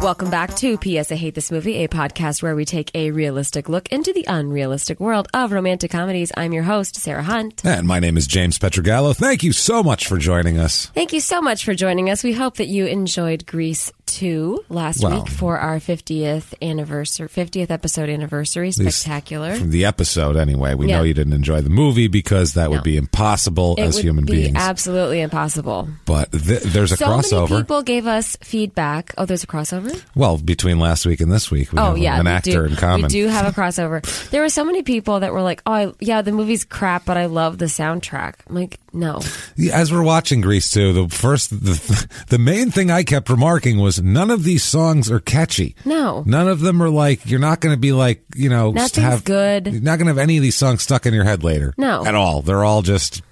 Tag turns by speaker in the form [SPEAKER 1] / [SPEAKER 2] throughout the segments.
[SPEAKER 1] Welcome back to PS I Hate This Movie, a podcast where we take a realistic look into the unrealistic world of romantic comedies. I'm your host, Sarah Hunt.
[SPEAKER 2] And my name is James Petrogallo. Thank you so much for joining us.
[SPEAKER 1] Thank you so much for joining us. We hope that you enjoyed Grease 2 last
[SPEAKER 2] Wow.
[SPEAKER 1] week for our 50th anniversary, 50th episode anniversary.
[SPEAKER 2] least
[SPEAKER 1] Spectacular.
[SPEAKER 2] From the episode, anyway. We
[SPEAKER 1] Yeah.
[SPEAKER 2] know you didn't enjoy the movie because that
[SPEAKER 1] No.
[SPEAKER 2] would be impossible
[SPEAKER 1] it
[SPEAKER 2] as
[SPEAKER 1] would
[SPEAKER 2] human
[SPEAKER 1] be
[SPEAKER 2] beings.
[SPEAKER 1] absolutely impossible.
[SPEAKER 2] but th- there's a
[SPEAKER 1] so many
[SPEAKER 2] crossover.
[SPEAKER 1] people gave us feedback. Oh, there's a crossover?
[SPEAKER 2] well, between last week and this week, we
[SPEAKER 1] oh
[SPEAKER 2] have
[SPEAKER 1] yeah,
[SPEAKER 2] an
[SPEAKER 1] we do,
[SPEAKER 2] actor in common.
[SPEAKER 1] We do have a crossover. there were so many people that were like, "Oh, I, yeah, the movie's crap, but I love the soundtrack." I'm like, no,
[SPEAKER 2] Yeah, As we're watching Grease too, the first, the, the main thing I kept remarking was none of these songs are catchy.
[SPEAKER 1] no,
[SPEAKER 2] None of them are like you're not going to be like you know
[SPEAKER 1] Nothing's
[SPEAKER 2] st- have,
[SPEAKER 1] good.
[SPEAKER 2] You're not going to have any of these songs stuck in your head later.
[SPEAKER 1] No.
[SPEAKER 2] at all. They're all just.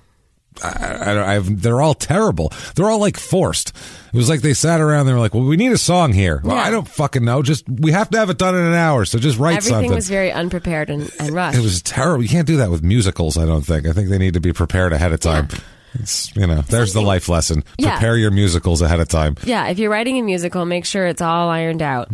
[SPEAKER 2] I, I, I've, they're all terrible. They're all like forced. It was like they sat around. and They were like, "Well, we need a song here." Well,
[SPEAKER 1] Yeah.
[SPEAKER 2] I don't fucking know. Just we have to have it done in an hour. So just write
[SPEAKER 1] everything
[SPEAKER 2] something.
[SPEAKER 1] was very unprepared and, and rushed.
[SPEAKER 2] it was terrible. You can't do that with musicals. I don't think. I think they need to be prepared ahead of time. It's you know, there's the life lesson.
[SPEAKER 1] Yeah.
[SPEAKER 2] Prepare your musicals ahead of time.
[SPEAKER 1] yeah, if you're writing a musical, make sure it's all ironed out.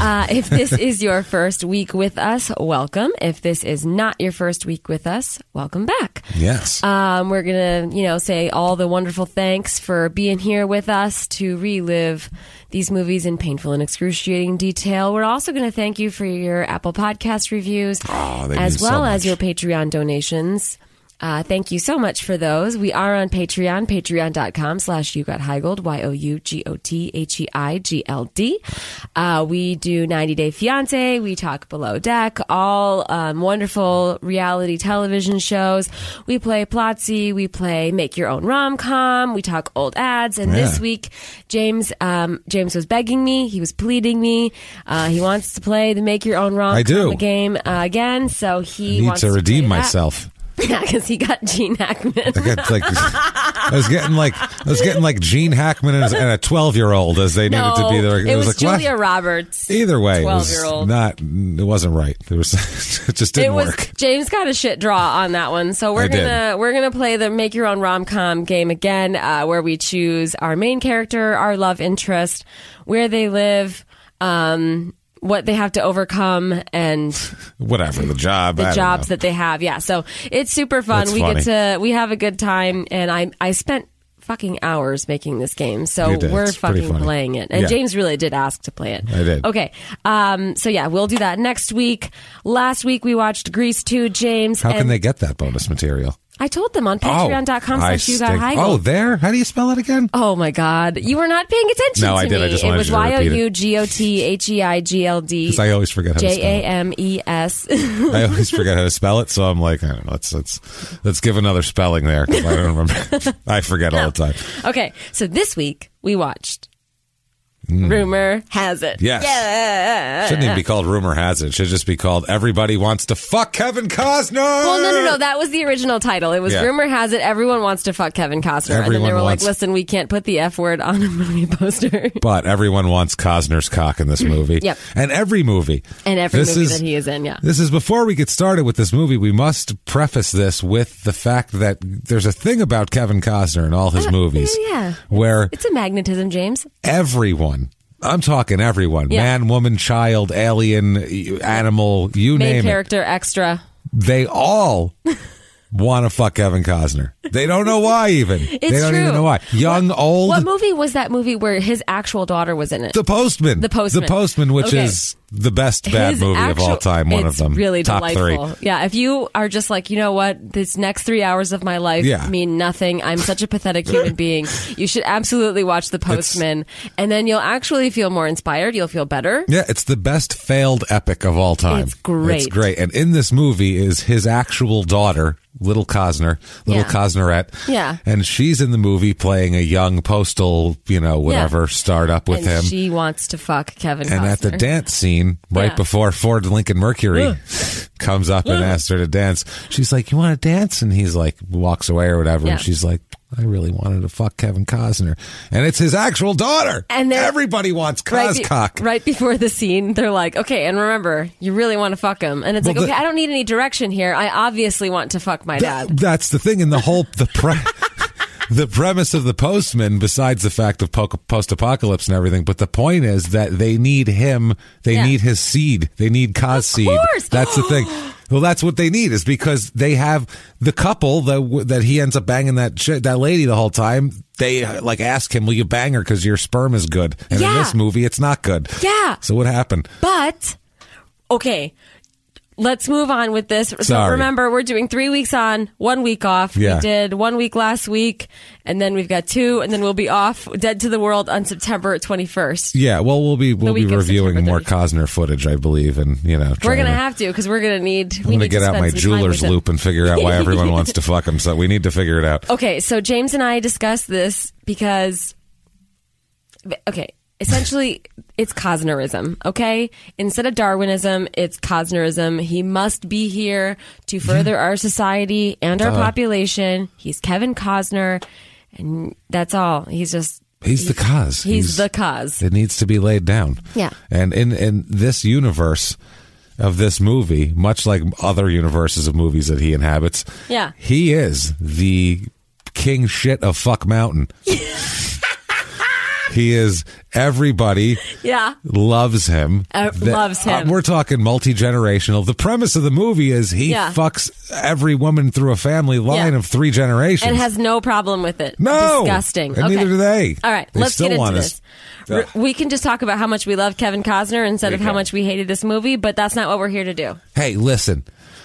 [SPEAKER 1] uh, if this is your first week with us, welcome. If this is not your first week with us, welcome back.
[SPEAKER 2] Yes.
[SPEAKER 1] Um, we're gonna, you know, say all the wonderful thanks for being here with us to relive these movies in painful and excruciating detail. We're also gonna thank you for your Apple Podcast reviews,
[SPEAKER 2] Oh, they
[SPEAKER 1] as
[SPEAKER 2] mean so
[SPEAKER 1] well as
[SPEAKER 2] much.
[SPEAKER 1] your Patreon donations. Uh, thank you so much for those. We are on Patreon, patreon.com slash you got Heigold, E Y-O-U-G-O-T-H-E-I-G-L-D. Uh, we do 90 Day Fiance. We talk Below Deck, all um, wonderful reality television shows. We play Plotsy. We play Make Your Own Rom-Com. We talk old ads. And this
[SPEAKER 2] Yeah.
[SPEAKER 1] week, James, um, James was begging me. He was pleading me. Uh, he wants to play the Make Your Own Rom-Com
[SPEAKER 2] I do.
[SPEAKER 1] game uh, again. So he
[SPEAKER 2] I need
[SPEAKER 1] wants
[SPEAKER 2] to redeem
[SPEAKER 1] play that.
[SPEAKER 2] myself.
[SPEAKER 1] Yeah, because he got Gene Hackman.
[SPEAKER 2] I got like I was getting like I was getting like Gene Hackman and and a twelve year old as they
[SPEAKER 1] no,
[SPEAKER 2] needed to be there.
[SPEAKER 1] it was,
[SPEAKER 2] like what?
[SPEAKER 1] Julia Roberts.
[SPEAKER 2] Either way, it was
[SPEAKER 1] 12-year-old.
[SPEAKER 2] not. It wasn't right. It was it just didn't
[SPEAKER 1] it was
[SPEAKER 2] work.
[SPEAKER 1] James got a shit draw on that one, so we're
[SPEAKER 2] I did.
[SPEAKER 1] gonna we're gonna play the make your own rom com game again, uh, where we choose our main character, our love interest, where they live, um, what they have to overcome, and
[SPEAKER 2] Whatever the job,
[SPEAKER 1] the
[SPEAKER 2] I don't
[SPEAKER 1] jobs
[SPEAKER 2] know.
[SPEAKER 1] that they have. Yeah, so it's super fun.
[SPEAKER 2] That's
[SPEAKER 1] we
[SPEAKER 2] funny.
[SPEAKER 1] get to we have a good time, and I I spent fucking hours making this game, so
[SPEAKER 2] You did.
[SPEAKER 1] we're
[SPEAKER 2] It's pretty
[SPEAKER 1] fucking
[SPEAKER 2] funny.
[SPEAKER 1] playing it. And
[SPEAKER 2] Yeah.
[SPEAKER 1] James really did ask to play it.
[SPEAKER 2] I did.
[SPEAKER 1] Okay, um, so yeah, we'll do that next week. Last week we watched Grease two. James,
[SPEAKER 2] How
[SPEAKER 1] and
[SPEAKER 2] can they get that bonus material? Oh,
[SPEAKER 1] I told them on Patreon.com
[SPEAKER 2] I
[SPEAKER 1] slash you got
[SPEAKER 2] stink.
[SPEAKER 1] high.
[SPEAKER 2] Oh, there. How do you spell it again?
[SPEAKER 1] Oh my God! You were not paying attention.
[SPEAKER 2] No,
[SPEAKER 1] to
[SPEAKER 2] I did.
[SPEAKER 1] Me.
[SPEAKER 2] I just
[SPEAKER 1] it
[SPEAKER 2] wanted
[SPEAKER 1] was
[SPEAKER 2] you to
[SPEAKER 1] Y o
[SPEAKER 2] repeat it.
[SPEAKER 1] u g o t h e i g l d
[SPEAKER 2] Because I always forget how to spell
[SPEAKER 1] j a
[SPEAKER 2] it.
[SPEAKER 1] m e s.
[SPEAKER 2] I always forget how to spell it, so I'm like, I don't know. Let's let's let's give another spelling there. 'cause I don't remember. I forget all the time.
[SPEAKER 1] Okay, so this week we watched. Rumor has it.
[SPEAKER 2] Hmm. Yes.
[SPEAKER 1] Yeah.
[SPEAKER 2] Shouldn't even be called rumor has it. Should just be called everybody wants to fuck Kevin Costner.
[SPEAKER 1] Well, no, no, no. That was the original title. It was
[SPEAKER 2] Yeah.
[SPEAKER 1] rumor has it everyone wants to fuck Kevin Costner, and then they
[SPEAKER 2] Everyone
[SPEAKER 1] were
[SPEAKER 2] wants-
[SPEAKER 1] like, "Listen, we can't put the f word on a movie poster."
[SPEAKER 2] But everyone wants Costner's cock in this movie.
[SPEAKER 1] Yep.
[SPEAKER 2] And every movie.
[SPEAKER 1] And every
[SPEAKER 2] This
[SPEAKER 1] movie
[SPEAKER 2] is-
[SPEAKER 1] that he is in, yeah.
[SPEAKER 2] This is before we get started with this movie. We must preface this with the fact that there's a thing about Kevin Costner in all his movies
[SPEAKER 1] Uh, yeah.
[SPEAKER 2] where
[SPEAKER 1] It's a magnetism, James.
[SPEAKER 2] everyone, I'm talking everyone,
[SPEAKER 1] Yeah.
[SPEAKER 2] man, woman, child, alien, animal, you
[SPEAKER 1] Main
[SPEAKER 2] name it,
[SPEAKER 1] character, extra.
[SPEAKER 2] they all want to fuck Kevin Costner. They don't know why even. they don't
[SPEAKER 1] true.
[SPEAKER 2] even know why. Young, old,
[SPEAKER 1] What movie was that movie where his actual daughter was in it?
[SPEAKER 2] The Postman.
[SPEAKER 1] The Postman.
[SPEAKER 2] The Postman, which
[SPEAKER 1] Okay.
[SPEAKER 2] is the best bad
[SPEAKER 1] His
[SPEAKER 2] movie
[SPEAKER 1] actual-
[SPEAKER 2] of all time. One
[SPEAKER 1] it's
[SPEAKER 2] of them,
[SPEAKER 1] Really
[SPEAKER 2] top
[SPEAKER 1] delightful.
[SPEAKER 2] three.
[SPEAKER 1] Yeah. If you are just like, you know what, this next three hours of my life
[SPEAKER 2] Yeah.
[SPEAKER 1] mean nothing. I'm such a pathetic human being. You should absolutely watch The Postman, and then you'll actually feel more inspired. You'll feel better.
[SPEAKER 2] Yeah, it's the best failed epic of all time.
[SPEAKER 1] It's great.
[SPEAKER 2] It's great. And in this movie is his actual daughter, little Cosner, little
[SPEAKER 1] Yeah.
[SPEAKER 2] Cosnerette.
[SPEAKER 1] Yeah.
[SPEAKER 2] And she's in the movie playing a young postal, you know, whatever startup with
[SPEAKER 1] and
[SPEAKER 2] him.
[SPEAKER 1] she wants to fuck Kevin.
[SPEAKER 2] and at the
[SPEAKER 1] Costner.
[SPEAKER 2] dance scene, right
[SPEAKER 1] Yeah.
[SPEAKER 2] before Ford Lincoln Mercury comes up and asks her to dance, she's like, "You want to dance?" And he's like, walks away or whatever,
[SPEAKER 1] Yeah.
[SPEAKER 2] and she's like, "I really wanted to fuck Kevin Cosner," and it's his actual daughter.
[SPEAKER 1] And they're-
[SPEAKER 2] everybody wants
[SPEAKER 1] Right, be-
[SPEAKER 2] Coscock.
[SPEAKER 1] right before the scene, they're like, "Okay, and remember, you really want to fuck him." And it's
[SPEAKER 2] Well,
[SPEAKER 1] like,
[SPEAKER 2] the-
[SPEAKER 1] "Okay, I don't need any direction here. I obviously want to fuck my
[SPEAKER 2] That-
[SPEAKER 1] dad."
[SPEAKER 2] that's the thing, and the whole the pre- the premise of the postman, besides the fact of post apocalypse and everything, but the point is that they need him. They
[SPEAKER 1] Yeah.
[SPEAKER 2] need his seed. They need Cos seed.
[SPEAKER 1] course.
[SPEAKER 2] That's the thing. Well, that's what they need is because they have the couple that w- that he ends up banging that ch- that lady the whole time. They uh, like ask him, "Will you bang her because your sperm is good?" And in
[SPEAKER 1] Yeah.
[SPEAKER 2] this movie, it's not good.
[SPEAKER 1] Yeah.
[SPEAKER 2] So what happened?
[SPEAKER 1] But okay, let's move on with this. So
[SPEAKER 2] Sorry.
[SPEAKER 1] remember, we're doing three weeks on, one week off.
[SPEAKER 2] Yeah.
[SPEAKER 1] We did one week last week, and then we've got two, and then we'll be off, dead to the world, on September twenty first.
[SPEAKER 2] Yeah. Well, we'll be we'll be
[SPEAKER 1] week of
[SPEAKER 2] reviewing
[SPEAKER 1] September
[SPEAKER 2] more Cosner footage, I believe, and you know
[SPEAKER 1] We're
[SPEAKER 2] trying
[SPEAKER 1] gonna
[SPEAKER 2] to-
[SPEAKER 1] have to because we're gonna need. we
[SPEAKER 2] I'm going to
[SPEAKER 1] need
[SPEAKER 2] get out
[SPEAKER 1] spend
[SPEAKER 2] my
[SPEAKER 1] some time
[SPEAKER 2] jeweler's
[SPEAKER 1] with him. Oh.
[SPEAKER 2] loop and figure out why everyone wants to fuck him. So we need to figure it out.
[SPEAKER 1] Okay, so James and I discussed this because, okay, essentially it's Cosnerism, okay? Instead of Darwinism, it's Cosnerism. He must be here to further our society and our
[SPEAKER 2] Uh-huh.
[SPEAKER 1] population. He's Kevin Cosner, and that's all. He's just,
[SPEAKER 2] He's the cause.
[SPEAKER 1] he's, the cause.
[SPEAKER 2] It needs to be laid down.
[SPEAKER 1] Yeah.
[SPEAKER 2] And in in this universe of this movie, much like other universes of movies that he inhabits,
[SPEAKER 1] Yeah.
[SPEAKER 2] he is the king shit of fuck mountain. he is everybody
[SPEAKER 1] Yeah.
[SPEAKER 2] loves him.
[SPEAKER 1] Uh, loves him.
[SPEAKER 2] uh, we're talking multi generational. The premise of the movie is he
[SPEAKER 1] Yeah.
[SPEAKER 2] fucks every woman through a family line
[SPEAKER 1] Yeah.
[SPEAKER 2] of three generations.
[SPEAKER 1] And has no problem with it.
[SPEAKER 2] no
[SPEAKER 1] Disgusting.
[SPEAKER 2] And
[SPEAKER 1] okay.
[SPEAKER 2] neither do they.
[SPEAKER 1] All right,
[SPEAKER 2] They
[SPEAKER 1] let's
[SPEAKER 2] still
[SPEAKER 1] get into
[SPEAKER 2] want us.
[SPEAKER 1] this. R- we can just talk about how much we love Kevin Cosner instead of how much we hated this movie, but that's not what we're here to do.
[SPEAKER 2] Hey, listen.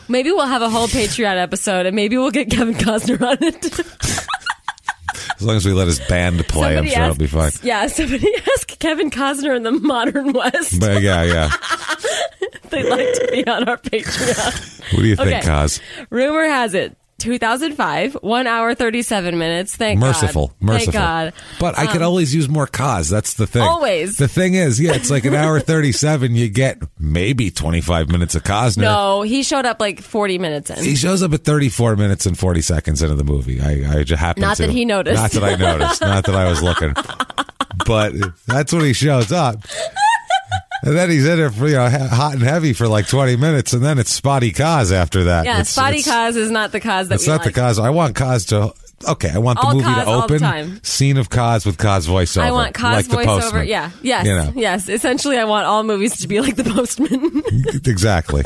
[SPEAKER 1] Maybe we'll have a whole Patreon episode, and maybe we'll get Kevin Costner on it.
[SPEAKER 2] As long as we let his band play, I'm
[SPEAKER 1] Somebody
[SPEAKER 2] sure it'll be fine.
[SPEAKER 1] ask- Yeah, somebody ask Kevin Costner in the modern West.
[SPEAKER 2] But yeah, yeah.
[SPEAKER 1] They'd like to be on our Patreon.
[SPEAKER 2] What do you think,
[SPEAKER 1] Okay.
[SPEAKER 2] Cos?
[SPEAKER 1] Rumor has it. 2005, one hour 37 minutes. Thank
[SPEAKER 2] Merciful,
[SPEAKER 1] God.
[SPEAKER 2] merciful.
[SPEAKER 1] Thank God. Um,
[SPEAKER 2] But I could always use more cause. That's the thing.
[SPEAKER 1] Always.
[SPEAKER 2] The thing is, yeah, it's like an hour thirty-seven. You get maybe twenty-five minutes of Cosner.
[SPEAKER 1] No, he showed up like 40 minutes in.
[SPEAKER 2] He shows up at 34 minutes and 40 seconds into the movie. I, I just happened
[SPEAKER 1] Not
[SPEAKER 2] to.
[SPEAKER 1] that he noticed.
[SPEAKER 2] Not that I noticed. not that I was looking. But that's when he shows up. And then he's in it for, you know, he- hot and heavy for like 20 minutes. And then it's spotty cause after that.
[SPEAKER 1] yeah,
[SPEAKER 2] It's-
[SPEAKER 1] spotty
[SPEAKER 2] it's-
[SPEAKER 1] cause is not the cause that
[SPEAKER 2] It's
[SPEAKER 1] we
[SPEAKER 2] not
[SPEAKER 1] like.
[SPEAKER 2] the cause. I want cause to. Okay, I want the
[SPEAKER 1] All
[SPEAKER 2] movie
[SPEAKER 1] Cos
[SPEAKER 2] to
[SPEAKER 1] all the
[SPEAKER 2] open.
[SPEAKER 1] time.
[SPEAKER 2] Scene of cause with cause voiceover.
[SPEAKER 1] I want cause
[SPEAKER 2] like the
[SPEAKER 1] voiceover.
[SPEAKER 2] Postman.
[SPEAKER 1] Yeah. Yes.
[SPEAKER 2] You know.
[SPEAKER 1] Yes. Essentially, I want all movies to be like The Postman.
[SPEAKER 2] Exactly.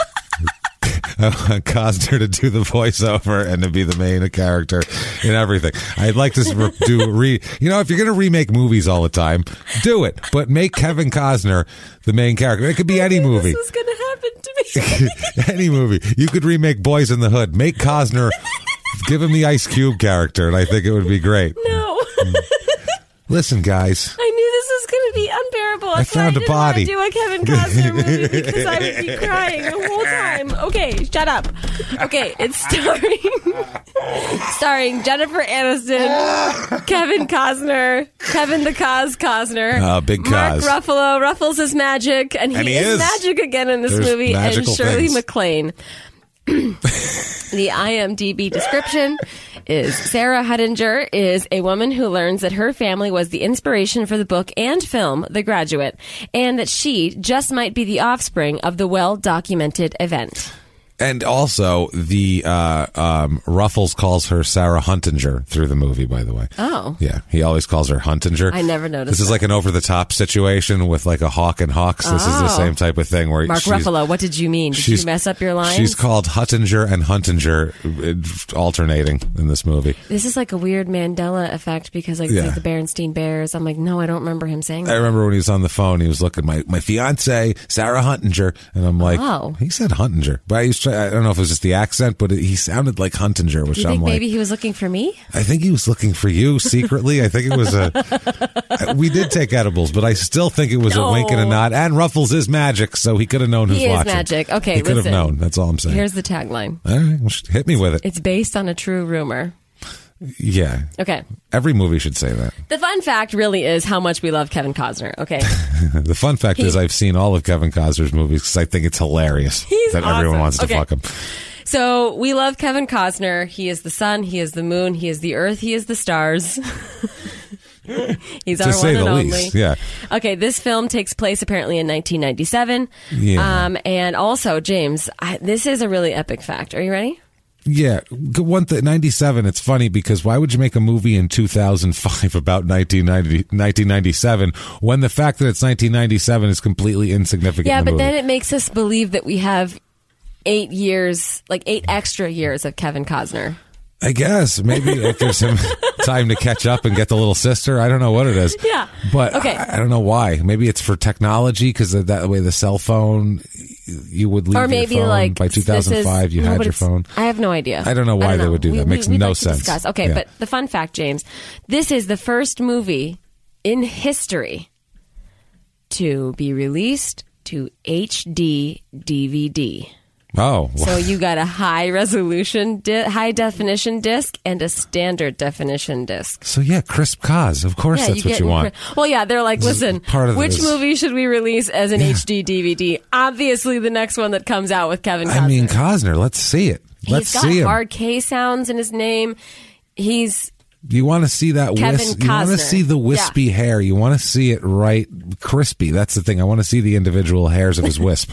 [SPEAKER 2] I want Costner to do the voiceover and to be the main character in everything. I'd like to re- do re. You know, if you're going to remake movies all the time, do it, but make Kevin Costner the main character. It could be any movie,
[SPEAKER 1] this was going to happen to me.
[SPEAKER 2] any movie. You could remake Boys in the Hood. Make Costner give him the Ice Cube character, and I think it would be great.
[SPEAKER 1] no.
[SPEAKER 2] Mm. Listen, guys,
[SPEAKER 1] I knew this was going to be unbearable. That's why
[SPEAKER 2] found a
[SPEAKER 1] I didn't want
[SPEAKER 2] body.
[SPEAKER 1] to do a Kevin Costner movie because I would be crying the whole time. Okay, shut up. Okay, it's starring starring Jennifer Aniston, Kevin Costner, Kevin the Cos Costner,
[SPEAKER 2] Ah, big
[SPEAKER 1] Mark
[SPEAKER 2] Cos.
[SPEAKER 1] Ruffalo ruffles his magic, and he,
[SPEAKER 2] And he
[SPEAKER 1] is,
[SPEAKER 2] is.
[SPEAKER 1] magic again in this
[SPEAKER 2] There's
[SPEAKER 1] movie, and
[SPEAKER 2] magical
[SPEAKER 1] Shirley
[SPEAKER 2] things.
[SPEAKER 1] MacLaine. The IMDb description is Sarah Huttinger is a woman who learns that her family was the inspiration for the book and film The Graduate, and that she just might be the offspring of the well documented event.
[SPEAKER 2] And also, the uh, um, Ruffles calls her Sarah Huntinger through the movie. By the way,
[SPEAKER 1] Oh.
[SPEAKER 2] yeah, he always calls her Huntinger.
[SPEAKER 1] I never noticed
[SPEAKER 2] This is
[SPEAKER 1] that.
[SPEAKER 2] like an over the top situation with like a hawk and hawks. This is the
[SPEAKER 1] Oh.
[SPEAKER 2] same type of thing where
[SPEAKER 1] Mark
[SPEAKER 2] she's-
[SPEAKER 1] Ruffalo, what did you mean? Did you mess up your lines?
[SPEAKER 2] She's called Huttinger and Huntinger uh, alternating in this movie.
[SPEAKER 1] This is like a weird Mandela effect because like, it's
[SPEAKER 2] Yeah.
[SPEAKER 1] like the Berenstein Bears. I'm like, no, I don't remember him saying
[SPEAKER 2] I
[SPEAKER 1] that.
[SPEAKER 2] remember when he was on the phone, he was looking my my fiance Sarah Huntinger, and I'm like,
[SPEAKER 1] Oh.
[SPEAKER 2] he said Huntinger, but I, used to, I don't know if it was just the accent, but he sounded like Huntinger, which
[SPEAKER 1] You
[SPEAKER 2] I'm
[SPEAKER 1] think
[SPEAKER 2] like,
[SPEAKER 1] maybe he was looking for me?
[SPEAKER 2] I think he was looking for you secretly. I think it was a. I- we did take edibles, but I still think it was a wink and a
[SPEAKER 1] No.
[SPEAKER 2] nod. And Ruffles is magic, so he could have known who's
[SPEAKER 1] He is
[SPEAKER 2] watching.
[SPEAKER 1] magic. Okay,
[SPEAKER 2] he could have
[SPEAKER 1] listen.
[SPEAKER 2] known. That's all I'm saying.
[SPEAKER 1] Here's the tagline.
[SPEAKER 2] all right, well, sh- hit me with it.
[SPEAKER 1] It's based on a true rumor.
[SPEAKER 2] Yeah,
[SPEAKER 1] Okay.
[SPEAKER 2] every movie should say that.
[SPEAKER 1] The fun fact really is how much we love Kevin Costner. Okay.
[SPEAKER 2] The fun fact is, I've seen all of Kevin Costner's movies because I think it's hilarious
[SPEAKER 1] He's
[SPEAKER 2] that
[SPEAKER 1] awesome.
[SPEAKER 2] everyone wants to
[SPEAKER 1] Okay.
[SPEAKER 2] fuck him.
[SPEAKER 1] so we love Kevin Costner. He is the sun, he is the moon, he is the earth, he is the stars. He's
[SPEAKER 2] To
[SPEAKER 1] our
[SPEAKER 2] say
[SPEAKER 1] one and
[SPEAKER 2] the
[SPEAKER 1] only.
[SPEAKER 2] least, yeah.
[SPEAKER 1] Okay, this film takes place apparently in 1997.
[SPEAKER 2] Yeah.
[SPEAKER 1] Um, and also, James, I, this is a really epic fact. Are you ready?
[SPEAKER 2] Yeah, g- one thing, 97, it's funny because why would you make a movie in 2005 about 1990, 1997 when the fact that it's 1997 is completely insignificant
[SPEAKER 1] Yeah,
[SPEAKER 2] in the
[SPEAKER 1] but
[SPEAKER 2] movie?
[SPEAKER 1] then it makes us believe that we have eight years, like eight extra years of Kevin Costner.
[SPEAKER 2] I guess maybe if there's some time to catch up and get the little sister, I don't know what it is.
[SPEAKER 1] Yeah.
[SPEAKER 2] But
[SPEAKER 1] Okay.
[SPEAKER 2] I, I don't know why. Maybe it's for technology because that way the cell phone, you would leave
[SPEAKER 1] or maybe
[SPEAKER 2] your phone.
[SPEAKER 1] like
[SPEAKER 2] by
[SPEAKER 1] this is-
[SPEAKER 2] 2005 you
[SPEAKER 1] no,
[SPEAKER 2] had
[SPEAKER 1] but
[SPEAKER 2] your
[SPEAKER 1] it's-
[SPEAKER 2] phone.
[SPEAKER 1] I have no idea.
[SPEAKER 2] I don't know why they would do
[SPEAKER 1] We-
[SPEAKER 2] that. Makes
[SPEAKER 1] we'd
[SPEAKER 2] no
[SPEAKER 1] like to
[SPEAKER 2] sense.
[SPEAKER 1] discuss. Okay,
[SPEAKER 2] Yeah.
[SPEAKER 1] but the fun fact, James, this is the first movie in history to be released to HD DVD.
[SPEAKER 2] Oh,
[SPEAKER 1] So you got a high resolution, di- high definition disc and a standard definition disc.
[SPEAKER 2] So yeah, crisp cause. Of course, that's what you want.
[SPEAKER 1] Well, yeah, they're like,
[SPEAKER 2] This is
[SPEAKER 1] listen,
[SPEAKER 2] part of
[SPEAKER 1] which
[SPEAKER 2] this.
[SPEAKER 1] movie should we release as an HD DVD? Obviously, the next one that comes out with Kevin. Costner.
[SPEAKER 2] I mean, Cosner. Let's see it. Let's
[SPEAKER 1] He's got
[SPEAKER 2] see him.
[SPEAKER 1] hard K sounds in his name. He's
[SPEAKER 2] You want to see that
[SPEAKER 1] Kevin
[SPEAKER 2] wisp? You want to
[SPEAKER 1] Costner.
[SPEAKER 2] see the wispy
[SPEAKER 1] Yeah.
[SPEAKER 2] hair. You want to see it right crispy. That's the thing. I want to see the individual hairs of his wisp.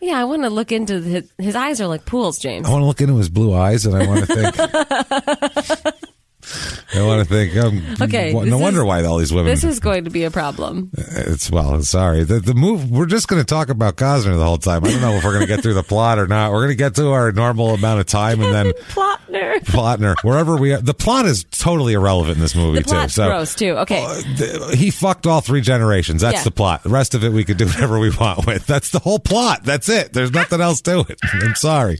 [SPEAKER 1] yeah. I want to look into his, his eyes are like pools, James.
[SPEAKER 2] I want to look into his blue eyes, and I want to think. I want to think. Um,
[SPEAKER 1] Okay,
[SPEAKER 2] w-
[SPEAKER 1] this
[SPEAKER 2] no
[SPEAKER 1] is-
[SPEAKER 2] wonder why all these women.
[SPEAKER 1] This is going to be a problem.
[SPEAKER 2] it's well. Sorry. The, the move. We're just going to talk about Cosner the whole time. I don't know if we're going to get through the plot or not. We're going to get to our normal amount of time, and then
[SPEAKER 1] Plotner.
[SPEAKER 2] Plotner, wherever we are. The plot is totally irrelevant in this movie,
[SPEAKER 1] The plot's
[SPEAKER 2] too. So
[SPEAKER 1] gross too. Okay.
[SPEAKER 2] Uh, th- he fucked all three generations. That's
[SPEAKER 1] Yeah.
[SPEAKER 2] the plot. The rest of it we could do whatever we want with. That's the whole plot. That's it. There's nothing else to it. I'm sorry.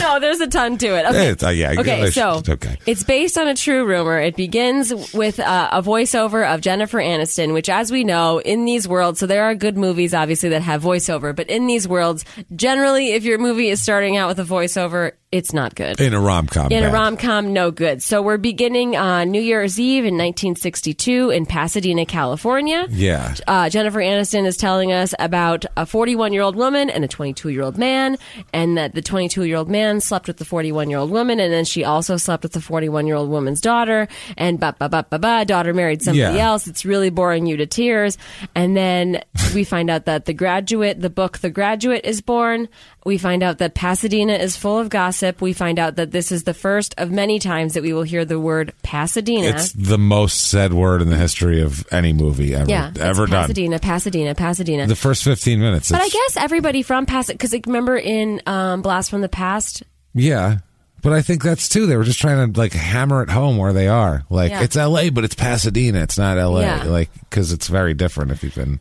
[SPEAKER 1] no, there's a ton to it. Okay.
[SPEAKER 2] It's- uh, yeah,
[SPEAKER 1] okay,
[SPEAKER 2] I
[SPEAKER 1] so
[SPEAKER 2] should- okay.
[SPEAKER 1] it's based on a true rumor. It begins with uh, a voiceover of Jennifer Aniston, which, as we know, in these worlds, so there are good movies, obviously, that have voiceover, but in these worlds, generally, if your movie is starting out with a voiceover, it's not good.
[SPEAKER 2] In a rom com.
[SPEAKER 1] in a rom com, no good. So we're beginning on New Year's Eve in 1962 in Pasadena, California.
[SPEAKER 2] Yeah.
[SPEAKER 1] Uh, Jennifer Aniston is telling us about a 41 year old woman and a 22 year old man, and that the 22 year old man slept with the 41 year old woman, and then she also slept with the 41 year old woman's daughter, and ba ba ba ba ba, daughter married somebody
[SPEAKER 2] Yeah.
[SPEAKER 1] else. It's really boring you to tears. And then we find out that The Graduate, the book The Graduate, is born. We find out that Pasadena is full of gossip. We find out that this is the first of many times that we will hear the word Pasadena.
[SPEAKER 2] It's the most said word in the history of any movie ever,
[SPEAKER 1] yeah, it's
[SPEAKER 2] ever done.
[SPEAKER 1] Pasadena, Pasadena, Pasadena.
[SPEAKER 2] The first 15 minutes.
[SPEAKER 1] But I
[SPEAKER 2] it's-
[SPEAKER 1] guess everybody from past, because remember in um, Blast from the Past,
[SPEAKER 2] Yeah. But I think that's too. They were just trying to like hammer it home where they are. Like
[SPEAKER 1] Yeah.
[SPEAKER 2] it's L.A., but it's Pasadena. It's not L.A.
[SPEAKER 1] Yeah.
[SPEAKER 2] Like because it's very different. If you've been,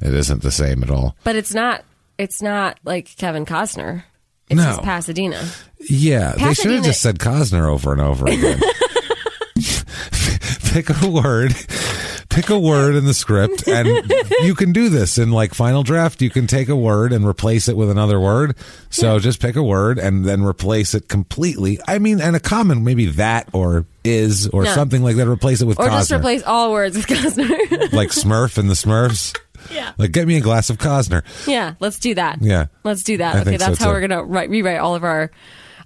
[SPEAKER 2] it isn't the same at all.
[SPEAKER 1] but it's not. It's not like Kevin Costner. It's
[SPEAKER 2] No.
[SPEAKER 1] just Pasadena.
[SPEAKER 2] Yeah, they should
[SPEAKER 1] Pasadena-
[SPEAKER 2] have just said Cosner over and over again. pick a word, pick a word in the script, and you can do this in like final draft. You can take a word and replace it with another word. So just pick a word and then replace it completely. I mean, and a common maybe that or is or
[SPEAKER 1] No.
[SPEAKER 2] something like that. Replace it with
[SPEAKER 1] Or
[SPEAKER 2] Cosner,
[SPEAKER 1] just replace all words with Costner.
[SPEAKER 2] like Smurf and the Smurfs.
[SPEAKER 1] Yeah.
[SPEAKER 2] like get me a glass of Cosner.
[SPEAKER 1] yeah, let's do that.
[SPEAKER 2] Yeah.
[SPEAKER 1] Let's do that.
[SPEAKER 2] I
[SPEAKER 1] okay,
[SPEAKER 2] think so,
[SPEAKER 1] that's how
[SPEAKER 2] too.
[SPEAKER 1] we're going to write, rewrite all of our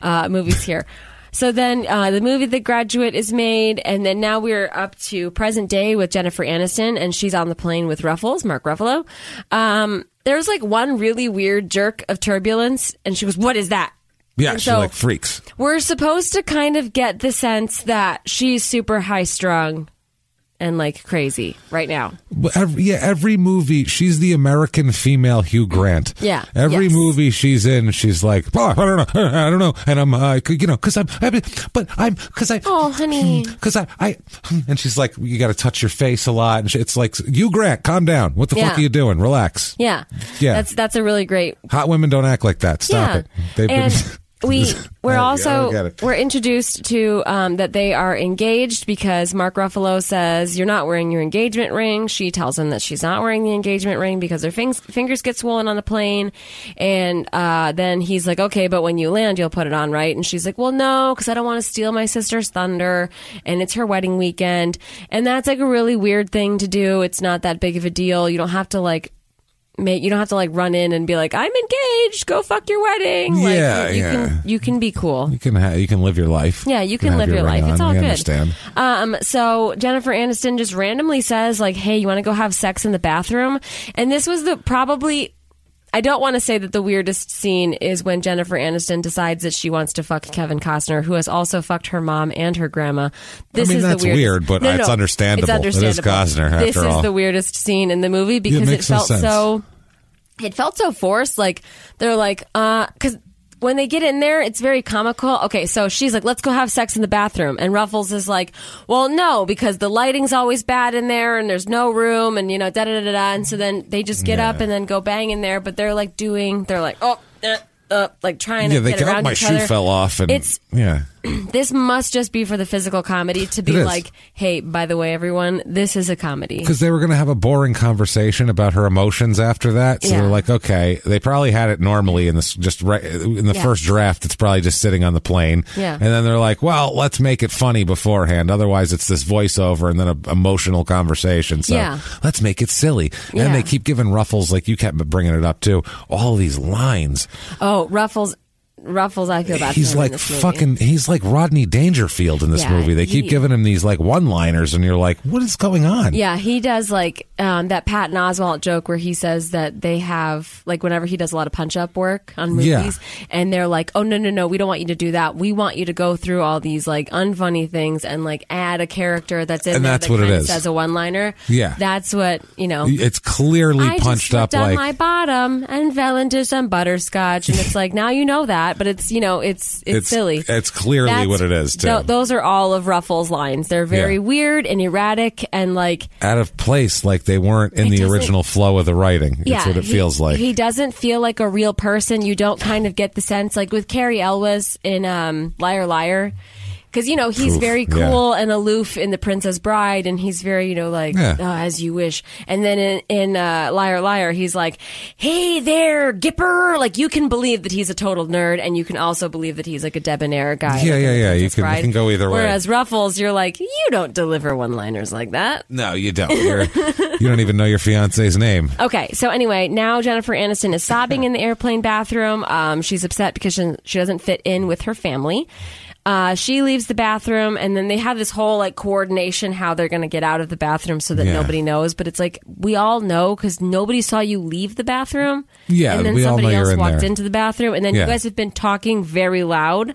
[SPEAKER 1] uh, movies here. So then uh, the movie The Graduate is made, and then now we're up to present day with Jennifer Aniston, and she's on the plane with Ruffles, Mark Ruffalo. Um, there was like one really weird jerk of turbulence, and she goes, "What is that?"
[SPEAKER 2] Yeah,
[SPEAKER 1] And
[SPEAKER 2] she
[SPEAKER 1] so-
[SPEAKER 2] like freaks.
[SPEAKER 1] We're supposed to kind of get the sense that she's super high strung and like crazy right now.
[SPEAKER 2] But every, yeah, every movie, she's the American female Hugh Grant.
[SPEAKER 1] Yeah,
[SPEAKER 2] Every
[SPEAKER 1] yes.
[SPEAKER 2] movie she's in, she's like, oh, I don't know, I don't know, and I'm, uh, you know, because I'm, I'm- but I'm, because I,
[SPEAKER 1] Oh, honey.
[SPEAKER 2] because I, I, and she's like, you got to touch your face a lot, and she, it's like, Hugh Grant, calm down. What the fuck
[SPEAKER 1] Yeah.
[SPEAKER 2] are you doing? Relax.
[SPEAKER 1] Yeah.
[SPEAKER 2] Yeah.
[SPEAKER 1] That's that's a really great
[SPEAKER 2] Hot women don't act like that. Stop
[SPEAKER 1] yeah.
[SPEAKER 2] it. They've
[SPEAKER 1] and
[SPEAKER 2] been.
[SPEAKER 1] we
[SPEAKER 2] I
[SPEAKER 1] we're
[SPEAKER 2] don't get
[SPEAKER 1] also
[SPEAKER 2] it.
[SPEAKER 1] we're introduced to um, that they are engaged because Mark Ruffalo says you're not wearing your engagement ring. She tells him that she's not wearing the engagement ring because her fingers fingers get swollen on the plane, and uh, then he's like, okay, but when you land, you'll put it on, right? And she's like, well, no, because I don't want to steal my sister's thunder, and it's her wedding weekend, and that's like a really weird thing to do. It's not that big of a deal. You don't have to like make you don't have to like run in and be like i'm engaged go fuck your wedding like
[SPEAKER 2] Yeah,
[SPEAKER 1] you, you
[SPEAKER 2] yeah.
[SPEAKER 1] can you can be cool
[SPEAKER 2] you can ha- you can live your life.
[SPEAKER 1] yeah you can
[SPEAKER 2] have
[SPEAKER 1] live your
[SPEAKER 2] ring
[SPEAKER 1] life it's
[SPEAKER 2] on.
[SPEAKER 1] all
[SPEAKER 2] We
[SPEAKER 1] good
[SPEAKER 2] Understand?
[SPEAKER 1] um
[SPEAKER 2] Mm.
[SPEAKER 1] so jennifer aniston just randomly says like hey you want to go have sex in the bathroom and this was the probably I don't want to say that the weirdest scene is when Jennifer Aniston decides that she wants to fuck Kevin Costner, who has also fucked her mom and her grandma. This
[SPEAKER 2] mean,
[SPEAKER 1] is
[SPEAKER 2] that's
[SPEAKER 1] the weirdest.
[SPEAKER 2] weird, but it's understandable.
[SPEAKER 1] It's
[SPEAKER 2] It is
[SPEAKER 1] understandable.
[SPEAKER 2] Costner,
[SPEAKER 1] this
[SPEAKER 2] after all.
[SPEAKER 1] is the weirdest scene in the movie because it
[SPEAKER 2] makes some
[SPEAKER 1] felt
[SPEAKER 2] sense.
[SPEAKER 1] so it felt so forced. Like they're like, uh, because when they get in there, it's very comical. Okay, so she's like, "Let's go have sex in the bathroom," and Ruffles is like, "Well, no, because the lighting's always bad in there, and there's no room, and you know, da da da da." da." And so then they just get
[SPEAKER 2] Yeah.
[SPEAKER 1] up and then go bang in there, but they're like doing, they're like, "Oh." Uh, uh, like trying
[SPEAKER 2] Yeah,
[SPEAKER 1] to
[SPEAKER 2] they
[SPEAKER 1] get
[SPEAKER 2] got
[SPEAKER 1] around
[SPEAKER 2] my
[SPEAKER 1] each
[SPEAKER 2] shoe
[SPEAKER 1] other.
[SPEAKER 2] fell off, and
[SPEAKER 1] It's-
[SPEAKER 2] yeah,
[SPEAKER 1] This must just be for the physical comedy to be
[SPEAKER 2] is.
[SPEAKER 1] like, hey, by the way, everyone, this is a comedy.
[SPEAKER 2] because they were going to have a boring conversation about her emotions after that. So
[SPEAKER 1] Yeah.
[SPEAKER 2] they're like, okay, they probably had it normally in this just right in the
[SPEAKER 1] Yeah.
[SPEAKER 2] first draft. It's probably just sitting on the plane.
[SPEAKER 1] Yeah.
[SPEAKER 2] and then they're like, well, let's make it funny beforehand. Otherwise, it's this voiceover and then an emotional conversation. So
[SPEAKER 1] Yeah.
[SPEAKER 2] let's make it silly.
[SPEAKER 1] Yeah.
[SPEAKER 2] And they keep giving Ruffles like you kept bringing it up too. All these lines.
[SPEAKER 1] Oh, Ruffles, Ruffles, I feel bad.
[SPEAKER 2] he's
[SPEAKER 1] for him in
[SPEAKER 2] like
[SPEAKER 1] this movie.
[SPEAKER 2] fucking he's like rodney dangerfield in this
[SPEAKER 1] Yeah,
[SPEAKER 2] movie they keep
[SPEAKER 1] he-
[SPEAKER 2] giving him these like one liners and you're like what is going on
[SPEAKER 1] Yeah, he does like um, that Patton Oswalt joke where he says that they have like whenever he does a lot of punch up work on movies,
[SPEAKER 2] Yeah.
[SPEAKER 1] and they're like, "Oh no, no, no, we don't want you to do that. We want you to go through all these like unfunny things and like add a character that's in
[SPEAKER 2] And
[SPEAKER 1] there
[SPEAKER 2] that's
[SPEAKER 1] that
[SPEAKER 2] what it
[SPEAKER 1] kinda
[SPEAKER 2] is.
[SPEAKER 1] says a one liner.
[SPEAKER 2] Yeah.
[SPEAKER 1] that's what you know.
[SPEAKER 2] it's clearly
[SPEAKER 1] I
[SPEAKER 2] punched
[SPEAKER 1] just
[SPEAKER 2] up
[SPEAKER 1] slipped on
[SPEAKER 2] like
[SPEAKER 1] my bottom and fell into some butterscotch, and it's like now you know that, but it's you know it's it's,
[SPEAKER 2] It's-
[SPEAKER 1] silly.
[SPEAKER 2] it's clearly what it is, too.
[SPEAKER 1] tho- those are all of Ruffles' lines. They're very
[SPEAKER 2] Yeah.
[SPEAKER 1] weird and erratic, and like
[SPEAKER 2] out of place like they weren't in
[SPEAKER 1] It
[SPEAKER 2] the
[SPEAKER 1] doesn't-
[SPEAKER 2] original flow of the writing
[SPEAKER 1] yeah,
[SPEAKER 2] that's what it
[SPEAKER 1] he-
[SPEAKER 2] feels like
[SPEAKER 1] He doesn't feel like a real person. You don't kind of get the sense, like with Carrie Elwes in um, Liar Liar, because you know he's
[SPEAKER 2] Oof,
[SPEAKER 1] very
[SPEAKER 2] yeah.
[SPEAKER 1] cool and aloof in The Princess Bride, and he's very you know like
[SPEAKER 2] Yeah.
[SPEAKER 1] "Oh, as you wish. And then in, in uh, Liar Liar, he's like, "Hey there, Gipper!" Like you can believe that he's a total nerd, and you can also believe that he's like a debonair guy.
[SPEAKER 2] Yeah,
[SPEAKER 1] like in
[SPEAKER 2] yeah,
[SPEAKER 1] The
[SPEAKER 2] yeah. You
[SPEAKER 1] Princess
[SPEAKER 2] can- you
[SPEAKER 1] Bride.
[SPEAKER 2] can go either way.
[SPEAKER 1] Whereas Ruffles, you're like, you don't deliver one-liners like that.
[SPEAKER 2] no you don't You're, you don't even know your fiance's name
[SPEAKER 1] Okay, so anyway, now Jennifer Aniston is sobbing in the airplane bathroom. Um, she's upset because she, she doesn't fit in with her family. Uh, she leaves the bathroom, and then they have this whole like coordination how they're going to get out of the bathroom so that
[SPEAKER 2] Yeah.
[SPEAKER 1] nobody knows. But it's like we all know because nobody saw you leave the bathroom.
[SPEAKER 2] Yeah,
[SPEAKER 1] and then
[SPEAKER 2] we all
[SPEAKER 1] somebody
[SPEAKER 2] know you're
[SPEAKER 1] else
[SPEAKER 2] in
[SPEAKER 1] walked
[SPEAKER 2] there.
[SPEAKER 1] into the bathroom, and then
[SPEAKER 2] Yeah.
[SPEAKER 1] you guys have been talking very loud.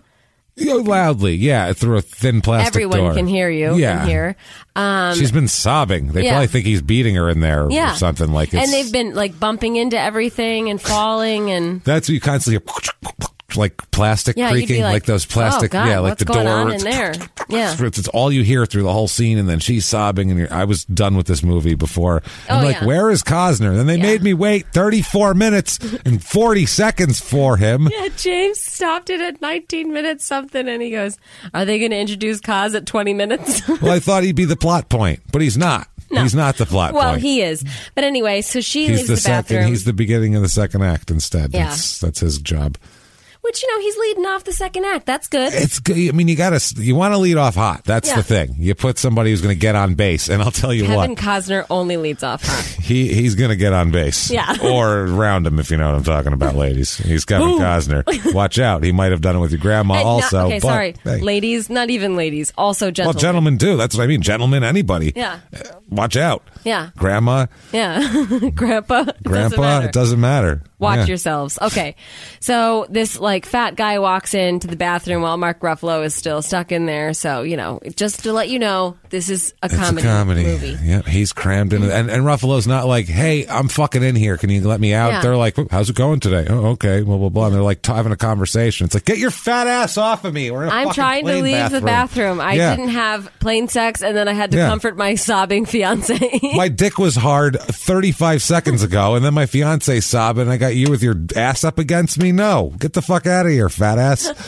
[SPEAKER 2] you know, loudly yeah through a thin plastic
[SPEAKER 1] Everyone
[SPEAKER 2] door.
[SPEAKER 1] can hear you.
[SPEAKER 2] yeah
[SPEAKER 1] from here. Um,
[SPEAKER 2] she's been sobbing they
[SPEAKER 1] yeah.
[SPEAKER 2] probably think he's beating her in there or something like it's,
[SPEAKER 1] and they've been like bumping into everything and falling and.
[SPEAKER 2] That's what you constantly hear, like plastic
[SPEAKER 1] Yeah, you'd
[SPEAKER 2] creaking,
[SPEAKER 1] be
[SPEAKER 2] like,
[SPEAKER 1] like,
[SPEAKER 2] those plastic,
[SPEAKER 1] "Oh, God,
[SPEAKER 2] yeah, like
[SPEAKER 1] what's
[SPEAKER 2] the
[SPEAKER 1] going
[SPEAKER 2] door.
[SPEAKER 1] on in there?" Yeah.
[SPEAKER 2] it's, it's all you hear through the whole scene, and then she's sobbing. And you're, I was done with this movie before. I'm
[SPEAKER 1] Oh,
[SPEAKER 2] like,
[SPEAKER 1] yeah.
[SPEAKER 2] where is Cosner? Then they made me wait 34 minutes and 40 seconds for him.
[SPEAKER 1] Yeah, James stopped it at 19 minutes something, and he goes, "Are they going to introduce Cos at 20 minutes?"
[SPEAKER 2] Well, I thought he'd be the plot point, but he's not. He's not the plot
[SPEAKER 1] well,
[SPEAKER 2] point.
[SPEAKER 1] he is. But anyway, so she
[SPEAKER 2] he's
[SPEAKER 1] leaves
[SPEAKER 2] the,
[SPEAKER 1] the,
[SPEAKER 2] second.
[SPEAKER 1] bathroom.
[SPEAKER 2] He's the beginning of the second act instead.
[SPEAKER 1] Yeah.
[SPEAKER 2] That's, that's his job.
[SPEAKER 1] Which you know he's leading off the second act. That's good.
[SPEAKER 2] It's good. I mean, you gotta you want to lead off hot. That's
[SPEAKER 1] Yeah.
[SPEAKER 2] the thing. You put somebody who's going to get on base, and I'll tell you
[SPEAKER 1] Kevin
[SPEAKER 2] what,
[SPEAKER 1] Costner only leads off hot.
[SPEAKER 2] he he's going to get on base.
[SPEAKER 1] Yeah.
[SPEAKER 2] or round him if you know what I'm talking about, ladies. He's Kevin Cosner. Watch out. He might have done it with your grandma
[SPEAKER 1] Hey, no-
[SPEAKER 2] also.
[SPEAKER 1] okay,
[SPEAKER 2] but,
[SPEAKER 1] sorry,
[SPEAKER 2] hey.
[SPEAKER 1] ladies, not even ladies, also
[SPEAKER 2] Well,
[SPEAKER 1] gentlemen.
[SPEAKER 2] gentlemen too. That's what I mean. Gentlemen, anybody.
[SPEAKER 1] Yeah.
[SPEAKER 2] Uh, Watch out.
[SPEAKER 1] Yeah.
[SPEAKER 2] Grandma,
[SPEAKER 1] yeah, grandpa, it doesn't
[SPEAKER 2] grandpa.
[SPEAKER 1] matter.
[SPEAKER 2] it doesn't matter.
[SPEAKER 1] Watch
[SPEAKER 2] Yeah.
[SPEAKER 1] yourselves. Okay, so this like fat guy walks into the bathroom while Mark Ruffalo is still stuck in there. So you know, just to let you know, this is a,
[SPEAKER 2] It's
[SPEAKER 1] comedy,
[SPEAKER 2] a comedy.
[SPEAKER 1] movie.
[SPEAKER 2] Yep, he's crammed in, and and Ruffalo's not like, "Hey, I'm fucking in here. Can you let me out?"
[SPEAKER 1] Yeah.
[SPEAKER 2] They're like, "How's it going today?" Oh, okay, blah blah blah. And they're like t- having a conversation. It's like, "Get your fat ass off of me." We're in a
[SPEAKER 1] I'm
[SPEAKER 2] fucking
[SPEAKER 1] trying to
[SPEAKER 2] plane
[SPEAKER 1] leave the bathroom. I
[SPEAKER 2] Yeah.
[SPEAKER 1] didn't have plain sex, and then I had to
[SPEAKER 2] Yeah.
[SPEAKER 1] comfort my sobbing fiance.
[SPEAKER 2] My dick was hard 35 seconds ago, and then my fiance sobbed, and I got you with your ass up against me. No, get the fuck out of here, fat ass.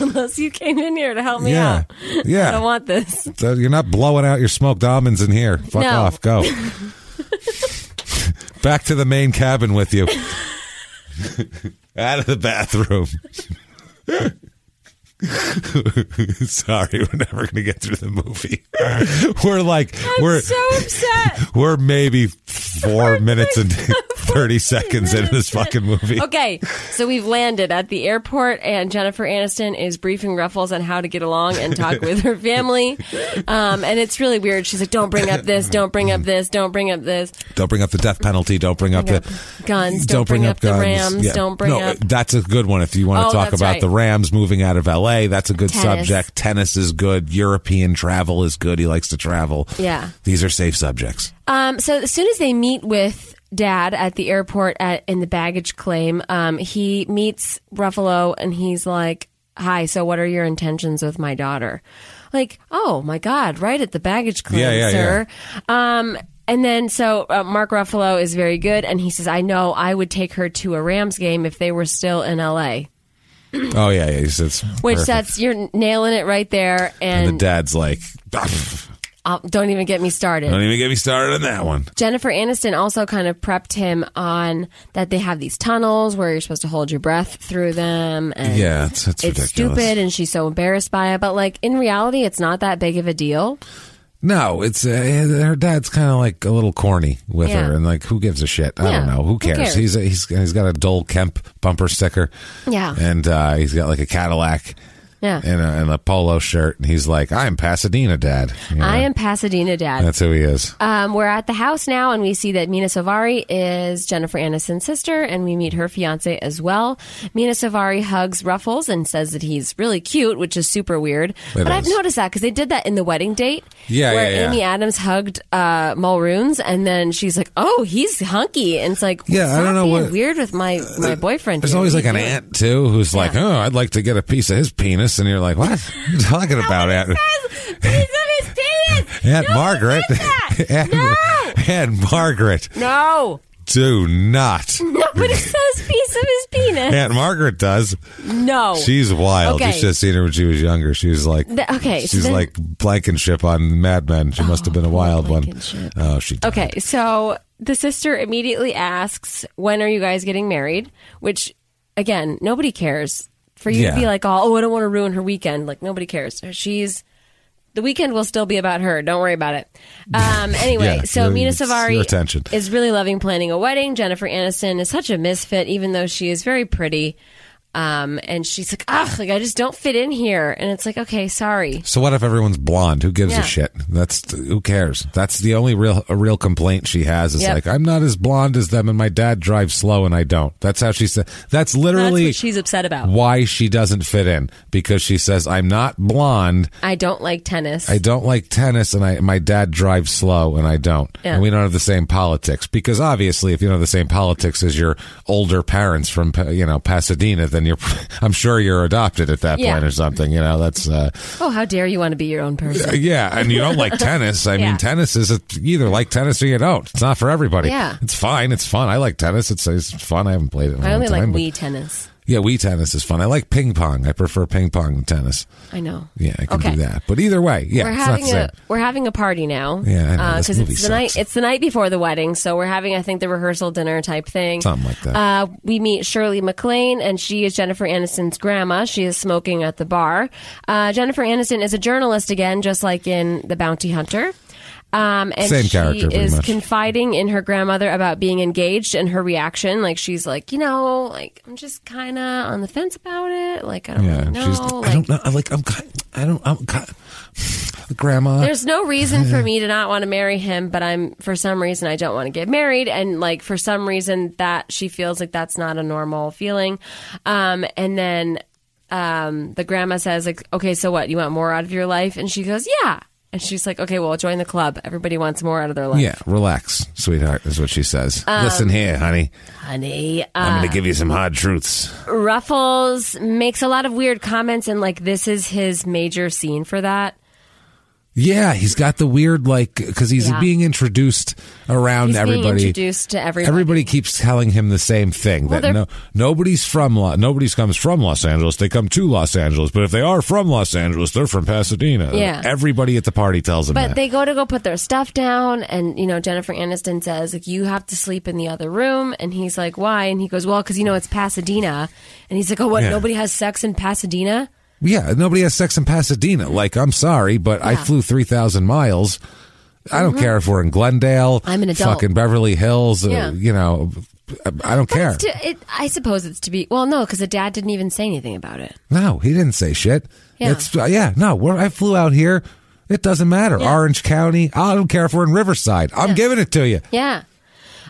[SPEAKER 1] Unless you came in here to help me
[SPEAKER 2] Yeah.
[SPEAKER 1] out.
[SPEAKER 2] Yeah.
[SPEAKER 1] I don't want this.
[SPEAKER 2] So you're not blowing out your smoked almonds in here. Fuck
[SPEAKER 1] No.
[SPEAKER 2] off. Go. Back to the main cabin with you. Out of the bathroom. Sorry, we're never going to get through the movie. we're like
[SPEAKER 1] I'm
[SPEAKER 2] we're
[SPEAKER 1] so upset.
[SPEAKER 2] we're maybe 4 minutes and 30 seconds into this fucking movie.
[SPEAKER 1] Okay, so we've landed at the airport, and Jennifer Aniston is briefing Ruffles on how to get along and talk with her family. Um, and it's really weird. She's like, "Don't bring up this. Don't bring up this. Don't bring up this.
[SPEAKER 2] Don't bring up the death penalty. Don't bring up
[SPEAKER 1] Bring
[SPEAKER 2] the
[SPEAKER 1] up guns. Don't, bring, up, the Rams.
[SPEAKER 2] Yeah.
[SPEAKER 1] Don't bring
[SPEAKER 2] no,
[SPEAKER 1] up."
[SPEAKER 2] That's a good one. If you want
[SPEAKER 1] Oh,
[SPEAKER 2] to talk
[SPEAKER 1] that's
[SPEAKER 2] about
[SPEAKER 1] right.
[SPEAKER 2] the Rams moving out of L.A., that's a good
[SPEAKER 1] Tennis.
[SPEAKER 2] subject. Tennis is good. European travel is good. He likes to travel.
[SPEAKER 1] Yeah.
[SPEAKER 2] these are safe subjects.
[SPEAKER 1] Um, so as soon as they meet with Dad at the airport at in the baggage claim, um, he meets Ruffalo and he's like, "Hi, so what are your intentions with my daughter?" Like, "Oh my God!" Right at the baggage claim,
[SPEAKER 2] Yeah, yeah,
[SPEAKER 1] sir. Um, and then so uh, Mark Ruffalo is very good, and he says, "I know I would take her to a Rams game if they were still in L.A."
[SPEAKER 2] Oh yeah, yeah. He says
[SPEAKER 1] Which
[SPEAKER 2] perfect.
[SPEAKER 1] that's you're nailing it right there,
[SPEAKER 2] and,
[SPEAKER 1] and
[SPEAKER 2] the dad's like, "Ah,
[SPEAKER 1] uh, don't even get me started.
[SPEAKER 2] don't even get me started on that one.
[SPEAKER 1] Jennifer Aniston also kind of prepped him on that they have these tunnels where you're supposed to hold your breath through them. And
[SPEAKER 2] Yeah, it's, it's,
[SPEAKER 1] it's
[SPEAKER 2] ridiculous.
[SPEAKER 1] stupid, and she's so embarrassed by it. But like in reality, it's not that big of a deal.
[SPEAKER 2] No, it's uh, her dad's kind of like a little corny with
[SPEAKER 1] Yeah.
[SPEAKER 2] her, and like, who gives a shit? I
[SPEAKER 1] Yeah,
[SPEAKER 2] don't know.
[SPEAKER 1] who
[SPEAKER 2] Who cares?
[SPEAKER 1] cares?
[SPEAKER 2] He's a, he's he's got a Dole Kemp bumper sticker.
[SPEAKER 1] Yeah.
[SPEAKER 2] and uh, he's got like a Cadillac.
[SPEAKER 1] Yeah.
[SPEAKER 2] and a, and a polo shirt, and he's like, "I am Pasadena, Dad." You know,
[SPEAKER 1] I am Pasadena Dad.
[SPEAKER 2] That's who he is.
[SPEAKER 1] Um, we're at the house now, and we see that Mina Savari is Jennifer Aniston's sister, and we meet her fiance as well. Mina Savari hugs Ruffles and says that he's really cute, which is super weird. but I've
[SPEAKER 2] is.
[SPEAKER 1] noticed that because they did that in the wedding date,
[SPEAKER 2] Yeah,
[SPEAKER 1] where
[SPEAKER 2] yeah, yeah.
[SPEAKER 1] Amy Adams hugged uh, Mulroon's, and then she's like, "Oh, he's hunky," and it's like,
[SPEAKER 2] Yeah, I
[SPEAKER 1] "Stop
[SPEAKER 2] don't know
[SPEAKER 1] being
[SPEAKER 2] what- Uh,
[SPEAKER 1] weird with my my boyfriend."
[SPEAKER 2] There's
[SPEAKER 1] here.
[SPEAKER 2] always
[SPEAKER 1] What
[SPEAKER 2] like
[SPEAKER 1] are
[SPEAKER 2] an
[SPEAKER 1] you doing?"
[SPEAKER 2] aunt too, who's like, "Oh, I'd like to get a piece of his penis," and you're like, "What? What are you talking about aunt?"
[SPEAKER 1] Guys, He's of his penis.
[SPEAKER 2] Aunt
[SPEAKER 1] No,
[SPEAKER 2] Margaret,
[SPEAKER 1] he did that.
[SPEAKER 2] Aunt, Aunt Margaret,
[SPEAKER 1] No,
[SPEAKER 2] do not.
[SPEAKER 1] no, nobody says piece of his penis.
[SPEAKER 2] Aunt Margaret does.
[SPEAKER 1] No,
[SPEAKER 2] She's wild. You
[SPEAKER 1] Okay.
[SPEAKER 2] should have seen her when she was younger. She was like,
[SPEAKER 1] Th- okay, so
[SPEAKER 2] she's
[SPEAKER 1] then-
[SPEAKER 2] like Blankenship on Mad Men. She must have been a wild one.
[SPEAKER 1] Blankenship.
[SPEAKER 2] Oh, she. Died.
[SPEAKER 1] Okay, so the sister immediately asks, "When are you guys getting married?" Which, again, nobody cares. For you
[SPEAKER 2] Yeah.
[SPEAKER 1] to be like, "Oh, I don't want to ruin her weekend," like nobody cares. She's the weekend will still be about her. Don't worry about it. Um, anyway,
[SPEAKER 2] Yeah,
[SPEAKER 1] so
[SPEAKER 2] your-
[SPEAKER 1] Mina
[SPEAKER 2] it's your attention.
[SPEAKER 1] Savari is really loving planning a wedding. Jennifer Aniston is such a misfit, even though she is very pretty. Um, and she's like, "Ugh, like I just don't fit in here." And it's like, "Okay, sorry."
[SPEAKER 2] So what if everyone's blonde? Who gives
[SPEAKER 1] Yeah.
[SPEAKER 2] a shit? That's who cares. That's the only real a real complaint she has is
[SPEAKER 1] Yep.
[SPEAKER 2] like I'm not as blonde as them, and my dad drives slow, and I don't. That's how she said. That's
[SPEAKER 1] That's
[SPEAKER 2] literally
[SPEAKER 1] what she's upset about.
[SPEAKER 2] why she doesn't fit in because she says I'm not blonde.
[SPEAKER 1] I don't like tennis.
[SPEAKER 2] I don't like tennis, and I my dad drives slow, and I don't.
[SPEAKER 1] Yeah.
[SPEAKER 2] And we don't have the same politics because obviously, if you don't have the same politics as your older parents from Pa- you know Pasadena, then you're I'm sure you're adopted at that
[SPEAKER 1] Yeah.
[SPEAKER 2] point or something. You know that's. Uh,
[SPEAKER 1] oh, how dare you want to be your own person?
[SPEAKER 2] Uh, Yeah, and you don't like tennis. I
[SPEAKER 1] Yeah.
[SPEAKER 2] mean, tennis is a, you either like tennis or you don't. It's not for everybody.
[SPEAKER 1] Yeah.
[SPEAKER 2] it's fine. It's fun. I like tennis. It's it's fun. I haven't played it. In
[SPEAKER 1] I
[SPEAKER 2] a long
[SPEAKER 1] only like
[SPEAKER 2] time, but-
[SPEAKER 1] Wii tennis.
[SPEAKER 2] Yeah, Wii tennis is fun. I like ping pong. I prefer ping pong to tennis.
[SPEAKER 1] I know.
[SPEAKER 2] Yeah, I can
[SPEAKER 1] okay.
[SPEAKER 2] do that. But either way, yeah,
[SPEAKER 1] We're
[SPEAKER 2] it's
[SPEAKER 1] having
[SPEAKER 2] not the
[SPEAKER 1] a
[SPEAKER 2] same.
[SPEAKER 1] we're having a party now.
[SPEAKER 2] Yeah, I know.
[SPEAKER 1] Uh,
[SPEAKER 2] This
[SPEAKER 1] 'cause
[SPEAKER 2] movie
[SPEAKER 1] it's the night
[SPEAKER 2] sucks.
[SPEAKER 1] it's the night before the wedding, so we're having I think the rehearsal dinner type thing.
[SPEAKER 2] Something like that.
[SPEAKER 1] Uh, we meet Shirley MacLaine, and she is Jennifer Aniston's grandma. She is smoking at the bar. Uh, Jennifer Aniston is a journalist again, just like in The Bounty Hunter. Um, and
[SPEAKER 2] Same
[SPEAKER 1] she
[SPEAKER 2] character, pretty
[SPEAKER 1] is
[SPEAKER 2] much.
[SPEAKER 1] confiding in her grandmother about being engaged and her reaction. Like she's like, you know, like I'm just kind of on the fence about it. Like I don't
[SPEAKER 2] yeah,
[SPEAKER 1] really know.
[SPEAKER 2] she's.
[SPEAKER 1] like,
[SPEAKER 2] I don't know. I Like I'm. ki- I don't. I'm. ki- Grandma.
[SPEAKER 1] there's no reason for me to not want to marry him, but I'm for some reason I don't want to get married, and like for some reason that she feels like that's not a normal feeling. Um, and then um, the grandma says, like, okay, so what? You want more out of your life? And she goes, yeah. And she's like, okay, well, join the club. Everybody wants more out of their life,
[SPEAKER 2] yeah, relax, sweetheart. Is what she says.
[SPEAKER 1] Um,
[SPEAKER 2] Listen here, honey.
[SPEAKER 1] honey. uh,
[SPEAKER 2] I'm going to give you some hard truths.
[SPEAKER 1] Ruffles makes a lot of weird comments, and like this is his major scene for that.
[SPEAKER 2] Yeah, he's got the weird like because he's
[SPEAKER 1] Yeah.
[SPEAKER 2] being introduced around
[SPEAKER 1] He's
[SPEAKER 2] everybody.
[SPEAKER 1] being introduced to everybody.
[SPEAKER 2] Everybody keeps telling him the same thing
[SPEAKER 1] Well,
[SPEAKER 2] that
[SPEAKER 1] they're-
[SPEAKER 2] no nobody's from Lo- nobody's comes from Los Angeles. They come to Los Angeles, but if they are from Los Angeles, they're from Pasadena.
[SPEAKER 1] Yeah.
[SPEAKER 2] everybody at the party tells him
[SPEAKER 1] But
[SPEAKER 2] that.
[SPEAKER 1] they go to go put their stuff down, and you know Jennifer Aniston says like you have to sleep in the other room, and he's like why? And he goes well because you know it's Pasadena, and he's like oh what
[SPEAKER 2] Yeah.
[SPEAKER 1] nobody has sex in Pasadena?
[SPEAKER 2] yeah, nobody has sex in Pasadena. Like, I'm sorry, but I
[SPEAKER 1] Yeah. Mm-hmm.
[SPEAKER 2] flew three thousand miles. I don't care if we're in Glendale.
[SPEAKER 1] I'm an adult.
[SPEAKER 2] Fucking Beverly Hills. uh,
[SPEAKER 1] Yeah.
[SPEAKER 2] you know, I don't care.
[SPEAKER 1] It's to- it- I suppose it's to be well no because the dad didn't even say anything about it.
[SPEAKER 2] No, he didn't say shit.
[SPEAKER 1] Yeah.
[SPEAKER 2] It's uh, yeah, no, we're, I flew out here. It doesn't matter. Orange County. I don't care if we're in Riverside. I'm giving it to you.
[SPEAKER 1] Yeah.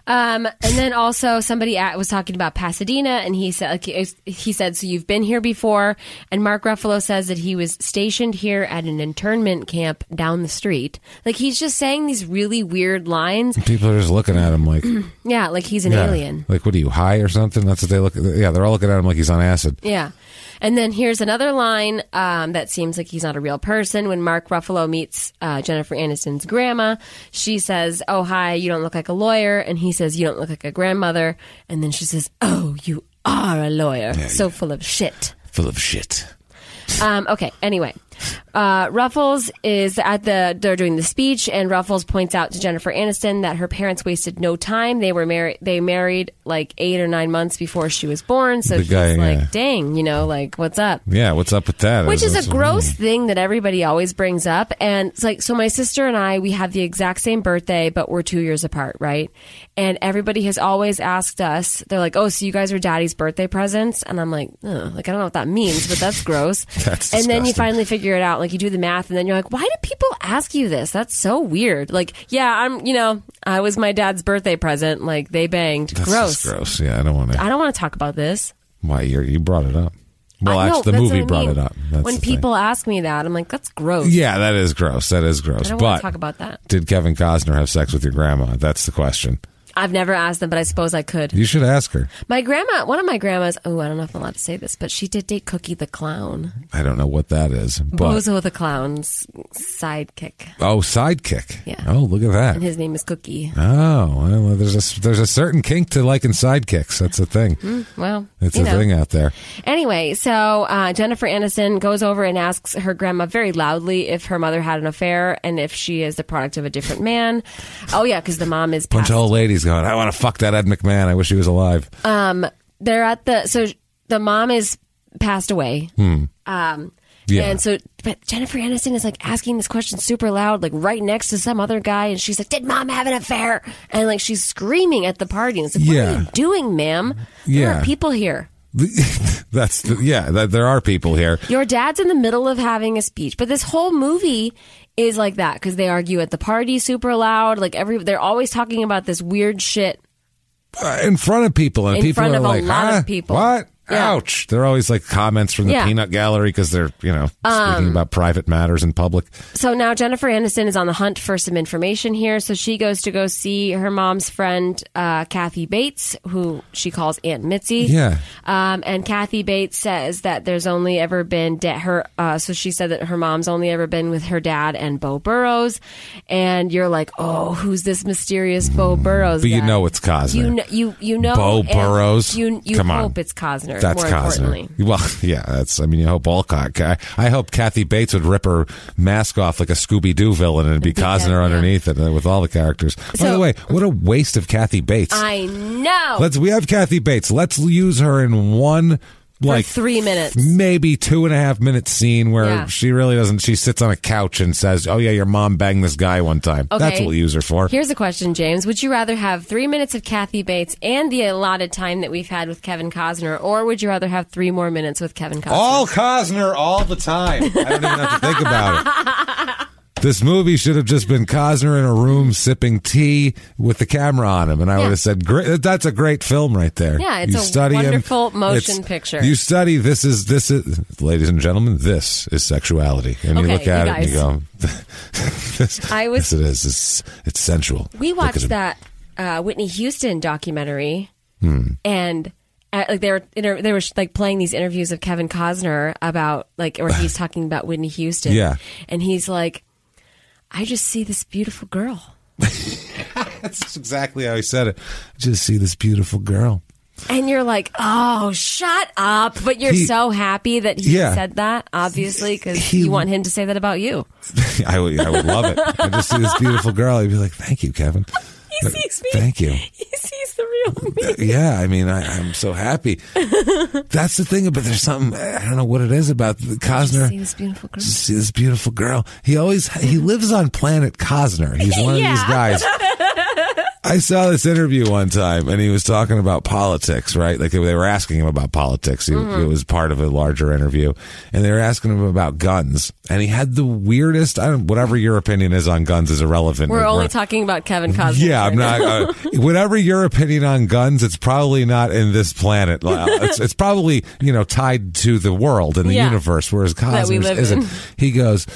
[SPEAKER 1] Um, and then also somebody at, was talking about Pasadena, and he said like, he- he said so you've been here before. And Mark Ruffalo says that he was stationed here at an internment camp down the street. Like he's just saying these really weird lines.
[SPEAKER 2] People are just looking at him like
[SPEAKER 1] Yeah, like he's an
[SPEAKER 2] yeah.
[SPEAKER 1] alien.
[SPEAKER 2] Like, what are you high or something? That's what they look. Yeah, they're all looking at him like he's on acid.
[SPEAKER 1] Yeah. And then here's another line um, that seems like he's not a real person. When Mark Ruffalo meets uh, Jennifer Aniston's grandma, she says, Oh, hi, you don't look like a lawyer. And he says, You don't look like a grandmother. And then she says, Oh, you are a lawyer. so full of shit.
[SPEAKER 2] Full of shit.
[SPEAKER 1] Um, okay. Anyway, uh, Ruffles is at the. They're doing the speech, and Ruffles points out to Jennifer Aniston that her parents wasted no time. They were married. They married like eight or nine months before she was born. So
[SPEAKER 2] The
[SPEAKER 1] she's
[SPEAKER 2] guy,
[SPEAKER 1] like,
[SPEAKER 2] yeah.
[SPEAKER 1] "Dang, you know, like what's up."
[SPEAKER 2] Yeah, what's up with that?
[SPEAKER 1] Which is
[SPEAKER 2] That's-
[SPEAKER 1] a gross thing that everybody always brings up. And it's like, so my sister and I, we have the exact same birthday, but we're two years apart, right? And everybody has always asked us, they're like, oh, so you guys were daddy's birthday presents? And I'm like, Ugh, like, I don't know what that means, but that's gross.
[SPEAKER 2] That's
[SPEAKER 1] and then you
[SPEAKER 2] disgusting.
[SPEAKER 1] finally figure it out. Like, you do the math, and then you're like, why do people ask you this? That's so weird. Like, yeah, I'm, you know, I was my dad's birthday present. Like, they banged.
[SPEAKER 2] That's
[SPEAKER 1] gross.
[SPEAKER 2] just gross. Yeah, I don't want to.
[SPEAKER 1] I don't want to talk about this.
[SPEAKER 2] Why you you brought it up? Well,
[SPEAKER 1] I- no,
[SPEAKER 2] actually, the
[SPEAKER 1] that's what
[SPEAKER 2] movie
[SPEAKER 1] I
[SPEAKER 2] brought
[SPEAKER 1] mean.
[SPEAKER 2] it up. That's
[SPEAKER 1] when
[SPEAKER 2] the thing.
[SPEAKER 1] people ask me that, I'm like, that's gross.
[SPEAKER 2] Yeah, that is gross. That is gross.
[SPEAKER 1] I don't
[SPEAKER 2] but
[SPEAKER 1] want to talk about that.
[SPEAKER 2] did Kevin Costner have sex with your grandma? That's the question.
[SPEAKER 1] I've never asked them, but I suppose I could.
[SPEAKER 2] You should ask her.
[SPEAKER 1] My grandma, one of my grandmas, oh, I don't know if I'm allowed to say this, but she did date Cookie the Clown,
[SPEAKER 2] I don't know what that is, but
[SPEAKER 1] Bozo the Clown's sidekick,
[SPEAKER 2] oh, sidekick.
[SPEAKER 1] Yeah.
[SPEAKER 2] Oh, look at
[SPEAKER 1] and
[SPEAKER 2] that.
[SPEAKER 1] his name is Cookie.
[SPEAKER 2] Oh, well, there's a there's a certain kink to liking sidekicks. That's a thing.
[SPEAKER 1] Well, Mm-hmm.
[SPEAKER 2] It's
[SPEAKER 1] you
[SPEAKER 2] a
[SPEAKER 1] know.
[SPEAKER 2] thing out there.
[SPEAKER 1] Anyway, so uh, Jennifer Aniston goes over and asks her grandma very loudly if her mother had an affair and if she is the product of a different man. Oh yeah, because the mom is
[SPEAKER 2] Bunch
[SPEAKER 1] past
[SPEAKER 2] of old ladies going. I want to fuck that Ed McMahon. I wish he was alive.
[SPEAKER 1] they're at the so the mom is passed away. Um
[SPEAKER 2] Hmm. Yeah.
[SPEAKER 1] And so, but Jennifer Aniston is like asking this question super loud, like right next to some other guy, and she's like, "Did mom have an affair?" And like she's screaming at the party, and it's like, "What
[SPEAKER 2] Yeah.
[SPEAKER 1] are you doing, ma'am? There
[SPEAKER 2] Yeah.
[SPEAKER 1] are people here.
[SPEAKER 2] That's the, yeah. That, there are people here.
[SPEAKER 1] Your dad's in the middle of having a speech." But this whole movie is like that because they argue at the party super loud. Like every, they're always talking about this weird shit.
[SPEAKER 2] uh, in front of people, and
[SPEAKER 1] In
[SPEAKER 2] people
[SPEAKER 1] front
[SPEAKER 2] are
[SPEAKER 1] of a
[SPEAKER 2] like,
[SPEAKER 1] lot of
[SPEAKER 2] huh?
[SPEAKER 1] people.
[SPEAKER 2] What?
[SPEAKER 1] Yeah.
[SPEAKER 2] Ouch! They're always like comments from the
[SPEAKER 1] Yeah. Um,
[SPEAKER 2] peanut gallery because they're you know speaking about private matters in public.
[SPEAKER 1] So now Jennifer Aniston is on the hunt for some information here. So she goes to go see her mom's friend, uh, Kathy Bates, who she calls Aunt Mitzi.
[SPEAKER 2] Yeah.
[SPEAKER 1] Um, and Kathy Bates says that there's only ever been da- her. Uh, so she said that her mom's only ever been with her dad and Bo Burrows. And you're like, oh, who's this mysterious Bo Burrows?
[SPEAKER 2] But you
[SPEAKER 1] guy?
[SPEAKER 2] know it's Cosner.
[SPEAKER 1] You know, you you know
[SPEAKER 2] Bo
[SPEAKER 1] and
[SPEAKER 2] Burrows?
[SPEAKER 1] You you
[SPEAKER 2] Come on.
[SPEAKER 1] hope it's Cosner. Costner.
[SPEAKER 2] That's
[SPEAKER 1] more
[SPEAKER 2] Cosner.
[SPEAKER 1] importantly.
[SPEAKER 2] Well, yeah, that's. I mean, you hope all Ca- Ca- I hope Kathy Bates would rip her mask off like a Scooby Doo villain and it'd be
[SPEAKER 1] be
[SPEAKER 2] Cosner
[SPEAKER 1] Kathy, yeah.
[SPEAKER 2] underneath it uh, with all the characters. By the
[SPEAKER 1] So-
[SPEAKER 2] way, what a waste of Kathy Bates.
[SPEAKER 1] I know.
[SPEAKER 2] Let's. We have Kathy Bates. Let's use her in one like
[SPEAKER 1] for three minutes.
[SPEAKER 2] maybe two and a half minute scene where
[SPEAKER 1] Yeah.
[SPEAKER 2] she really doesn't. She sits on a couch and says, "Oh yeah, your mom banged this guy one time." That's
[SPEAKER 1] Okay.
[SPEAKER 2] what we use her for.
[SPEAKER 1] Here's a question, James. Would you rather have three minutes of Kathy Bates and the allotted time that we've had with Kevin Cosner, or would you rather have three more minutes with Kevin Cosner?
[SPEAKER 2] All Cosner all the time. I don't even have to think about it. This movie should have just been Cosner in a room sipping tea with the camera on him, and I
[SPEAKER 1] Yeah.
[SPEAKER 2] would have said, "Great, that's a great film right there."
[SPEAKER 1] Yeah, it's a wonderful motion picture.
[SPEAKER 2] You study this is this is, ladies and gentlemen, this is sexuality, and you
[SPEAKER 1] Okay,
[SPEAKER 2] look at
[SPEAKER 1] you
[SPEAKER 2] it and you go, this,
[SPEAKER 1] I was-
[SPEAKER 2] this it is. It's, it's sensual."
[SPEAKER 1] we
[SPEAKER 2] Look at
[SPEAKER 1] watched
[SPEAKER 2] him.
[SPEAKER 1] that uh, Whitney Houston documentary,
[SPEAKER 2] Hmm.
[SPEAKER 1] and uh, like they were inter- they were like playing these interviews of Kevin Cosner about like where he's talking about Whitney Houston.
[SPEAKER 2] Yeah.
[SPEAKER 1] and he's like, I just see this beautiful girl.
[SPEAKER 2] That's exactly how he said it. Just see this beautiful girl.
[SPEAKER 1] And you're like, oh, shut up. But you're
[SPEAKER 2] He-
[SPEAKER 1] so happy that he
[SPEAKER 2] Yeah.
[SPEAKER 1] said that, obviously, because
[SPEAKER 2] He-
[SPEAKER 1] you want him to say that about you.
[SPEAKER 2] I would, I would love it. I just see this beautiful girl. I'd be like, thank you, Kevin.
[SPEAKER 1] He sees me.
[SPEAKER 2] Uh, Thank you. Uh,
[SPEAKER 1] He sees the real me.
[SPEAKER 2] Yeah, I mean, I, I'm so happy. That's the thing, but there's something, I don't know what it is about the Cosner.
[SPEAKER 1] See this beautiful girl.
[SPEAKER 2] Just see this beautiful girl. He always, he lives on planet Cosner. He's one of these
[SPEAKER 1] Yeah.
[SPEAKER 2] guys. I saw this interview one time, and he was talking about politics, right? Like they were asking him about politics. He,
[SPEAKER 1] Mm-hmm.
[SPEAKER 2] It was part of a larger interview, and they were asking him about guns. And he had the weirdest. I don't. Whatever your opinion is on guns is irrelevant.
[SPEAKER 1] We're only talking about Kevin Cosner.
[SPEAKER 2] Yeah, I'm not. Uh, whatever your opinion on guns, it's probably not in this planet. Uh, It's, it's probably you know tied to the world and the
[SPEAKER 1] Yeah.
[SPEAKER 2] universe, whereas
[SPEAKER 1] That we
[SPEAKER 2] Cosmos
[SPEAKER 1] live
[SPEAKER 2] isn't.
[SPEAKER 1] in.
[SPEAKER 2] He goes,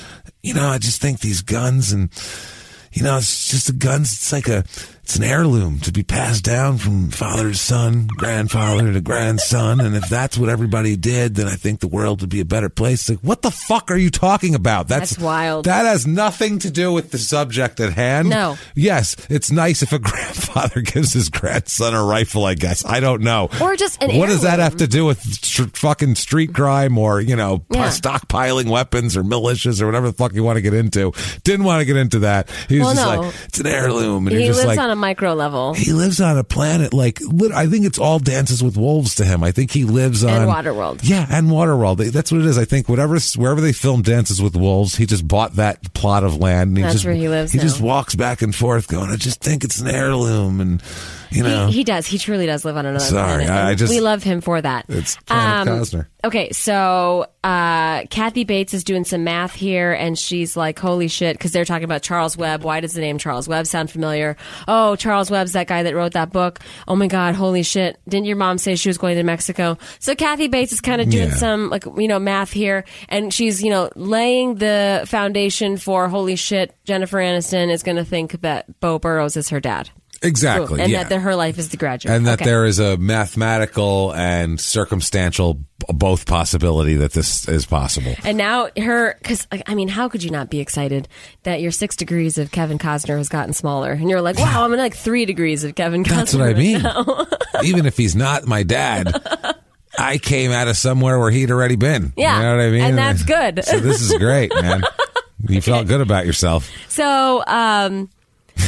[SPEAKER 2] you know, I just think these guns and you know, it's just the guns. It's like a, it's an heirloom to be passed down from father to son, grandfather to grandson. And if that's what everybody did, then I think the world would be a better place. Like, what the fuck are you talking about?
[SPEAKER 1] That's wild.
[SPEAKER 2] That has nothing to do with the subject at hand.
[SPEAKER 1] No.
[SPEAKER 2] Yes, it's nice if a grandfather gives his grandson a rifle. I guess I don't know.
[SPEAKER 1] Or just an
[SPEAKER 2] What does that
[SPEAKER 1] heirloom.
[SPEAKER 2] have to do with str fucking street crime or you know
[SPEAKER 1] Yeah.
[SPEAKER 2] stockpiling weapons or militias or whatever the fuck you want to get into? Didn't want to get into that. He
[SPEAKER 1] Well,
[SPEAKER 2] was just
[SPEAKER 1] no.
[SPEAKER 2] like it's an heirloom, and
[SPEAKER 1] He
[SPEAKER 2] you're just
[SPEAKER 1] lives
[SPEAKER 2] like.
[SPEAKER 1] on a micro level.
[SPEAKER 2] he lives on a planet like lit- I think it's all Dances with Wolves to him. I think he lives on
[SPEAKER 1] And Waterworld.
[SPEAKER 2] Yeah, and Waterworld. They- That's what it is. I think whatever wherever they film Dances with Wolves, he just bought that plot of land. And he
[SPEAKER 1] That's
[SPEAKER 2] just,
[SPEAKER 1] where he lives now.
[SPEAKER 2] just walks back and forth, going, "I just think it's an heirloom," and you know,
[SPEAKER 1] He, he does. He truly does live on another
[SPEAKER 2] Sorry,
[SPEAKER 1] planet.
[SPEAKER 2] I
[SPEAKER 1] and
[SPEAKER 2] just-
[SPEAKER 1] we love him for that. Um,
[SPEAKER 2] It's Planet Cosner.
[SPEAKER 1] Okay, so uh, Kathy Bates is doing some math here, and she's like, "Holy shit!" Because they're talking about Charles Webb. Why does the name Charles Webb sound familiar? Oh, Charles Webb's that guy that wrote that book. Oh my god, holy shit! Didn't your mom say she was going to Mexico? So Kathy Bates is kind of doing
[SPEAKER 2] Yeah.
[SPEAKER 1] some like you know math here, and she's you know laying the foundation for holy shit. Jennifer Aniston is going to think that Bo Burrows is her dad. Boom.
[SPEAKER 2] exactly,
[SPEAKER 1] And
[SPEAKER 2] yeah.
[SPEAKER 1] that the, her life is the graduate.
[SPEAKER 2] and that
[SPEAKER 1] Okay.
[SPEAKER 2] there is a mathematical and circumstantial b- both possibility that this is possible.
[SPEAKER 1] And now her, because I mean, how could you not be excited that your six degrees of Kevin Costner has gotten smaller, and you're like, wow, I'm in like three degrees of Kevin Costner.
[SPEAKER 2] That's what I
[SPEAKER 1] right
[SPEAKER 2] mean.
[SPEAKER 1] now.
[SPEAKER 2] Even if he's not my dad, I came out of somewhere where he'd already been.
[SPEAKER 1] Yeah,
[SPEAKER 2] You know what I mean?
[SPEAKER 1] and that's good.
[SPEAKER 2] So this is great, man. You felt good about yourself.
[SPEAKER 1] So, um,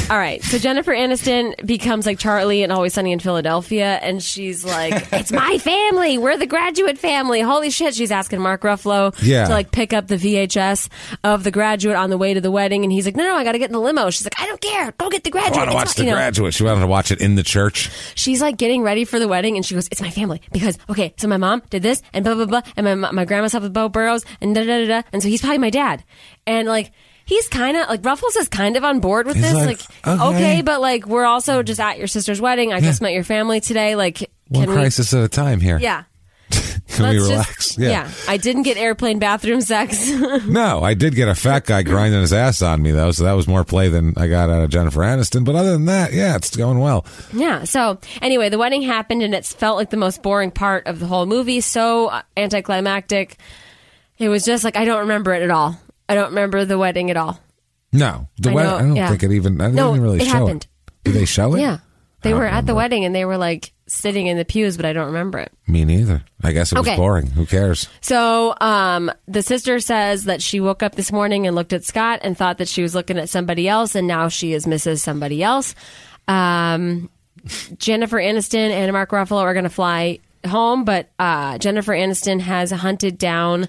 [SPEAKER 1] all right. So Jennifer Aniston becomes like Charlie and Always Sunny in Philadelphia, and she's like, "It's my family. We're the graduate family." Holy shit! She's asking Mark Ruffalo
[SPEAKER 2] Yeah.
[SPEAKER 1] to like pick up the VHS of the graduate on the way to the wedding, and he's like, "No, no, I got to get in the limo." She's like, "I don't care. Go get the
[SPEAKER 2] I
[SPEAKER 1] graduate."
[SPEAKER 2] want to
[SPEAKER 1] It's
[SPEAKER 2] watch
[SPEAKER 1] not-
[SPEAKER 2] The
[SPEAKER 1] you know.
[SPEAKER 2] Graduate. She wanted to watch it in the church.
[SPEAKER 1] she's like getting ready for the wedding and she goes, It's my family because okay, so my mom did this and blah blah blah and my my grandma's helped with Bo Burrows and da da da da and so he's probably my dad. And like he's kinda like Ruffles is kind of on board with
[SPEAKER 2] He's
[SPEAKER 1] this.
[SPEAKER 2] like,
[SPEAKER 1] Like,
[SPEAKER 2] okay.
[SPEAKER 1] okay. but like we're also just at your sister's wedding. I just met your family today. Like
[SPEAKER 2] One
[SPEAKER 1] can we
[SPEAKER 2] crisis at a time here.
[SPEAKER 1] Yeah.
[SPEAKER 2] Can we
[SPEAKER 1] Let's just-
[SPEAKER 2] relax?
[SPEAKER 1] I didn't get airplane bathroom sex.
[SPEAKER 2] No, I did get a fat guy grinding his ass on me though, so that was more play than I got out of Jennifer Aniston. But other than that, yeah, it's going well.
[SPEAKER 1] Yeah. So anyway, the wedding happened, and it felt like the most boring part of the whole movie. So uh, anticlimactic. It was just like I don't remember it at all. I don't remember the wedding at all.
[SPEAKER 2] No, the
[SPEAKER 1] I
[SPEAKER 2] wed-
[SPEAKER 1] know,
[SPEAKER 2] I don't
[SPEAKER 1] yeah.
[SPEAKER 2] think it even. I
[SPEAKER 1] No,
[SPEAKER 2] didn't really
[SPEAKER 1] it
[SPEAKER 2] show
[SPEAKER 1] happened.
[SPEAKER 2] it. Did they show it?
[SPEAKER 1] Yeah. They
[SPEAKER 2] I don't
[SPEAKER 1] were at the
[SPEAKER 2] remember.
[SPEAKER 1] wedding and they were like sitting in the pews, but I don't remember it.
[SPEAKER 2] Me neither. I guess it was
[SPEAKER 1] Okay.
[SPEAKER 2] boring. Who cares?
[SPEAKER 1] So um, the sister says that she woke up this morning and looked at Scott and thought that she was looking at somebody else, and now she is Mrs. Somebody Else. Um, Jennifer Aniston and Mark Ruffalo are going to fly home, but uh, Jennifer Aniston has hunted down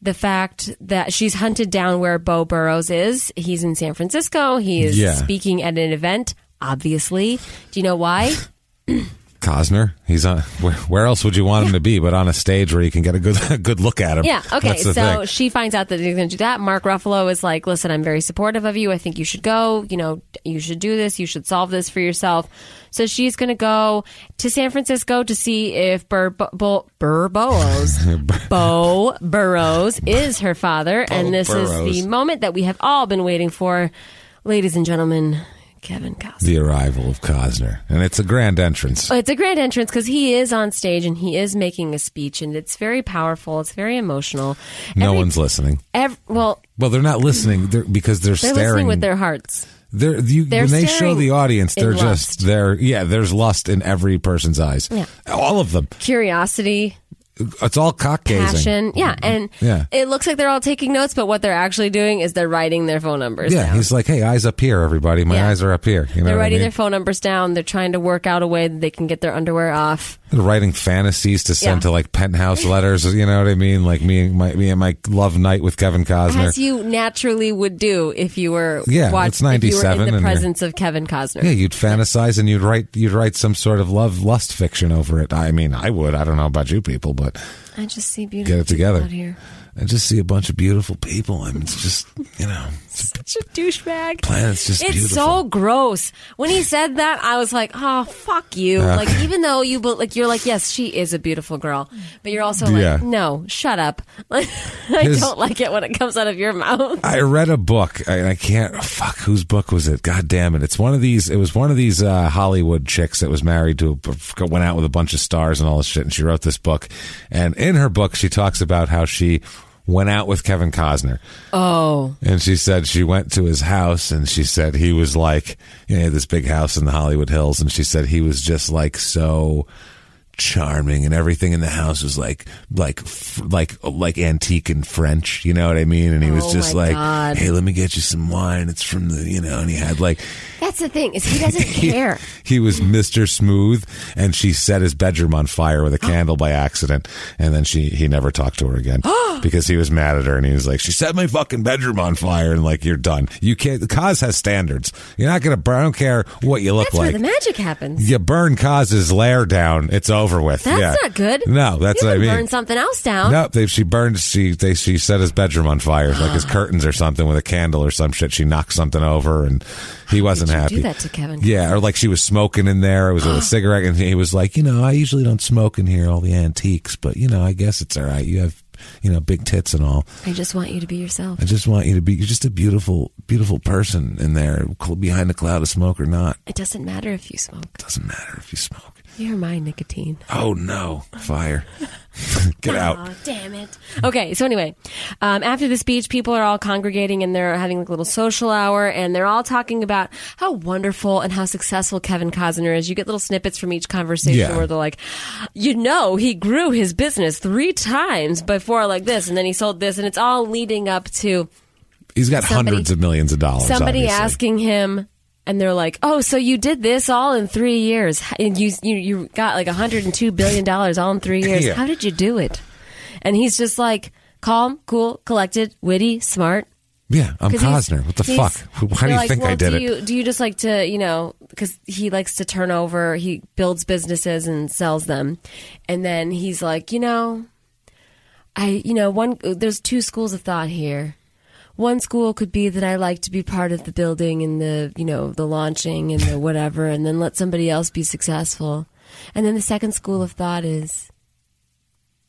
[SPEAKER 1] the fact that she's hunted down where Bo Burrows is. He's in San Francisco. He is
[SPEAKER 2] Yeah.
[SPEAKER 1] speaking at an event. Obviously, do you know why?
[SPEAKER 2] Cosner. He's on. Where, where else would you want him to be but on a stage where you can get a good a good look at him?
[SPEAKER 1] Yeah. Okay.
[SPEAKER 2] That's the
[SPEAKER 1] So
[SPEAKER 2] thing.
[SPEAKER 1] she finds out that he's going to do that. Mark Ruffalo is like, listen, I'm very supportive of you. I think you should go. You know, you should do this. You should solve this for yourself. So she's going to go to San Francisco to see if Bur- Bu- Bu- Burboas, Bo Burrows is her father. and this is
[SPEAKER 2] Burrows.
[SPEAKER 1] the moment that we have all been waiting for. Ladies and gentlemen, Kevin Costner.
[SPEAKER 2] the arrival of Cosner, and it's a grand entrance.
[SPEAKER 1] Oh, It's a grand entrance because he is on stage and he is making a speech, and it's very powerful. It's very emotional.
[SPEAKER 2] No
[SPEAKER 1] Every-
[SPEAKER 2] one's listening.
[SPEAKER 1] ev- well,
[SPEAKER 2] Well, they're not listening they're, because they're,
[SPEAKER 1] They're
[SPEAKER 2] staring.
[SPEAKER 1] listening with their hearts.
[SPEAKER 2] They're, you,
[SPEAKER 1] They're
[SPEAKER 2] when they show
[SPEAKER 1] staring
[SPEAKER 2] the audience,
[SPEAKER 1] in
[SPEAKER 2] they're just
[SPEAKER 1] lust.
[SPEAKER 2] there. Yeah, there's lust in every person's eyes. Yeah. All of them.
[SPEAKER 1] Curiosity,
[SPEAKER 2] It's all cock gazing.
[SPEAKER 1] passion. Yeah. And
[SPEAKER 2] Mm-hmm. Yeah.
[SPEAKER 1] it looks like they're all taking notes, but what they're actually doing is they're writing their phone numbers
[SPEAKER 2] Yeah,
[SPEAKER 1] down.
[SPEAKER 2] he's like, hey, eyes up here, everybody. My
[SPEAKER 1] Yeah.
[SPEAKER 2] eyes are up here. You know
[SPEAKER 1] they're
[SPEAKER 2] what I
[SPEAKER 1] writing
[SPEAKER 2] mean?
[SPEAKER 1] their phone numbers down. They're trying to work out a way that they can get their underwear off.
[SPEAKER 2] They're writing fantasies to send
[SPEAKER 1] Yeah.
[SPEAKER 2] to like penthouse letters. You know what I mean? Like me and my me and my love night with Kevin Cosner.
[SPEAKER 1] As you naturally would do if you were
[SPEAKER 2] Yeah,
[SPEAKER 1] watch-
[SPEAKER 2] it's
[SPEAKER 1] if you were
[SPEAKER 2] 97
[SPEAKER 1] in the
[SPEAKER 2] and
[SPEAKER 1] presence of Kevin Costner.
[SPEAKER 2] yeah, you'd fantasize and you'd write you'd write some sort of love lust fiction over it. I mean, I would. I don't know about you people, but
[SPEAKER 1] I just see beautiful
[SPEAKER 2] get it together.
[SPEAKER 1] people out here.
[SPEAKER 2] I just see a bunch of beautiful people, and it's just you know, it's
[SPEAKER 1] Such a douchebag.
[SPEAKER 2] planet's just
[SPEAKER 1] It's
[SPEAKER 2] beautiful.
[SPEAKER 1] so gross. When he said that, I was like, "Oh, fuck you!"
[SPEAKER 2] Yeah.
[SPEAKER 1] Like, even though you, be- like, you're like, "Yes, she is a beautiful girl," but you're also like,
[SPEAKER 2] Yeah.
[SPEAKER 1] "No, shut up." Like, I
[SPEAKER 2] His-
[SPEAKER 1] don't like it when it comes out of your mouth.
[SPEAKER 2] I read a book, and I can't. oh, fuck, whose book was it? God damn it! It's one of these. It was one of these uh, Hollywood chicks that was married to, a, went out with a bunch of stars and all this shit, and she wrote this book. And in her book, she talks about how she went out with Kevin Cosner.
[SPEAKER 1] Oh,
[SPEAKER 2] And she said she went to his house and she said he was like, you know, he had this big house in the Hollywood Hills. And she said he was just like so charming and everything in the house was like, like, f- like, like antique and French. You know what I mean? And he was
[SPEAKER 1] Oh
[SPEAKER 2] just
[SPEAKER 1] my
[SPEAKER 2] like,
[SPEAKER 1] God.
[SPEAKER 2] hey, let me get you some wine. It's from the, you know, and he had like,
[SPEAKER 1] that's the thing is he doesn't
[SPEAKER 2] he,
[SPEAKER 1] care.
[SPEAKER 2] he was Mr. Smooth and she set his bedroom on fire with a candle by accident. And then she, he never talked to her again because he was mad at her and he was like, she set my fucking bedroom on fire. And like, you're done. You can't, Cause has standards. You're not going to burn. I don't care what you look
[SPEAKER 1] That's where
[SPEAKER 2] like.
[SPEAKER 1] the magic happens.
[SPEAKER 2] you burn Cause's lair down. It's over with.
[SPEAKER 1] That's
[SPEAKER 2] yeah.
[SPEAKER 1] not good.
[SPEAKER 2] No, that's
[SPEAKER 1] you
[SPEAKER 2] what I
[SPEAKER 1] can
[SPEAKER 2] mean.
[SPEAKER 1] Burn something else down.
[SPEAKER 2] Nope, they, she burned. She they she set his bedroom on fire, like his curtains or something, with a candle or some shit. She knocked something over, and he wasn't
[SPEAKER 1] you
[SPEAKER 2] happy.
[SPEAKER 1] do that to Kevin?
[SPEAKER 2] Yeah, or like she was smoking in there. It was with a cigarette, and he was like, you know, I usually don't smoke in here, all the antiques, but you know, I guess it's all right. You have, you know, big tits and all.
[SPEAKER 1] I just want you to be yourself.
[SPEAKER 2] I just want you to be. You're just a beautiful, beautiful person in there, cl- behind a cloud of smoke or not.
[SPEAKER 1] It doesn't matter if you smoke.
[SPEAKER 2] Doesn't matter if you smoke.
[SPEAKER 1] You're my nicotine.
[SPEAKER 2] Oh no, fire! Get out.
[SPEAKER 1] Oh, damn it. Okay, so anyway, um, after the speech, people are all congregating and they're having like a little social hour and they're all talking about how wonderful and how successful Kevin Costner is. You get little snippets from each conversation
[SPEAKER 2] Yeah.
[SPEAKER 1] where they're like, you know, he grew his business three times before like this and then he sold this and it's all leading up to
[SPEAKER 2] He's got
[SPEAKER 1] Somebody-
[SPEAKER 2] hundreds of millions of dollars.
[SPEAKER 1] somebody
[SPEAKER 2] obviously.
[SPEAKER 1] asking him and they're like, "Oh, so you did this all in 3 years. And you you you got like 102 billion dollars all in 3 years.
[SPEAKER 2] Yeah.
[SPEAKER 1] How did you do it?" And he's just like calm, cool, collected, witty, smart.
[SPEAKER 2] Yeah, I'm
[SPEAKER 1] 'Cause he's-
[SPEAKER 2] Cosner. What the
[SPEAKER 1] he's-
[SPEAKER 2] fuck? Why do
[SPEAKER 1] they're
[SPEAKER 2] you
[SPEAKER 1] like,
[SPEAKER 2] think
[SPEAKER 1] well,
[SPEAKER 2] I did
[SPEAKER 1] do
[SPEAKER 2] it?
[SPEAKER 1] You, do you just like to, you know, because he likes to turn over, he builds businesses and sells them. And then he's like, you know, I, you know, one, there's two schools of thought here. One school could be that I like to be part of the building and the, you know, the launching and the whatever, and then let somebody else be successful. And then the second school of thought is,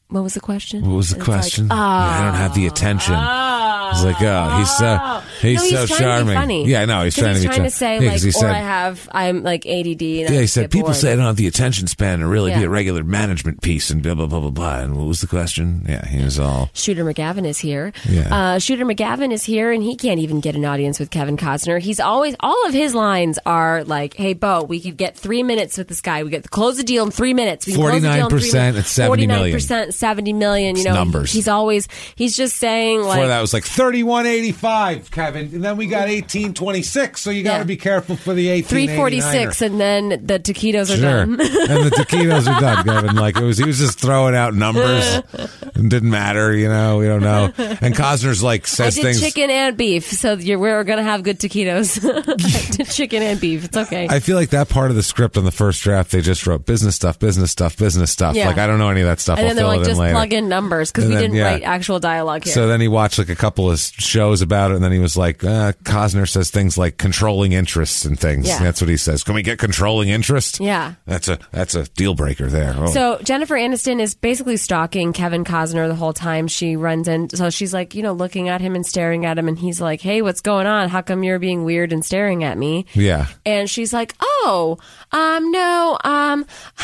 [SPEAKER 1] what was the question?
[SPEAKER 2] What was the
[SPEAKER 1] It's like, "Ah."
[SPEAKER 2] question? Yeah, I don't have the attention. It's like, oh, he's so he's,
[SPEAKER 1] No, he's trying
[SPEAKER 2] so
[SPEAKER 1] to be
[SPEAKER 2] charming.
[SPEAKER 1] funny.
[SPEAKER 2] Yeah, I know. He's
[SPEAKER 1] 'Cause
[SPEAKER 2] trying to be
[SPEAKER 1] trying to
[SPEAKER 2] char-
[SPEAKER 1] say
[SPEAKER 2] Yeah, 'cause
[SPEAKER 1] like,
[SPEAKER 2] he
[SPEAKER 1] or
[SPEAKER 2] said-
[SPEAKER 1] I have, I'm like ADD. And I
[SPEAKER 2] Yeah, he
[SPEAKER 1] just
[SPEAKER 2] said
[SPEAKER 1] get
[SPEAKER 2] people
[SPEAKER 1] bored."
[SPEAKER 2] say I don't have the attention span to really be
[SPEAKER 1] Yeah.
[SPEAKER 2] a regular management piece and blah blah blah blah blah. And what was the question? Yeah, he was all
[SPEAKER 1] Shooter McGavin is here.
[SPEAKER 2] Yeah.
[SPEAKER 1] Uh, Shooter McGavin is here, and he can't even get an audience with Kevin Costner. He's always all of his lines are like, "Hey, Bo, we could get three minutes with this guy. We get close the deal in three minutes. We can close the deal in three
[SPEAKER 2] 49%
[SPEAKER 1] minutes."
[SPEAKER 2] at 70 million.
[SPEAKER 1] 49%, seventy million. You know,
[SPEAKER 2] numbers.
[SPEAKER 1] He's always he's just saying like
[SPEAKER 2] Before that was like thirty one eighty five, Kevin, and then we got eighteen twenty six. So you got to
[SPEAKER 1] Yeah.
[SPEAKER 2] be careful for the eighteen
[SPEAKER 1] three forty six, and then the taquitos are
[SPEAKER 2] Sure, and
[SPEAKER 1] done.
[SPEAKER 2] the taquitos are done, Kevin. Like it was, he was just throwing out numbers. it didn't matter, you know. We don't know. And Cosner's like
[SPEAKER 1] I
[SPEAKER 2] says
[SPEAKER 1] did
[SPEAKER 2] things.
[SPEAKER 1] chicken and beef, so you're, we're gonna have good taquitos. I did chicken and beef. It's okay.
[SPEAKER 2] I feel like that part of the script on the first draft, they just wrote business stuff, business stuff, business stuff.
[SPEAKER 1] Yeah.
[SPEAKER 2] Like I don't know any of that stuff.
[SPEAKER 1] and
[SPEAKER 2] I'll
[SPEAKER 1] then they're
[SPEAKER 2] fill
[SPEAKER 1] like,
[SPEAKER 2] it in
[SPEAKER 1] just
[SPEAKER 2] later.
[SPEAKER 1] plug in numbers because
[SPEAKER 2] And
[SPEAKER 1] we
[SPEAKER 2] then-
[SPEAKER 1] didn't
[SPEAKER 2] yeah.
[SPEAKER 1] write actual dialogue here.
[SPEAKER 2] So then he watched like a couple of shows about it, and then he was like, uh, Cosner says things like controlling interests and things.
[SPEAKER 1] Yeah.
[SPEAKER 2] That's what he says. Can we get controlling interest?
[SPEAKER 1] Yeah.
[SPEAKER 2] That's a that's a deal breaker there. Oh.
[SPEAKER 1] So Jennifer Aniston is basically stalking Kevin Cosner the whole time she runs in. So she's like, you know, looking at him and staring at him, and he's like, "Hey, what's going on? How come you're being weird and staring at me?"
[SPEAKER 2] yeah.
[SPEAKER 1] And she's like, "Oh, um, no, um,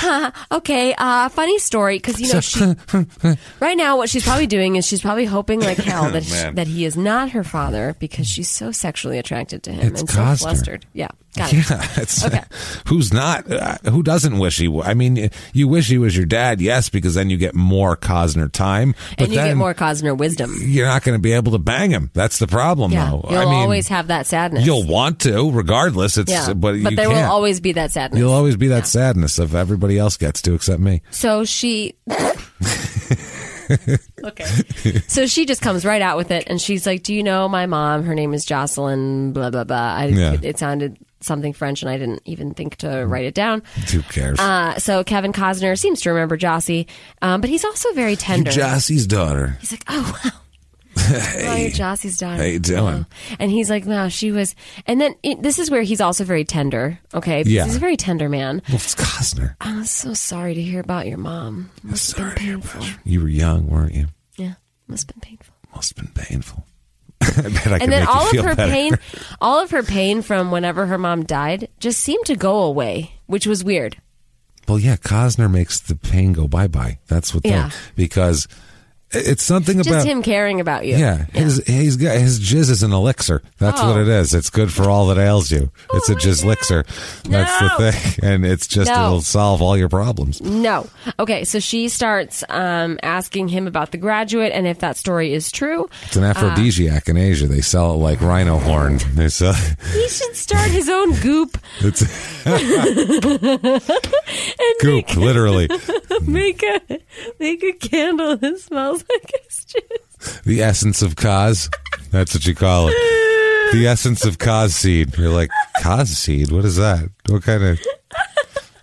[SPEAKER 1] okay, uh, funny story because you know she right now what she's probably doing is she's probably hoping like hell that
[SPEAKER 2] Man.
[SPEAKER 1] that he is not her father because she's so sexually attracted to him
[SPEAKER 2] It's
[SPEAKER 1] and
[SPEAKER 2] Costner.
[SPEAKER 1] so flustered. Yeah, got it.
[SPEAKER 2] Yeah, it's, who's not? Uh, who doesn't wish he? wa- I mean, you wish he was your dad, yes, because then you get more Cosner time. But
[SPEAKER 1] and you
[SPEAKER 2] then
[SPEAKER 1] get more Cosner wisdom.
[SPEAKER 2] You're not going to be able to bang him. That's the problem,
[SPEAKER 1] Yeah,
[SPEAKER 2] though.
[SPEAKER 1] you'll
[SPEAKER 2] I mean,
[SPEAKER 1] always have that sadness.
[SPEAKER 2] you'll want to, regardless. It's
[SPEAKER 1] yeah,
[SPEAKER 2] but, you
[SPEAKER 1] there
[SPEAKER 2] can't.
[SPEAKER 1] will always be that sadness.
[SPEAKER 2] You'll always be that sadness of everybody else gets to except me.
[SPEAKER 1] so she. okay. So she just comes right out with it, and she's like, "Do you know my mom? Her name is Jocelyn. Blah blah blah. I,
[SPEAKER 2] Yeah.
[SPEAKER 1] it, sounded something French, and I didn't even think to write it down."
[SPEAKER 2] Who cares?
[SPEAKER 1] Uh, so Kevin Cosner seems to remember Jossie, um, but he's also very tender.
[SPEAKER 2] Jossie's daughter.
[SPEAKER 1] He's like, oh wow. Oh, you're Jossie's daughter.
[SPEAKER 2] How you doing?
[SPEAKER 1] Wow. And he's like, wow, she was. And then it, this is where he's also very tender. Okay, because
[SPEAKER 2] Yeah.
[SPEAKER 1] he's a very tender man.
[SPEAKER 2] Well, it's Costner.
[SPEAKER 1] I'm so sorry to hear about your mom. Must have been
[SPEAKER 2] Sorry to hear
[SPEAKER 1] painful.
[SPEAKER 2] about you. You were young, weren't you?
[SPEAKER 1] Yeah, must have been painful.
[SPEAKER 2] Must have been painful. I bet I could
[SPEAKER 1] And then
[SPEAKER 2] make you
[SPEAKER 1] all
[SPEAKER 2] feel
[SPEAKER 1] of her
[SPEAKER 2] better.
[SPEAKER 1] pain, all of her pain from whenever her mom died, just seemed to go away, which was weird.
[SPEAKER 2] Well, yeah, Costner makes the pain go bye bye. That's what.
[SPEAKER 1] Yeah.
[SPEAKER 2] Yeah. Because it's something
[SPEAKER 1] Just
[SPEAKER 2] about
[SPEAKER 1] him caring about you.
[SPEAKER 2] Yeah, his he's got his jizz is an elixir. That's what
[SPEAKER 1] Oh.
[SPEAKER 2] it is. It's good for all that ails you. It's a jizz elixir. That's
[SPEAKER 1] No.
[SPEAKER 2] the thing, and it's just
[SPEAKER 1] No.
[SPEAKER 2] it'll solve all your problems.
[SPEAKER 1] No. Okay, so she starts um, asking him about the graduate and if that story is true.
[SPEAKER 2] It's an aphrodisiac in Asia. They sell it like rhino horn. They sell
[SPEAKER 1] He should start his own goop
[SPEAKER 2] it's
[SPEAKER 1] and
[SPEAKER 2] goop, literally.
[SPEAKER 1] make, make a make a candle that smells like his jizz.
[SPEAKER 2] The essence of cause. That's what you call it. The essence of cause seed. You're like cause seed. What is that? What kind of?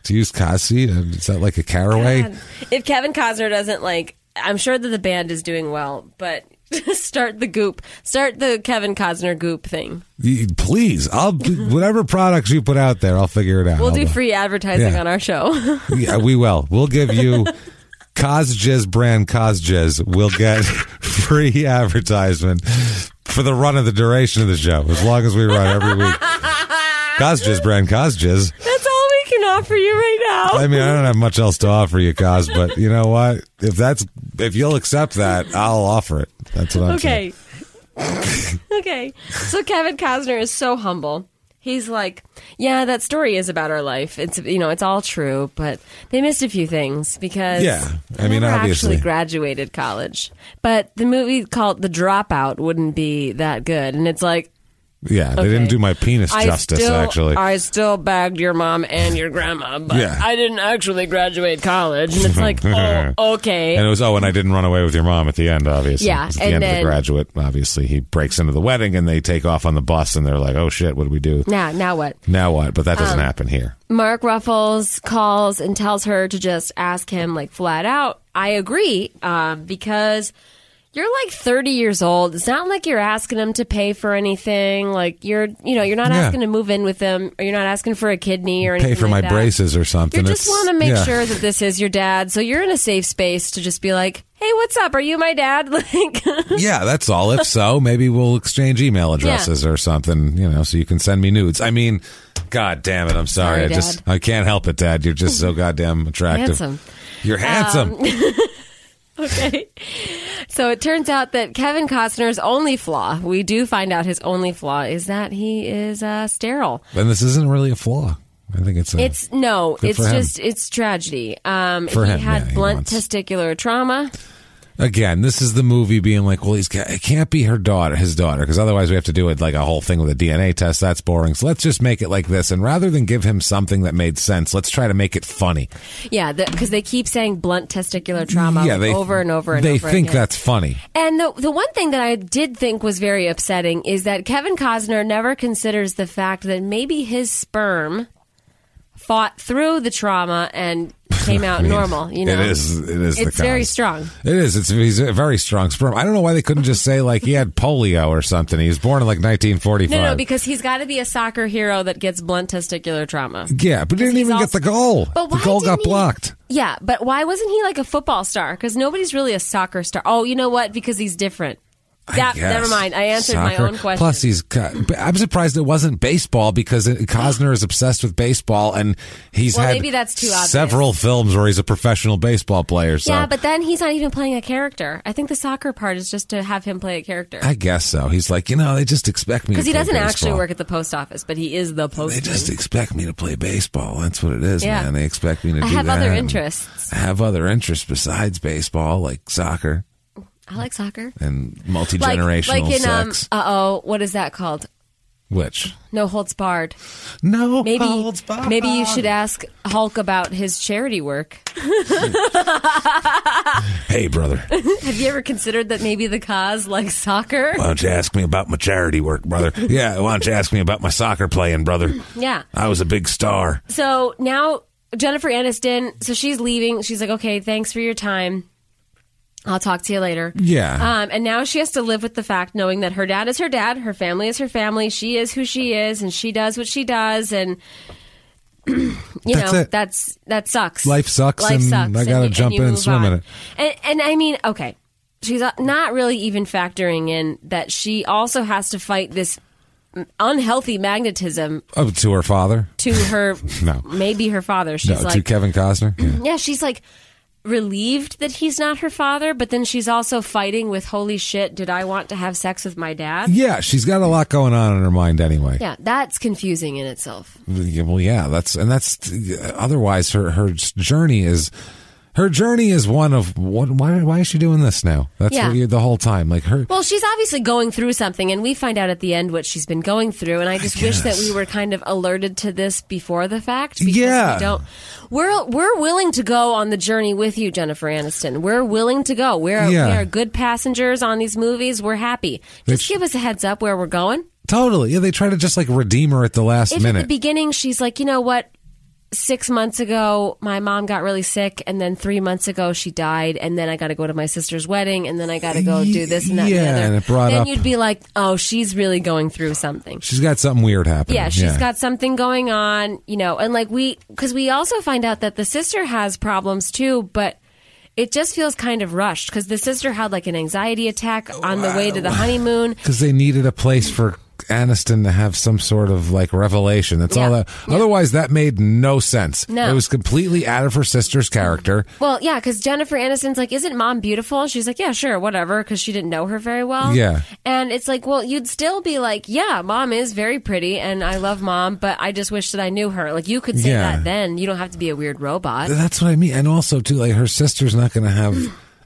[SPEAKER 2] To use cause seed? Is that like a caraway?
[SPEAKER 1] God. If Kevin Costner doesn't like, I'm sure that the band is doing well, but start the goop, start the Kevin Costner goop thing.
[SPEAKER 2] You- Please, I'll whatever products you put out there, I'll figure it out.
[SPEAKER 1] We'll
[SPEAKER 2] I'll
[SPEAKER 1] do
[SPEAKER 2] buy-
[SPEAKER 1] free advertising
[SPEAKER 2] Yeah.
[SPEAKER 1] on our show.
[SPEAKER 2] Yeah, we will. We'll give you Cosjizz brand Cosjizz. We'll get free advertisement for the run of the duration of the show, as long as we run every week. Cosjizz brand Cosjizz.
[SPEAKER 1] That's all we can offer you right now.
[SPEAKER 2] I mean, I don't have much else to offer you, Cos, but you know what? If that's if you'll accept that, I'll offer it. That's what I'm saying.
[SPEAKER 1] Okay. okay. So Kevin Costner is so humble. He's like, yeah, that story is about our life. It's you know, it's all true, but they missed a few things because
[SPEAKER 2] Yeah. I mean,
[SPEAKER 1] never
[SPEAKER 2] obviously.
[SPEAKER 1] actually graduated college. But the movie called The Dropout wouldn't be that good, and it's like.
[SPEAKER 2] Yeah, they
[SPEAKER 1] okay,
[SPEAKER 2] didn't do my penis
[SPEAKER 1] I
[SPEAKER 2] justice.
[SPEAKER 1] still-
[SPEAKER 2] actually,
[SPEAKER 1] I still bagged your mom and your grandma, but
[SPEAKER 2] Yeah.
[SPEAKER 1] I didn't actually graduate college. And it's like, oh, okay.
[SPEAKER 2] And it was oh, and I didn't run away with your mom at the end, obviously.
[SPEAKER 1] Yeah,
[SPEAKER 2] It's the
[SPEAKER 1] and
[SPEAKER 2] end of
[SPEAKER 1] then-
[SPEAKER 2] the graduate, obviously, he breaks into the wedding, and they take off on the bus, and they're like, "Oh shit, what do we do
[SPEAKER 1] now, now what?
[SPEAKER 2] now? What?" But that doesn't
[SPEAKER 1] Um,
[SPEAKER 2] happen here.
[SPEAKER 1] Mark Ruffles calls and tells her to just ask him, like, flat out, I agree, um, because you're like 30 years old. It's not like you're asking him to pay for anything. Like, you're, you know, you're not
[SPEAKER 2] Yeah.
[SPEAKER 1] asking to move in with him, or you're not asking for a kidney or anything.
[SPEAKER 2] Pay for my
[SPEAKER 1] like that.
[SPEAKER 2] braces or
[SPEAKER 1] You
[SPEAKER 2] something.
[SPEAKER 1] just
[SPEAKER 2] It's-
[SPEAKER 1] want to make
[SPEAKER 2] yeah.
[SPEAKER 1] sure that this is your dad. So you're in a safe space to just be like, hey, what's up? Are you my dad? Like,
[SPEAKER 2] yeah, that's all. If so, maybe we'll exchange email addresses or something, you know, so you can send me nudes. I mean, god damn it, I'm sorry.
[SPEAKER 1] Sorry,
[SPEAKER 2] I just
[SPEAKER 1] Dad.
[SPEAKER 2] I can't help it, Dad. You're just so goddamn attractive.
[SPEAKER 1] Handsome. Um,
[SPEAKER 2] You're handsome.
[SPEAKER 1] okay. So it turns out that Kevin Costner's only flaw, we do find out his only flaw is that he is uh, sterile.
[SPEAKER 2] and this isn't really a flaw. I think it's a
[SPEAKER 1] It's no,
[SPEAKER 2] Good
[SPEAKER 1] it's
[SPEAKER 2] for him.
[SPEAKER 1] just it's tragedy. Um,
[SPEAKER 2] For
[SPEAKER 1] he
[SPEAKER 2] him,
[SPEAKER 1] had
[SPEAKER 2] yeah, he
[SPEAKER 1] blunt
[SPEAKER 2] wants-
[SPEAKER 1] testicular trauma.
[SPEAKER 2] again, this is the movie being like, well, he's got, it can't be her daughter, his daughter, because otherwise we have to do it like a whole thing with a DNA test. That's boring. So let's just make it like this. And rather than give him something that made sense, let's try to make it funny.
[SPEAKER 1] Yeah, because they keep saying blunt testicular trauma like, over and over and
[SPEAKER 2] they
[SPEAKER 1] over
[SPEAKER 2] think
[SPEAKER 1] again.
[SPEAKER 2] that's funny.
[SPEAKER 1] And the the one thing that I did think was very upsetting is that Kevin Costner never considers the fact that maybe his sperm fought through the trauma and came out normal. You know,
[SPEAKER 2] It is. It is.
[SPEAKER 1] It's
[SPEAKER 2] the
[SPEAKER 1] very
[SPEAKER 2] cause.
[SPEAKER 1] strong.
[SPEAKER 2] It is. It's he's a very strong sperm. I don't know why they couldn't just say like he had polio or something. He was born in like 1945.
[SPEAKER 1] No, no, because he's got to be a soccer hero that gets blunt testicular trauma.
[SPEAKER 2] yeah, but he didn't
[SPEAKER 1] he's
[SPEAKER 2] even
[SPEAKER 1] also-
[SPEAKER 2] get the goal.
[SPEAKER 1] But
[SPEAKER 2] the
[SPEAKER 1] why
[SPEAKER 2] goal got
[SPEAKER 1] didn't he-
[SPEAKER 2] blocked.
[SPEAKER 1] Yeah, but why wasn't he like a football star? Because nobody's really a soccer star. Oh, you know what? Because he's different.
[SPEAKER 2] I
[SPEAKER 1] That,
[SPEAKER 2] guess.
[SPEAKER 1] never mind. I answered my
[SPEAKER 2] Soccer.
[SPEAKER 1] own question.
[SPEAKER 2] Plus, he's. co- but I'm surprised it wasn't baseball because it- Cosner is obsessed with baseball, and he's
[SPEAKER 1] Well,
[SPEAKER 2] had
[SPEAKER 1] maybe that's too obvious.
[SPEAKER 2] several films where he's a professional baseball player. So
[SPEAKER 1] yeah, but then he's not even playing a character. I think the soccer part is just to have him play a character.
[SPEAKER 2] I guess so. He's like, you know, they just expect me
[SPEAKER 1] Because
[SPEAKER 2] to
[SPEAKER 1] he
[SPEAKER 2] play
[SPEAKER 1] doesn't actually
[SPEAKER 2] baseball.
[SPEAKER 1] work at the post office, but he is the
[SPEAKER 2] They
[SPEAKER 1] postman.
[SPEAKER 2] just expect me to play baseball. That's what it is,
[SPEAKER 1] Yeah.
[SPEAKER 2] man. They expect me to.
[SPEAKER 1] I
[SPEAKER 2] do
[SPEAKER 1] have
[SPEAKER 2] that
[SPEAKER 1] other
[SPEAKER 2] and
[SPEAKER 1] interests.
[SPEAKER 2] I have other interests besides baseball, like soccer
[SPEAKER 1] I like soccer.
[SPEAKER 2] and multi
[SPEAKER 1] Like,
[SPEAKER 2] generational
[SPEAKER 1] like in um,
[SPEAKER 2] sex.
[SPEAKER 1] uh oh, what is that called?
[SPEAKER 2] Which
[SPEAKER 1] No holds barred.
[SPEAKER 2] no
[SPEAKER 1] Maybe
[SPEAKER 2] holds barred.
[SPEAKER 1] maybe you should ask Hulk about his charity work.
[SPEAKER 2] Hey, brother, why
[SPEAKER 1] Have you ever considered that maybe the cause like soccer?
[SPEAKER 2] don't you ask me about my charity work, brother? Yeah, why don't you ask me about my soccer playing, brother?
[SPEAKER 1] Yeah.
[SPEAKER 2] I was a big star.
[SPEAKER 1] So now Jennifer Aniston, so she's leaving. She's like, okay, thanks for your time. I'll talk to you later.
[SPEAKER 2] Yeah.
[SPEAKER 1] Um, and now she has to live with the fact, knowing that her dad is her dad, her family is her family, she is who she is, and she does what she does, and you
[SPEAKER 2] That's
[SPEAKER 1] know
[SPEAKER 2] it.
[SPEAKER 1] that's that sucks.
[SPEAKER 2] Life sucks,
[SPEAKER 1] Life
[SPEAKER 2] and
[SPEAKER 1] sucks.
[SPEAKER 2] I gotta jump
[SPEAKER 1] you
[SPEAKER 2] in and
[SPEAKER 1] move
[SPEAKER 2] swim in
[SPEAKER 1] on.
[SPEAKER 2] it.
[SPEAKER 1] And, and I mean, okay, she's not really even factoring in that she also has to fight this unhealthy magnetism
[SPEAKER 2] Oh, to her father.
[SPEAKER 1] to her
[SPEAKER 2] No.
[SPEAKER 1] maybe her father she's
[SPEAKER 2] no, to
[SPEAKER 1] like Mm-hmm.
[SPEAKER 2] Kevin Costner. Yeah.
[SPEAKER 1] yeah she's like relieved that he's not her father but then she's also fighting with holy shit did i want to have sex with my dad
[SPEAKER 2] Yeah, she's got a lot going on in her mind anyway.
[SPEAKER 1] yeah that's confusing in itself
[SPEAKER 2] Yeah, Well, yeah, that's and that's otherwise her her journey is her journey is one of what why why is she doing this now? That's
[SPEAKER 1] Yeah.
[SPEAKER 2] what you the whole time like her
[SPEAKER 1] well she's obviously going through something and we find out at the end what she's been going through and i just wish that
[SPEAKER 2] guess.
[SPEAKER 1] we were kind of alerted to this before the fact because
[SPEAKER 2] Yeah.
[SPEAKER 1] we don't we're we're willing to go on the journey with you jennifer aniston we're willing to go we're,
[SPEAKER 2] Yeah.
[SPEAKER 1] we are good passengers on these movies we're happy just
[SPEAKER 2] Which-
[SPEAKER 1] give us a heads up where we're going
[SPEAKER 2] totally yeah they try to just like redeem her at the last
[SPEAKER 1] if at
[SPEAKER 2] minute
[SPEAKER 1] the beginning she's like, you know what? Six months ago, my mom got really sick, and then three months ago, she died, and then I got to go to my sister's wedding, and then I got to go do this and that.
[SPEAKER 2] Yeah,
[SPEAKER 1] and, the other.
[SPEAKER 2] and it brought
[SPEAKER 1] then
[SPEAKER 2] up-
[SPEAKER 1] you'd be like, oh, she's really going through something.
[SPEAKER 2] she's got something weird happening
[SPEAKER 1] Yeah, she's got something going on, you know, and like we, because we also find out that the sister has problems too, but it just feels kind of rushed because the sister had like an anxiety attack
[SPEAKER 2] Oh,
[SPEAKER 1] on the way to the honeymoon.
[SPEAKER 2] because they needed a place for Aniston to have some sort of like revelation. That's all
[SPEAKER 1] Yeah.
[SPEAKER 2] that. Otherwise, that made no sense.
[SPEAKER 1] No.
[SPEAKER 2] It was completely out of her sister's character.
[SPEAKER 1] Well, yeah, because Jennifer Aniston's like, "Isn't mom beautiful?" She's like, "Yeah, sure, whatever," because she didn't know her very well.
[SPEAKER 2] Yeah.
[SPEAKER 1] and it's like, well, you'd still be like, "Yeah, mom is very pretty, and I love mom, but I just wish that I knew her." Like, you could say
[SPEAKER 2] Yeah.
[SPEAKER 1] that then. You don't have to be a weird robot.
[SPEAKER 2] That's what I mean. And also, too, like her sister's not going to have.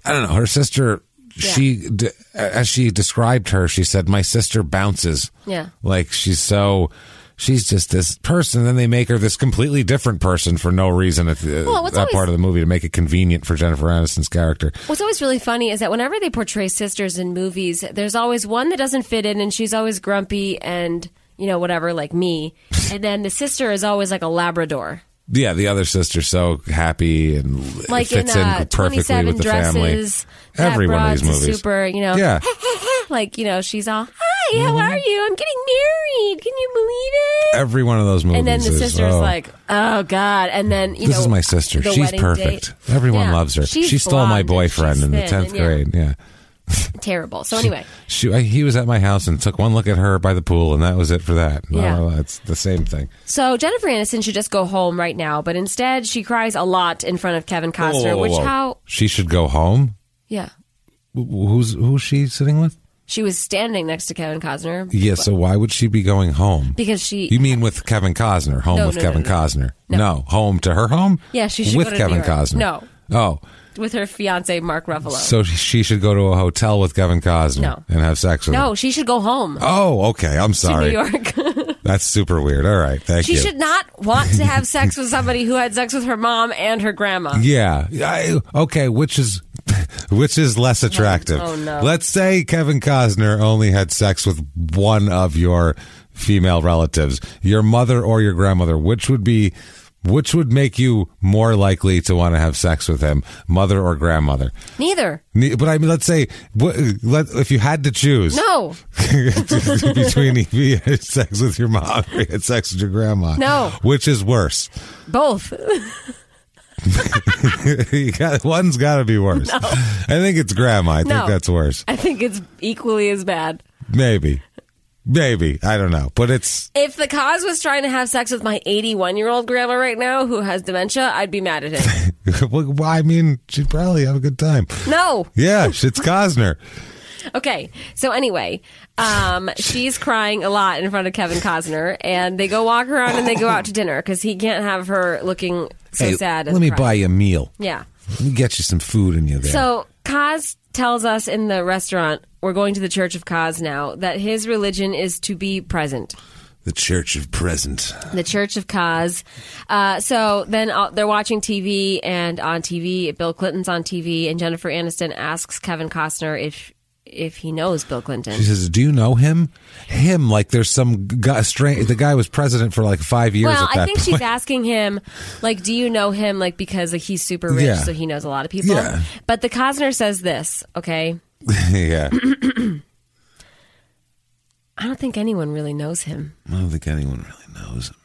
[SPEAKER 2] I don't know. Her sister, she d- as she described her, she said, "My sister bounces."
[SPEAKER 1] Yeah.
[SPEAKER 2] like she's so. She's just this person, then they make her this completely different person for no reason at the,
[SPEAKER 1] Well,
[SPEAKER 2] that
[SPEAKER 1] what's always-
[SPEAKER 2] part of the movie to make it convenient for Jennifer Aniston's character.
[SPEAKER 1] What's always really funny is that whenever they portray sisters in movies, there's always one that doesn't fit in, and she's always grumpy and you know whatever, like me, and then the sister is always like a Labrador.
[SPEAKER 2] Yeah, the other sister's so happy and
[SPEAKER 1] like
[SPEAKER 2] fits
[SPEAKER 1] in,
[SPEAKER 2] in,
[SPEAKER 1] uh,
[SPEAKER 2] perfectly
[SPEAKER 1] 27
[SPEAKER 2] with the family.
[SPEAKER 1] dresses. that
[SPEAKER 2] Every one of
[SPEAKER 1] broad's
[SPEAKER 2] these
[SPEAKER 1] a
[SPEAKER 2] movies.
[SPEAKER 1] super, you know,
[SPEAKER 2] Yeah. Mm-hmm.
[SPEAKER 1] like you know, she's all hi, hi, how are you? I'm getting married. Can you believe it?
[SPEAKER 2] Every one of those movies.
[SPEAKER 1] and then the
[SPEAKER 2] is,
[SPEAKER 1] sister's
[SPEAKER 2] oh,
[SPEAKER 1] like, "Oh God!" And then you
[SPEAKER 2] This
[SPEAKER 1] know,
[SPEAKER 2] is my sister.
[SPEAKER 1] the
[SPEAKER 2] She's
[SPEAKER 1] wedding
[SPEAKER 2] perfect.
[SPEAKER 1] date-
[SPEAKER 2] Everyone
[SPEAKER 1] Yeah.
[SPEAKER 2] loves her.
[SPEAKER 1] She's
[SPEAKER 2] she stole my
[SPEAKER 1] blonde and she's
[SPEAKER 2] boyfriend in the
[SPEAKER 1] thin,
[SPEAKER 2] tenth
[SPEAKER 1] and, yeah,
[SPEAKER 2] grade. Yeah.
[SPEAKER 1] terrible. So anyway,
[SPEAKER 2] She, I, he was at my house and took one look at her by the pool, and that was it for that.
[SPEAKER 1] Yeah.
[SPEAKER 2] Well, it's the same thing.
[SPEAKER 1] so Jennifer Aniston should just go home right now, but instead she cries a lot in front of Kevin Costner,
[SPEAKER 2] Whoa, whoa, whoa,
[SPEAKER 1] which
[SPEAKER 2] whoa.
[SPEAKER 1] how
[SPEAKER 2] she should go home.
[SPEAKER 1] yeah,
[SPEAKER 2] Wh- Who's who's she sitting with?
[SPEAKER 1] she was standing next to Kevin Costner
[SPEAKER 2] Yeah. So why would she be going home?
[SPEAKER 1] because she
[SPEAKER 2] You mean with Kevin Costner? Home
[SPEAKER 1] No,
[SPEAKER 2] with
[SPEAKER 1] no, no,
[SPEAKER 2] Kevin
[SPEAKER 1] no.
[SPEAKER 2] Costner?
[SPEAKER 1] No.
[SPEAKER 2] home to her home.
[SPEAKER 1] Yeah, she should
[SPEAKER 2] with
[SPEAKER 1] go to New
[SPEAKER 2] Kevin
[SPEAKER 1] York.
[SPEAKER 2] Costner.
[SPEAKER 1] No.
[SPEAKER 2] Oh,
[SPEAKER 1] with her fiance Mark Ruffalo.
[SPEAKER 2] so she should go to a hotel with Kevin Costner
[SPEAKER 1] No.
[SPEAKER 2] and have sex with
[SPEAKER 1] no,
[SPEAKER 2] him.
[SPEAKER 1] she should go home
[SPEAKER 2] Oh, okay. I'm
[SPEAKER 1] to New
[SPEAKER 2] sorry.
[SPEAKER 1] York.
[SPEAKER 2] That's super weird. All right, thank
[SPEAKER 1] she
[SPEAKER 2] you.
[SPEAKER 1] should not want to have sex with somebody who had sex with her mom and her grandma.
[SPEAKER 2] Yeah. I, okay. Which is which is less attractive?
[SPEAKER 1] Oh, no.
[SPEAKER 2] Let's say Kevin Costner only had sex with one of your female relatives, your mother or your grandmother. Which would be which would make you more likely to want to have sex with him, mother or grandmother?
[SPEAKER 1] Neither.
[SPEAKER 2] Ne- But I mean, let's say wh- let, if you had to choose
[SPEAKER 1] No,
[SPEAKER 2] between if you had sex with your mom or you had sex with your grandma,
[SPEAKER 1] No.
[SPEAKER 2] which is worse?
[SPEAKER 1] both.
[SPEAKER 2] You got- one's got to be worse. I think it's grandma. I
[SPEAKER 1] No.
[SPEAKER 2] think that's worse.
[SPEAKER 1] I think it's equally as bad.
[SPEAKER 2] Maybe. Maybe. I don't know. But it's
[SPEAKER 1] If the cause was trying to have sex with my 81 year old grandma right now who has dementia, I'd be mad at him.
[SPEAKER 2] well, I mean, she'd probably have a good time.
[SPEAKER 1] no.
[SPEAKER 2] Yeah, shit's Cosner.
[SPEAKER 1] Okay. So anyway, um, she's crying a lot in front of Kevin Costner, and they go walk around and they go out to dinner because he can't have her looking so sad. and
[SPEAKER 2] let me
[SPEAKER 1] crying.
[SPEAKER 2] buy you a meal.
[SPEAKER 1] Yeah.
[SPEAKER 2] Let me get you some food in you there.
[SPEAKER 1] So Kaz tells us in the restaurant, we're going to the Church of Kaz now, that his religion is to be present.
[SPEAKER 2] the Church of Present.
[SPEAKER 1] the Church of Cause. Uh, so then uh, they're watching TV, and on TV, Bill Clinton's on TV, and Jennifer Aniston asks Kevin Costner if if he knows Bill Clinton.
[SPEAKER 2] She says, "Do you know him? Him? Like there's some guy. Strange. The guy was president for like five years.
[SPEAKER 1] Well,
[SPEAKER 2] at that
[SPEAKER 1] I think
[SPEAKER 2] point.
[SPEAKER 1] she's asking him, like, do you know him? Like, because like, he's super rich,
[SPEAKER 2] Yeah.
[SPEAKER 1] so he knows a lot of people.
[SPEAKER 2] Yeah.
[SPEAKER 1] But the Costner says this, okay?
[SPEAKER 2] yeah. I
[SPEAKER 1] I don't think anyone really knows him.
[SPEAKER 2] don't think anyone really knows him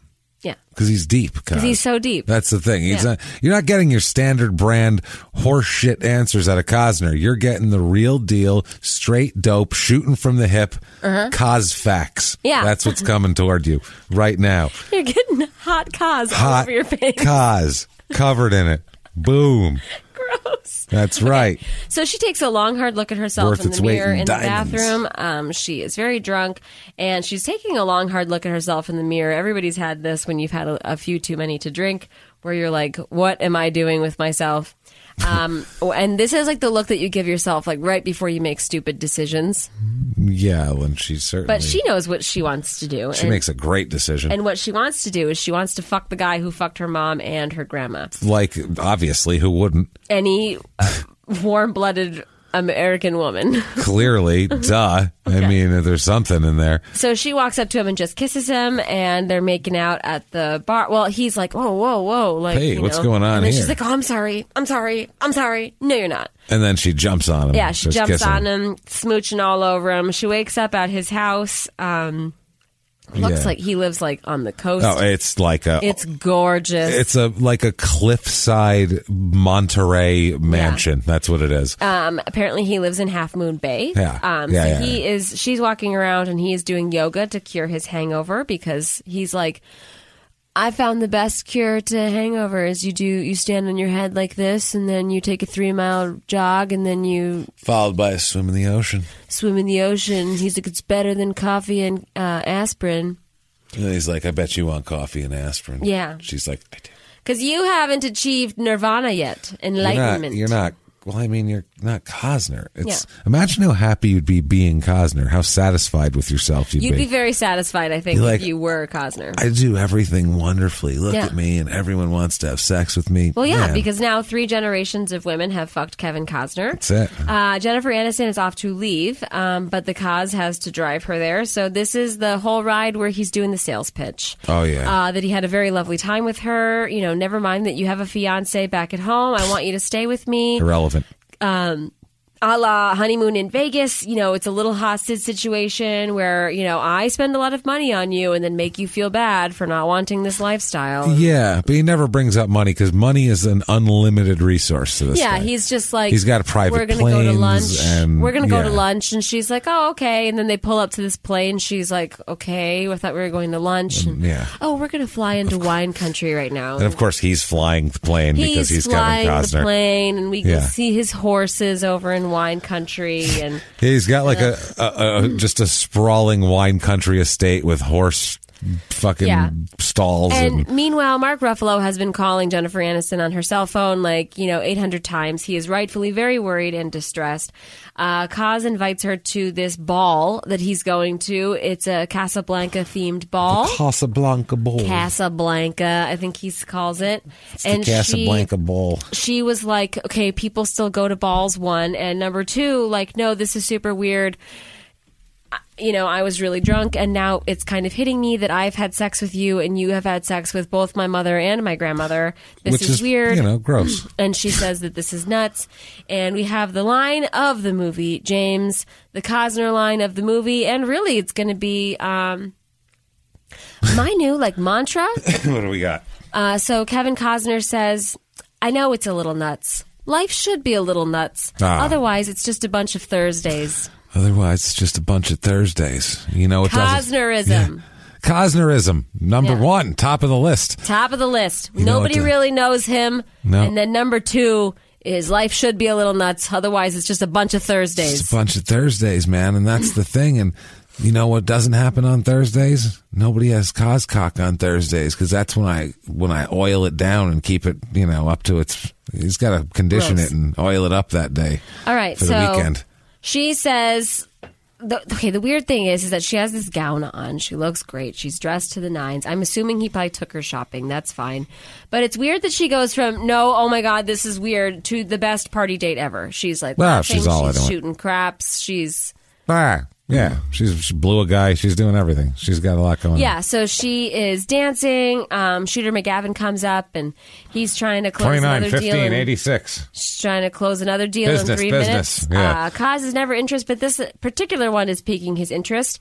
[SPEAKER 1] Yeah.
[SPEAKER 2] because he's deep.
[SPEAKER 1] Because he's so deep.
[SPEAKER 2] That's the thing. He's
[SPEAKER 1] Yeah.
[SPEAKER 2] not, you're not getting your standard brand horseshit answers out of Cosner. You're getting the real deal, straight dope, shooting from the hip, cause facts.
[SPEAKER 1] Uh-huh. Yeah.
[SPEAKER 2] that's what's coming toward you right now.
[SPEAKER 1] You're getting hot Cause all
[SPEAKER 2] Hot
[SPEAKER 1] over your face.
[SPEAKER 2] cause covered in it. Boom. Gross. That's right.
[SPEAKER 1] So she takes a long, hard look at herself
[SPEAKER 2] Worth
[SPEAKER 1] in
[SPEAKER 2] its
[SPEAKER 1] the
[SPEAKER 2] weight
[SPEAKER 1] mirror
[SPEAKER 2] in
[SPEAKER 1] in the
[SPEAKER 2] diamonds.
[SPEAKER 1] bathroom. Um, she is very drunk, and she's taking a long, hard look at herself in the mirror. Everybody's had this when you've had a, a few too many to drink, where you're like, "What am I doing with myself?" Um, and this is like the look that you give yourself, like right before you make stupid decisions.
[SPEAKER 2] Yeah, and she certainly
[SPEAKER 1] But she knows what she wants to do.
[SPEAKER 2] she
[SPEAKER 1] and,
[SPEAKER 2] makes a great decision.
[SPEAKER 1] and what she wants to do is she wants to fuck the guy who fucked her mom and her grandma.
[SPEAKER 2] like obviously, who wouldn't?
[SPEAKER 1] Any warm-blooded American woman.
[SPEAKER 2] Clearly, duh. I mean, there's something in there.
[SPEAKER 1] So she walks up to him and just kisses him, and they're making out at the bar. Well, he's like, "Oh, whoa, whoa!" Like,
[SPEAKER 2] Hey,
[SPEAKER 1] you
[SPEAKER 2] what's
[SPEAKER 1] know.
[SPEAKER 2] going on
[SPEAKER 1] And then
[SPEAKER 2] here?
[SPEAKER 1] she's like, "Oh, I'm sorry, I'm sorry, I'm sorry." No, you're not.
[SPEAKER 2] And then she jumps on him.
[SPEAKER 1] Yeah, she
[SPEAKER 2] Just
[SPEAKER 1] jumps
[SPEAKER 2] kissing
[SPEAKER 1] on him, smooching all over him. She wakes up at his house. Um, looks
[SPEAKER 2] Yeah.
[SPEAKER 1] like he lives like on the coast.
[SPEAKER 2] Oh, it's like a
[SPEAKER 1] it's gorgeous.
[SPEAKER 2] It's a like a cliffside Monterey mansion. That's what it is.
[SPEAKER 1] um, apparently, he lives in Half Moon Bay.
[SPEAKER 2] Yeah.
[SPEAKER 1] Um,
[SPEAKER 2] Yeah,
[SPEAKER 1] so
[SPEAKER 2] yeah,
[SPEAKER 1] he is. She's walking around and he is doing yoga to cure his hangover because he's like, I found the best cure to hangover is you do you stand on your head like this and then you take a three mile jog and then you
[SPEAKER 2] Followed by a swim in the ocean.
[SPEAKER 1] swim in the ocean. He's like, it's better than coffee and uh, aspirin
[SPEAKER 2] And he's like, I bet you want coffee and aspirin.
[SPEAKER 1] Yeah.
[SPEAKER 2] She's like, I do.
[SPEAKER 1] because you haven't achieved nirvana yet, enlightenment.
[SPEAKER 2] You're not, well, I mean, you're not Cosner. It's imagine how happy you'd be being Cosner, how satisfied with yourself you'd,
[SPEAKER 1] You'd be very satisfied, I think,
[SPEAKER 2] You're like,
[SPEAKER 1] if you were Cosner.
[SPEAKER 2] I do everything wonderfully. Look
[SPEAKER 1] Yeah.
[SPEAKER 2] at me, and everyone wants to have sex with me.
[SPEAKER 1] Well, yeah,
[SPEAKER 2] Man,
[SPEAKER 1] because now three generations of women have fucked Kevin Costner.
[SPEAKER 2] that's it.
[SPEAKER 1] Uh, Jennifer Aniston is off to leave, um, but the cause has to drive her there. So this is the whole ride where he's doing the sales pitch.
[SPEAKER 2] Oh, yeah.
[SPEAKER 1] Uh, that he had a very lovely time with her. You know, never mind that you have a fiance back at home. I want you to stay with me.
[SPEAKER 2] Irrelevant.
[SPEAKER 1] Um, a la honeymoon in Vegas, you know, it's a little hostage situation where, you know, I spend a lot of money on you and then make you feel bad for not wanting this lifestyle.
[SPEAKER 2] Yeah, but he never brings up money because money is an unlimited resource to this.
[SPEAKER 1] Yeah,
[SPEAKER 2] guy.
[SPEAKER 1] he's just like
[SPEAKER 2] He's got a private
[SPEAKER 1] We're gonna go to
[SPEAKER 2] planes
[SPEAKER 1] lunch.
[SPEAKER 2] and-
[SPEAKER 1] we're gonna go to
[SPEAKER 2] yeah.
[SPEAKER 1] lunch, and she's like, "Oh, okay." And then they pull up to this plane. She's like, "Okay, I thought we were going to lunch." And,
[SPEAKER 2] yeah.
[SPEAKER 1] Oh, we're gonna fly into wine country right now.
[SPEAKER 2] and of course he's flying the plane because he's Kevin
[SPEAKER 1] flying the
[SPEAKER 2] Costner.
[SPEAKER 1] plane, and we can
[SPEAKER 2] Yeah.
[SPEAKER 1] see his horses over in wine country, and
[SPEAKER 2] He's got like a, a, a just a sprawling wine country estate with horse fucking
[SPEAKER 1] Yeah.
[SPEAKER 2] stalls and,
[SPEAKER 1] And meanwhile, Mark Ruffalo has been calling Jennifer Aniston on her cell phone like, you know, 800 times. He is rightfully very worried and distressed. Uh, Kaz invites her to this ball that he's going to. It's a Casablanca themed ball.
[SPEAKER 2] Casablanca Bowl.
[SPEAKER 1] Casablanca, I think he calls it.
[SPEAKER 2] the Casablanca
[SPEAKER 1] she,
[SPEAKER 2] Bowl.
[SPEAKER 1] she was like, okay, people still go to balls, one. And number two, like, no, this is super weird. I- You know, I was really drunk, and now it's kind of hitting me that I've had sex with you, and you have had sex with both my mother and my grandmother. This
[SPEAKER 2] Which
[SPEAKER 1] is, weird.
[SPEAKER 2] you know, gross.
[SPEAKER 1] And she says that this is nuts. And we have the line of the movie, James, the Cosner line of the movie, and really it's going to be um, my new like mantra.
[SPEAKER 2] what do we got?
[SPEAKER 1] Uh, so Kevin Cosner says, I know it's a little nuts. Life should be a little nuts.
[SPEAKER 2] Ah.
[SPEAKER 1] Otherwise, it's just a bunch of Thursdays.
[SPEAKER 2] Otherwise, it's just a bunch of Thursdays. You know, it doesn't.
[SPEAKER 1] Cosnerism.
[SPEAKER 2] Cosnerism, number
[SPEAKER 1] Yeah.
[SPEAKER 2] one, top of the list.
[SPEAKER 1] Top of the list.
[SPEAKER 2] know
[SPEAKER 1] Nobody
[SPEAKER 2] what the-
[SPEAKER 1] really knows him.
[SPEAKER 2] No.
[SPEAKER 1] And then number two is life should be a little nuts. Otherwise, it's just a bunch of Thursdays.
[SPEAKER 2] It's a bunch of Thursdays, man, and that's the thing. And you know what doesn't happen on Thursdays? Nobody has Coscock on Thursdays because that's when I when I oil it down and keep it, you know, up to its. He's got to condition
[SPEAKER 1] Gross.
[SPEAKER 2] it and oil it up that day.
[SPEAKER 1] All right,
[SPEAKER 2] for the
[SPEAKER 1] so
[SPEAKER 2] weekend.
[SPEAKER 1] she says, the, okay, the weird thing is, is that she has this gown on. She looks great. She's dressed to the nines. I'm assuming he probably took her shopping. That's fine. But it's weird that she goes from, no, oh my God, this is weird, to the best party date ever. She's like,
[SPEAKER 2] Well,
[SPEAKER 1] laughing,
[SPEAKER 2] she's all into it.
[SPEAKER 1] shooting craps. She's,
[SPEAKER 2] Ah, yeah, she's she blew a guy. She's doing everything. She's got a lot going. on.
[SPEAKER 1] yeah, so she is dancing. Um, Shooter McGavin comes up and he's trying to close
[SPEAKER 2] 29,
[SPEAKER 1] another deal.
[SPEAKER 2] 15,
[SPEAKER 1] and-
[SPEAKER 2] 86.
[SPEAKER 1] She's trying to close another deal in
[SPEAKER 2] Business,
[SPEAKER 1] three minutes.
[SPEAKER 2] business, yeah.
[SPEAKER 1] Uh, causes never interest, but this particular one is piquing his interest.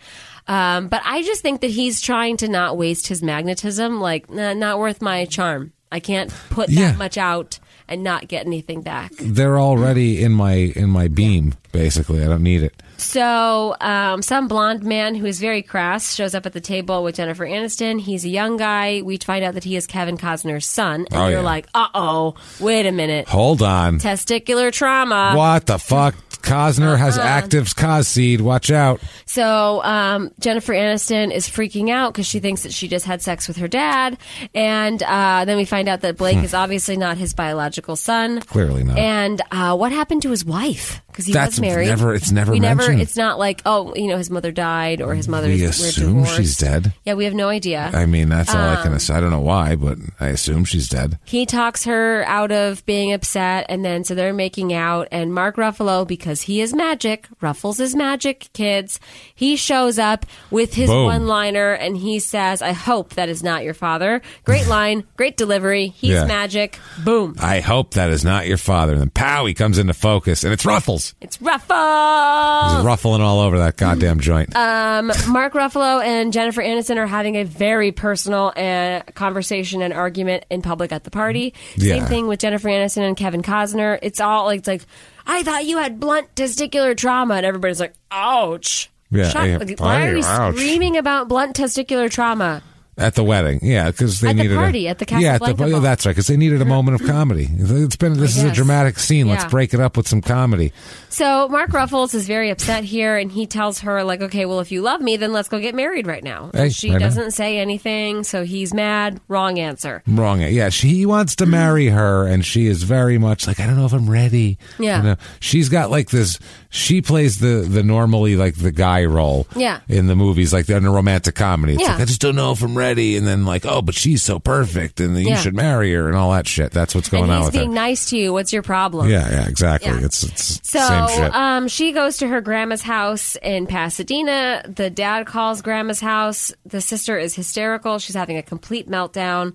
[SPEAKER 1] Um, but I just think that he's trying to not waste his magnetism. Like, nah, not worth my charm. I can't put that
[SPEAKER 2] Yeah.
[SPEAKER 1] much out and not get anything back.
[SPEAKER 2] They're already in my in my beam. Basically, I don't need it.
[SPEAKER 1] So, um, some blonde man who is very crass shows up at the table with Jennifer Aniston. He's a young guy. We find out that he is Kevin Costner's son, and
[SPEAKER 2] Oh,
[SPEAKER 1] you're
[SPEAKER 2] yeah.
[SPEAKER 1] like, "Uh oh, wait a minute,
[SPEAKER 2] Hold on.
[SPEAKER 1] testicular trauma."
[SPEAKER 2] What the fuck? Cosner has
[SPEAKER 1] Uh-huh.
[SPEAKER 2] active cos seed. Watch out.
[SPEAKER 1] So um, Jennifer Aniston is freaking out because she thinks that she just had sex with her dad, and uh, then we find out that
[SPEAKER 2] Hmm.
[SPEAKER 1] Blake is obviously not his biological son.
[SPEAKER 2] Clearly not.
[SPEAKER 1] And uh, what happened to his wife? Because he
[SPEAKER 2] That's
[SPEAKER 1] was married.
[SPEAKER 2] never- it's never
[SPEAKER 1] we never.
[SPEAKER 2] mentioned.
[SPEAKER 1] It's not like oh, you know, his mother died or his mother.
[SPEAKER 2] We assume she's dead.
[SPEAKER 1] Yeah, we have no idea.
[SPEAKER 2] I mean, that's all
[SPEAKER 1] Um,
[SPEAKER 2] I can. ass- I don't know why, but I assume she's dead.
[SPEAKER 1] he talks her out of being upset and then so they're making out and mark ruffalo because he is magic ruffles is magic kids he shows up with his
[SPEAKER 2] Boom.
[SPEAKER 1] one liner and he says i hope that is not your father great line great delivery he's
[SPEAKER 2] Yeah.
[SPEAKER 1] magic boom
[SPEAKER 2] I hope that is not your father. And then pow, he comes into focus, and it's Ruffles.
[SPEAKER 1] it's ruffles
[SPEAKER 2] He's ruffling all over that goddamn
[SPEAKER 1] mm-hmm.
[SPEAKER 2] joint.
[SPEAKER 1] Uh, Um, Mark Ruffalo and Jennifer Aniston are having a very personal uh, conversation and argument in public at the party. Same
[SPEAKER 2] Yeah.
[SPEAKER 1] thing with Jennifer Aniston and Kevin Costner. It's all like, it's like, I thought you had blunt testicular trauma, and everybody's like, ouch.
[SPEAKER 2] Yeah,
[SPEAKER 1] Shut-
[SPEAKER 2] yeah.
[SPEAKER 1] like, why are we
[SPEAKER 2] Hey, ouch.
[SPEAKER 1] screaming about blunt testicular trauma?
[SPEAKER 2] at the wedding, yeah, because they
[SPEAKER 1] At the
[SPEAKER 2] needed
[SPEAKER 1] party,
[SPEAKER 2] a,
[SPEAKER 1] at the
[SPEAKER 2] yeah, at
[SPEAKER 1] Casablanca
[SPEAKER 2] the,
[SPEAKER 1] Ball.
[SPEAKER 2] that's right, because they needed a moment of comedy. It's been this is a
[SPEAKER 1] guess.
[SPEAKER 2] dramatic scene. Let's
[SPEAKER 1] Yeah.
[SPEAKER 2] break it up with some comedy.
[SPEAKER 1] So Mark Ruffles is very upset here, and he tells her like, "Okay, well, if you love me, then let's go get married right now."
[SPEAKER 2] Hey,
[SPEAKER 1] she
[SPEAKER 2] right now.
[SPEAKER 1] doesn't say anything, so he's mad. Wrong answer.
[SPEAKER 2] Wrong. Yeah, she, he wants to marry her, and she is very much like, I don't know if I'm ready.
[SPEAKER 1] Yeah.
[SPEAKER 2] You know, she's got like this. She plays the the normally like the guy role.
[SPEAKER 1] Yeah.
[SPEAKER 2] in the movies, like in a romantic comedy. It's
[SPEAKER 1] Yeah.
[SPEAKER 2] like, I just don't know if I'm ready, and then like, oh, but she's so perfect, and you
[SPEAKER 1] Yeah.
[SPEAKER 2] should marry her, and all that shit. That's what's going
[SPEAKER 1] and
[SPEAKER 2] on
[SPEAKER 1] he's
[SPEAKER 2] with
[SPEAKER 1] being
[SPEAKER 2] her.
[SPEAKER 1] nice to you. What's your problem?
[SPEAKER 2] yeah, yeah, exactly.
[SPEAKER 1] Yeah.
[SPEAKER 2] It's it's
[SPEAKER 1] So
[SPEAKER 2] same shit.
[SPEAKER 1] Um, she goes to her grandma's house in Pasadena. The dad calls grandma's house. The sister is hysterical. She's having a complete meltdown.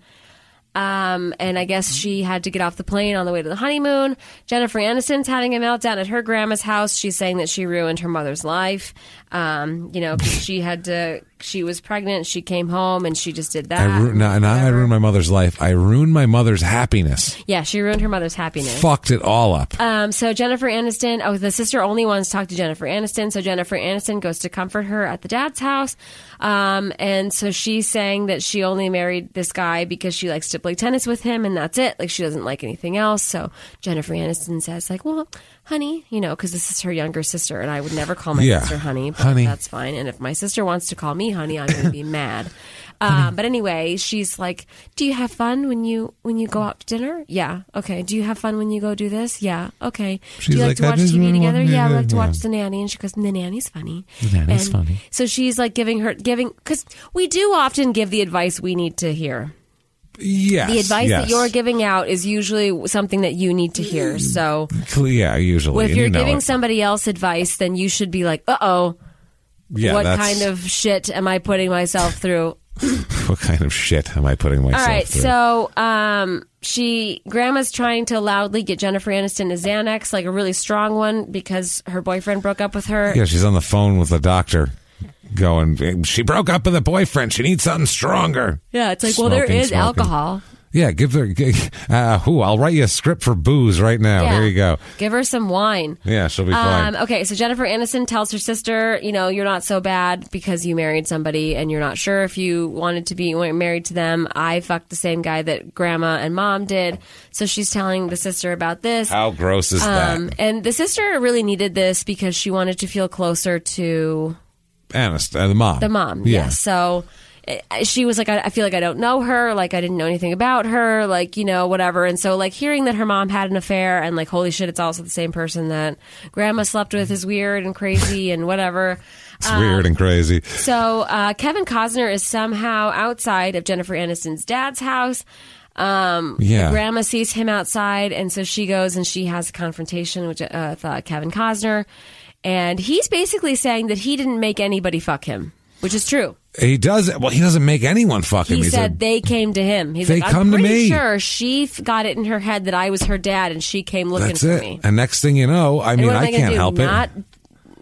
[SPEAKER 1] Um, and I guess she had to get off the plane on the way to the honeymoon. Jennifer Aniston's having a meltdown at her grandma's house. She's saying that she ruined her mother's life. Um, you know, 'cause she had to. She was pregnant. She came home and she just did that.
[SPEAKER 2] I ru- no, not I ruined my mother's life. I ruined my mother's happiness.
[SPEAKER 1] yeah, she ruined her mother's happiness.
[SPEAKER 2] Fucked it all up.
[SPEAKER 1] Um, so Jennifer Aniston, oh, the sister only wants to talk to Jennifer Aniston. So Jennifer Aniston goes to comfort her at the dad's house. Um, and so she's saying that she only married this guy because she likes to play tennis with him and that's it. Like she doesn't like anything else. So Jennifer Aniston says like, well, honey, you know, cause this is her younger sister and I would never call my
[SPEAKER 2] Yeah.
[SPEAKER 1] sister honey, but
[SPEAKER 2] Honey.
[SPEAKER 1] that's fine. And if my sister wants to call me honey, I'm going to be mad. Um, but anyway, she's like, "Do you have fun when you when you go out to dinner? Yeah, okay. Do you have fun when you go do this? Yeah, okay.
[SPEAKER 2] She's
[SPEAKER 1] do you like,
[SPEAKER 2] like,
[SPEAKER 1] to
[SPEAKER 2] "I
[SPEAKER 1] watch
[SPEAKER 2] just
[SPEAKER 1] TV
[SPEAKER 2] really
[SPEAKER 1] together?
[SPEAKER 2] want-
[SPEAKER 1] Yeah, we like to
[SPEAKER 2] yeah, yeah."
[SPEAKER 1] watch The Nanny." And she goes, "The Nanny's funny.
[SPEAKER 2] The Nanny's
[SPEAKER 1] And
[SPEAKER 2] funny.
[SPEAKER 1] So she's like giving her giving because we do often give the advice we need to hear.
[SPEAKER 2] yes.
[SPEAKER 1] The advice
[SPEAKER 2] yes.
[SPEAKER 1] that you're giving out is usually something that you need to hear. So
[SPEAKER 2] Cle- Yeah, usually.
[SPEAKER 1] if
[SPEAKER 2] and
[SPEAKER 1] you're
[SPEAKER 2] you know
[SPEAKER 1] giving
[SPEAKER 2] it.
[SPEAKER 1] somebody else advice, then you should be like, "Uh oh."
[SPEAKER 2] yeah,
[SPEAKER 1] what
[SPEAKER 2] that's-
[SPEAKER 1] kind of shit am I putting myself through?
[SPEAKER 2] what kind of shit am I putting myself
[SPEAKER 1] All right,
[SPEAKER 2] through?
[SPEAKER 1] so um, she grandma's trying to loudly get Jennifer Aniston a Xanax, like a really strong one, because her boyfriend broke up with her.
[SPEAKER 2] yeah, she's on the phone with the doctor, going. She broke up with a boyfriend. She needs something stronger.
[SPEAKER 1] Yeah, it's like, well, there
[SPEAKER 2] Smoking,
[SPEAKER 1] is
[SPEAKER 2] smoking.
[SPEAKER 1] alcohol.
[SPEAKER 2] Yeah, give her. g- Uh, who? I'll write you a script for booze right now.
[SPEAKER 1] Yeah.
[SPEAKER 2] Here you go.
[SPEAKER 1] Give her some wine.
[SPEAKER 2] Yeah, she'll be fine.
[SPEAKER 1] Um, okay, so Jennifer Aniston tells her sister, you know, you're not so bad because you married somebody and you're not sure if you wanted to be married to them. I fucked the same guy that grandma and mom did. So she's telling the sister about this.
[SPEAKER 2] How gross is
[SPEAKER 1] Um,
[SPEAKER 2] that?
[SPEAKER 1] and the sister really needed this because she wanted to feel closer to
[SPEAKER 2] Honest, uh, the mom.
[SPEAKER 1] the mom. Yeah. So uh, she was like, I, I feel like I don't know her. Like I didn't know anything about her. Like you know whatever. And so like hearing that her mom had an affair and like holy shit, it's also the same person that grandma slept with is weird and crazy and whatever.
[SPEAKER 2] It's weird
[SPEAKER 1] Um,
[SPEAKER 2] and crazy.
[SPEAKER 1] So uh, Kevin Costner is somehow outside of Jennifer Aniston's dad's house. Um,
[SPEAKER 2] Yeah.
[SPEAKER 1] Grandma sees him outside, and so she goes and she has a confrontation with, uh, with uh, Kevin Costner, and he's basically saying that he didn't make anybody fuck him, which is true.
[SPEAKER 2] He does. Well, he doesn't make anyone fuck him.
[SPEAKER 1] He
[SPEAKER 2] He's
[SPEAKER 1] said
[SPEAKER 2] a,
[SPEAKER 1] they came to him. He's
[SPEAKER 2] They
[SPEAKER 1] like,
[SPEAKER 2] come
[SPEAKER 1] I'm
[SPEAKER 2] to
[SPEAKER 1] pretty
[SPEAKER 2] me."
[SPEAKER 1] sure she f- got it in her head that I was her dad, and she came looking
[SPEAKER 2] that's
[SPEAKER 1] for
[SPEAKER 2] it.
[SPEAKER 1] me.
[SPEAKER 2] And next thing you know, I
[SPEAKER 1] And
[SPEAKER 2] mean,
[SPEAKER 1] what am
[SPEAKER 2] I
[SPEAKER 1] I, gonna
[SPEAKER 2] can't
[SPEAKER 1] do?
[SPEAKER 2] help
[SPEAKER 1] Not
[SPEAKER 2] it.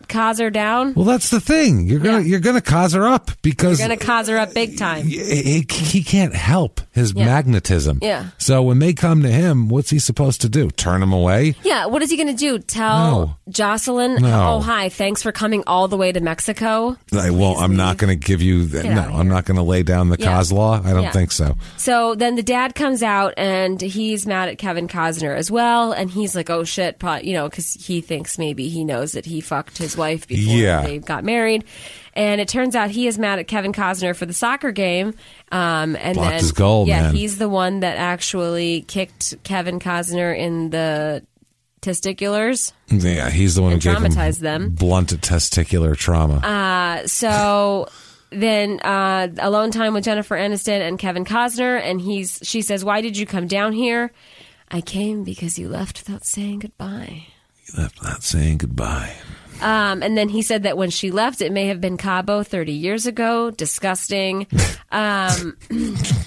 [SPEAKER 1] cause her down.
[SPEAKER 2] Well, that's the thing. You're gonna
[SPEAKER 1] Yeah.
[SPEAKER 2] you're gonna cause her up because
[SPEAKER 1] You're gonna cause her up big time.
[SPEAKER 2] he, he can't help his
[SPEAKER 1] Yeah.
[SPEAKER 2] magnetism.
[SPEAKER 1] Yeah.
[SPEAKER 2] So when they come to him, what's he supposed to do? Turn him away?
[SPEAKER 1] Yeah, what is he going to do? Tell
[SPEAKER 2] No.
[SPEAKER 1] Jocelyn,
[SPEAKER 2] No.
[SPEAKER 1] oh hi, thanks for coming all the way to Mexico.
[SPEAKER 2] I won't. I'm not going to give you. The, no,
[SPEAKER 1] out of
[SPEAKER 2] I'm not going to lay down the
[SPEAKER 1] Yeah.
[SPEAKER 2] cause law. I don't
[SPEAKER 1] Yeah.
[SPEAKER 2] think so.
[SPEAKER 1] So then the dad comes out and he's mad at Kevin Costner as well, and he's like, "Oh shit," pro- you know, because he thinks maybe he knows that he fucked his wife before
[SPEAKER 2] Yeah.
[SPEAKER 1] they got married, and it turns out he is mad at Kevin Costner for the soccer game, um, and
[SPEAKER 2] Blocked
[SPEAKER 1] then
[SPEAKER 2] his goal,
[SPEAKER 1] yeah,
[SPEAKER 2] man.
[SPEAKER 1] he's the one that actually kicked Kevin Costner in the testiculars.
[SPEAKER 2] Yeah, he's the one
[SPEAKER 1] And
[SPEAKER 2] who gave him
[SPEAKER 1] traumatized them. Uh,
[SPEAKER 2] Blunted testicular trauma.
[SPEAKER 1] so then uh, alone time with Jennifer Aniston and Kevin Costner, and he's she says, "Why did you come down here?" I came because you left without saying goodbye.
[SPEAKER 2] He left not saying goodbye.
[SPEAKER 1] Um, and then he said that when she left, it may have been Cabo 30 years ago. Disgusting. Um,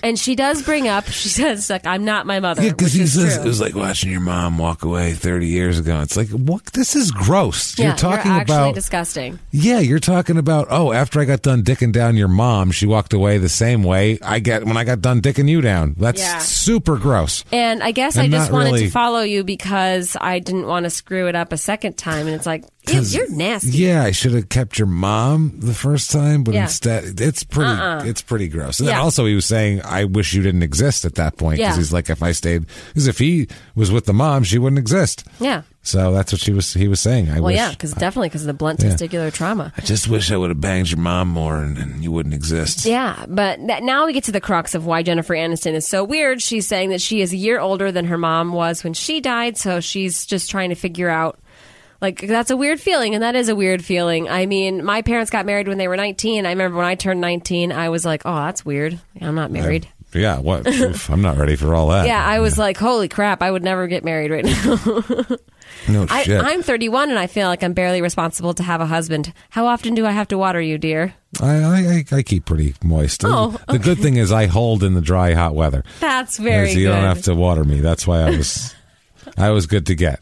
[SPEAKER 1] and she does bring up, she says, like, I'm not my mother.
[SPEAKER 2] Yeah, because
[SPEAKER 1] Uh, which
[SPEAKER 2] he
[SPEAKER 1] is
[SPEAKER 2] says
[SPEAKER 1] true.
[SPEAKER 2] it was like watching your mom walk away 30 years ago. It's like, what? This is gross.
[SPEAKER 1] Yeah,
[SPEAKER 2] you're talking
[SPEAKER 1] actually
[SPEAKER 2] about.
[SPEAKER 1] disgusting.
[SPEAKER 2] yeah, you're talking about. Oh, after I got done dicking down your mom, she walked away the same way I get when I got done dicking you down. That's
[SPEAKER 1] Yeah.
[SPEAKER 2] super gross.
[SPEAKER 1] And I guess
[SPEAKER 2] And
[SPEAKER 1] I just
[SPEAKER 2] not
[SPEAKER 1] wanted
[SPEAKER 2] really-
[SPEAKER 1] to follow you because I didn't want to screw it up a second time. And it's like, ew,
[SPEAKER 2] 'Cause-
[SPEAKER 1] you're nasty.
[SPEAKER 2] Yeah, I should have kept your mom the first time, but
[SPEAKER 1] Yeah. Uh-uh.
[SPEAKER 2] instead, it's pretty, it's pretty gross. And then
[SPEAKER 1] Yeah.
[SPEAKER 2] also, he was saying, "I wish you didn't exist at that point," because
[SPEAKER 1] Yeah.
[SPEAKER 2] he's like, "If I stayed, because if he was with the mom, she wouldn't exist."
[SPEAKER 1] Yeah.
[SPEAKER 2] So that's what she was. He was saying, "I
[SPEAKER 1] Well,
[SPEAKER 2] wish."
[SPEAKER 1] yeah, because definitely because of the blunt
[SPEAKER 2] Yeah.
[SPEAKER 1] testicular trauma.
[SPEAKER 2] I just wish I would have banged your mom more, and, and you wouldn't exist.
[SPEAKER 1] Yeah, but that, now we get to the crux of why Jennifer Aniston is so weird. She's saying that she is a year older than her mom was when she died, so she's just trying to figure out. Like that's a weird feeling, and that is a weird feeling. I mean, my parents got married when they were nineteen. I remember when I turned nineteen, I was like, "Oh, that's weird. I'm not married."
[SPEAKER 2] yeah, what? oof, I'm not ready for all that.
[SPEAKER 1] Yeah, I was like, holy crap, I would never get married right now.
[SPEAKER 2] no
[SPEAKER 1] I,
[SPEAKER 2] shit.
[SPEAKER 1] I'm 31 and I feel like I'm barely responsible to have a husband. How often do I have to water you, dear?
[SPEAKER 2] I, I, I, I keep pretty moist.
[SPEAKER 1] Oh,
[SPEAKER 2] The good thing is I hold in the dry, hot weather.
[SPEAKER 1] That's very
[SPEAKER 2] Because you
[SPEAKER 1] good.
[SPEAKER 2] don't have to water me. That's why I was. I was good to get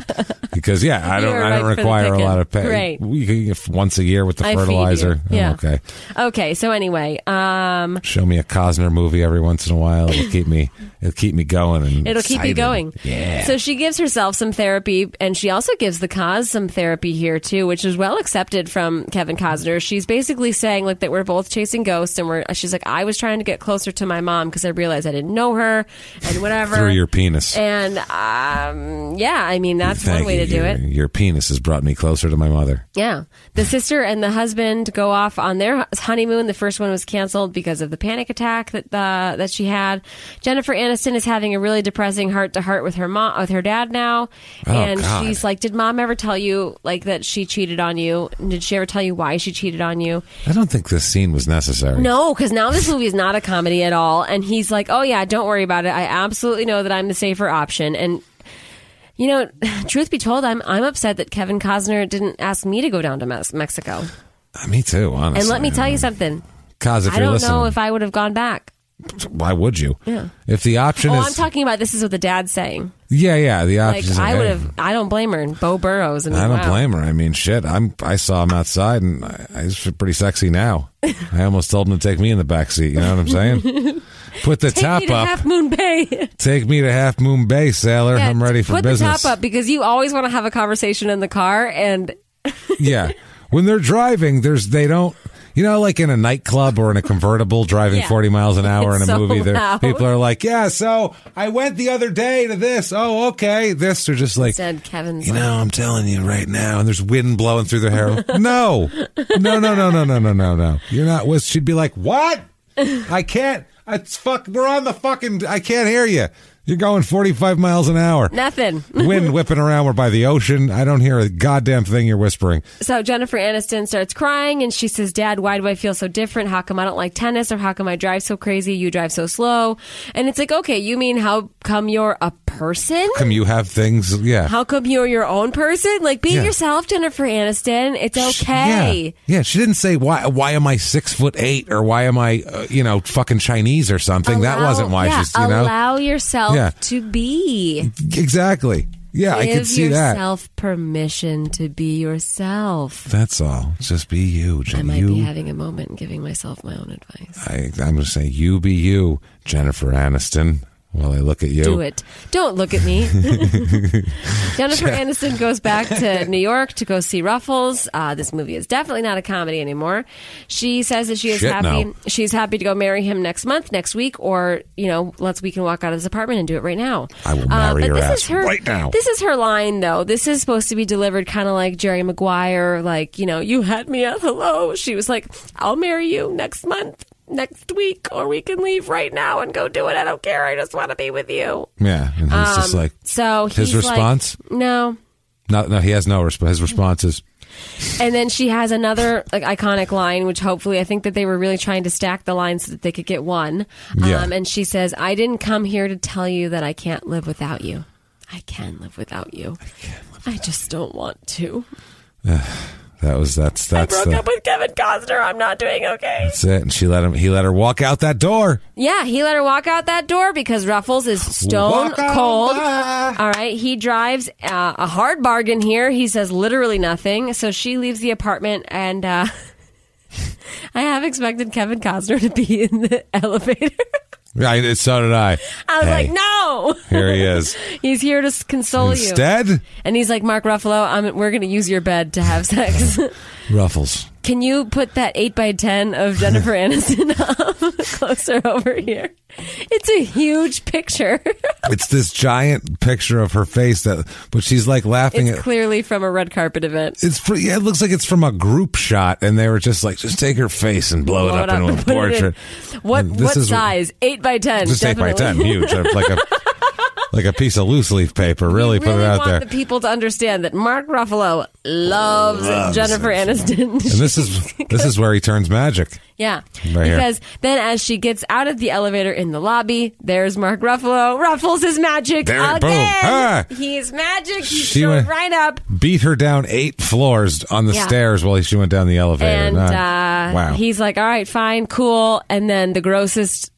[SPEAKER 2] because yeah, I
[SPEAKER 1] You
[SPEAKER 2] don't.
[SPEAKER 1] were
[SPEAKER 2] I don't
[SPEAKER 1] ripe for the
[SPEAKER 2] require a
[SPEAKER 1] picking.
[SPEAKER 2] lot of pay.
[SPEAKER 1] Great.
[SPEAKER 2] We can if once a year with the
[SPEAKER 1] I feed you.
[SPEAKER 2] fertilizer. Oh,
[SPEAKER 1] Yeah.
[SPEAKER 2] okay,
[SPEAKER 1] Okay, so anyway, um,
[SPEAKER 2] show me a Cosner movie every once in a while. It'll keep me. It'll keep me going and
[SPEAKER 1] it'll keep you
[SPEAKER 2] excited.
[SPEAKER 1] going.
[SPEAKER 2] Yeah.
[SPEAKER 1] So she gives herself some therapy, and she also gives the cause some therapy here too, which is well accepted from Kevin Costner. She's basically saying like that we're both chasing ghosts, and we're she's like I was trying to get closer to my mom because I realized I didn't know her, and whatever
[SPEAKER 2] through your penis.
[SPEAKER 1] And um, yeah, I mean that's
[SPEAKER 2] Thank
[SPEAKER 1] one way
[SPEAKER 2] you.
[SPEAKER 1] to do
[SPEAKER 2] Your-
[SPEAKER 1] it.
[SPEAKER 2] Your penis has brought me closer to my mother.
[SPEAKER 1] Yeah. The sister and the husband go off on their hu- honeymoon. The first one was canceled because of the panic attack that uh, that she had. Jennifer Aniston is having a really depressing heart to heart with her mom with her dad now. and
[SPEAKER 2] God.
[SPEAKER 1] she's like, "Did mom ever tell you like that she cheated on you? And Did she ever tell you why she cheated on you?"
[SPEAKER 2] I don't think this scene was necessary.
[SPEAKER 1] No, because now this movie is not a comedy at all. And he's like, oh, yeah, don't worry about it. I absolutely know that I'm the safer option. And, you know, truth be told, I'm, I'm upset that Kevin Costner didn't ask me to go down to Mes- Mexico.
[SPEAKER 2] Uh, me too. Honestly,
[SPEAKER 1] And let me tell you something.
[SPEAKER 2] Cos, if
[SPEAKER 1] I
[SPEAKER 2] you're
[SPEAKER 1] don't
[SPEAKER 2] listening,
[SPEAKER 1] know if I would have gone back.
[SPEAKER 2] why would you? Yeah. If the option
[SPEAKER 1] Oh,
[SPEAKER 2] is
[SPEAKER 1] I'm talking about this is what the dad's saying.
[SPEAKER 2] yeah, yeah, the
[SPEAKER 1] Like,
[SPEAKER 2] option is
[SPEAKER 1] I
[SPEAKER 2] hey,
[SPEAKER 1] would have, I don't blame her. And Bo Burrows. And
[SPEAKER 2] I don't
[SPEAKER 1] wow.
[SPEAKER 2] blame her. I mean, shit. I'm. I saw him outside, and I, I he's pretty sexy now. I almost told him to take me in the back seat. You know what I'm saying? Put the
[SPEAKER 1] Take
[SPEAKER 2] top
[SPEAKER 1] me to
[SPEAKER 2] up.
[SPEAKER 1] Half Moon Bay.
[SPEAKER 2] take me to Half Moon Bay, sailor.
[SPEAKER 1] Yeah,
[SPEAKER 2] I'm ready for
[SPEAKER 1] Put
[SPEAKER 2] business.
[SPEAKER 1] the top up because you always want to have a conversation in the car. And
[SPEAKER 2] yeah. When they're driving, there's they don't. You know, like in a nightclub or in a convertible driving
[SPEAKER 1] Yeah.
[SPEAKER 2] 40 miles an hour in a
[SPEAKER 1] It's so
[SPEAKER 2] movie, there
[SPEAKER 1] loud.
[SPEAKER 2] people are like, "Yeah, so I went the other day to this. Oh, okay, this." They're just like,
[SPEAKER 1] said Kevin's
[SPEAKER 2] You
[SPEAKER 1] like,
[SPEAKER 2] know, I'm telling you right now, and there's wind blowing through their hair. No, no, no, no, no, no, no, no, no. You're not. Was she'd be like, what? I can't. It's fuck. We're on the fucking. I can't hear you. You're going 45 miles an hour.
[SPEAKER 1] nothing.
[SPEAKER 2] Wind whipping around. We're by the ocean. I don't hear a goddamn thing you're whispering.
[SPEAKER 1] So Jennifer Aniston starts crying and she says, Dad, why do I feel so different? How come I don't like tennis? Or how come I drive so crazy? You drive so slow. And it's like, okay, you mean how come you're a person?
[SPEAKER 2] Come, you have things. Yeah.
[SPEAKER 1] How come you're your own person? Like, be
[SPEAKER 2] Yeah.
[SPEAKER 1] yourself, Jennifer Aniston. It's okay.
[SPEAKER 2] Yeah. yeah, she didn't say why. Why am I six foot eight, or why am I, uh, you know, fucking Chinese or something? that
[SPEAKER 1] Allow-
[SPEAKER 2] wasn't why
[SPEAKER 1] yeah,
[SPEAKER 2] she's, you know,
[SPEAKER 1] Allow yourself
[SPEAKER 2] Yeah.
[SPEAKER 1] to be.
[SPEAKER 2] exactly. Yeah, I
[SPEAKER 1] Give
[SPEAKER 2] could see that.
[SPEAKER 1] yourself permission to be yourself.
[SPEAKER 2] That's all. Just be you,
[SPEAKER 1] I
[SPEAKER 2] Jen.
[SPEAKER 1] might
[SPEAKER 2] You,
[SPEAKER 1] be having a moment and giving myself my own advice.
[SPEAKER 2] I, I'm going to say, you be you, Jennifer Aniston. While I look at you,
[SPEAKER 1] do it. Don't look at me. Jennifer Aniston goes back to New York to go see Ruffles. Uh, this movie is definitely not a comedy anymore. She says that she is
[SPEAKER 2] Shit,
[SPEAKER 1] happy.
[SPEAKER 2] no.
[SPEAKER 1] She's happy to go marry him next month, next week, or you know, let's we can walk out of this apartment and do it right now.
[SPEAKER 2] I will marry
[SPEAKER 1] Uh, but
[SPEAKER 2] your
[SPEAKER 1] this
[SPEAKER 2] ass
[SPEAKER 1] is her,
[SPEAKER 2] right now.
[SPEAKER 1] This is her line, though. This is supposed to be delivered kind of like Jerry Maguire, like you know, you had me at hello. She was like, I'll marry you next month. Next week, or we can leave right now and go do it. I don't care. I just want to be with you.
[SPEAKER 2] Yeah, and he's just like,
[SPEAKER 1] So
[SPEAKER 2] His
[SPEAKER 1] Um, he's like,
[SPEAKER 2] response?
[SPEAKER 1] no.
[SPEAKER 2] no, no, he has no response. His response is,
[SPEAKER 1] And then she has another like iconic line, which hopefully I think that they were really trying to stack the lines so that they could get one.
[SPEAKER 2] Yeah.
[SPEAKER 1] Um, and she says, "I didn't come here to tell you that I can't live without you. I can live without you. I, just don't want to.
[SPEAKER 2] "That was that's that's
[SPEAKER 1] I broke
[SPEAKER 2] the,
[SPEAKER 1] up with Kevin Costner. I'm not doing okay."
[SPEAKER 2] that's it." And she let him. He let her walk out that door.
[SPEAKER 1] Yeah, he let her walk out that door because Ruffles is stone
[SPEAKER 2] Walk on
[SPEAKER 1] cold.
[SPEAKER 2] by.
[SPEAKER 1] All right, he drives uh, a hard bargain here. He says literally nothing. So she leaves the apartment, and uh, I have expected Kevin Costner to be in the elevator.
[SPEAKER 2] Right? So did I.
[SPEAKER 1] I was
[SPEAKER 2] Hey,
[SPEAKER 1] like, no,
[SPEAKER 2] Here he is.
[SPEAKER 1] he's here to s- console you.
[SPEAKER 2] Instead,
[SPEAKER 1] And he's like, Mark Ruffalo, I'm, we're going to use your bed to have sex.
[SPEAKER 2] Ruffles.
[SPEAKER 1] Can you put that 8 by 10 of Jennifer Aniston up closer over here? It's a huge picture.
[SPEAKER 2] It's this giant picture of her face that, but she's like laughing
[SPEAKER 1] It's
[SPEAKER 2] at.
[SPEAKER 1] clearly from a red carpet event.
[SPEAKER 2] It's pretty, yeah, it looks like it's from a group shot, and they were just like, just take her face and blow,
[SPEAKER 1] Blow
[SPEAKER 2] it up into
[SPEAKER 1] and put
[SPEAKER 2] a
[SPEAKER 1] it in.
[SPEAKER 2] portrait.
[SPEAKER 1] What
[SPEAKER 2] And this
[SPEAKER 1] what
[SPEAKER 2] is-
[SPEAKER 1] size? Eight by ten.
[SPEAKER 2] just eight by ten,
[SPEAKER 1] definitely.
[SPEAKER 2] huge, like a like a piece of loose leaf paper. Really,
[SPEAKER 1] We
[SPEAKER 2] put it out
[SPEAKER 1] want
[SPEAKER 2] there.
[SPEAKER 1] the people to understand that Mark Ruffalo loves, Jennifer
[SPEAKER 2] and
[SPEAKER 1] Aniston.
[SPEAKER 2] this is this is where he turns magic.
[SPEAKER 1] yeah,
[SPEAKER 2] Right here.
[SPEAKER 1] because then as she gets out of the elevator in the lobby, there's Mark Ruffalo ruffles his magic
[SPEAKER 2] There
[SPEAKER 1] again.
[SPEAKER 2] it- boom. Ah.
[SPEAKER 1] He's magic. He
[SPEAKER 2] She
[SPEAKER 1] showed
[SPEAKER 2] went-
[SPEAKER 1] right up,
[SPEAKER 2] Beat her down eight floors on the
[SPEAKER 1] Yeah.
[SPEAKER 2] stairs while she went down the elevator.
[SPEAKER 1] and
[SPEAKER 2] Not-
[SPEAKER 1] uh,
[SPEAKER 2] wow,
[SPEAKER 1] he's like, "All right, fine, cool." And then the grossest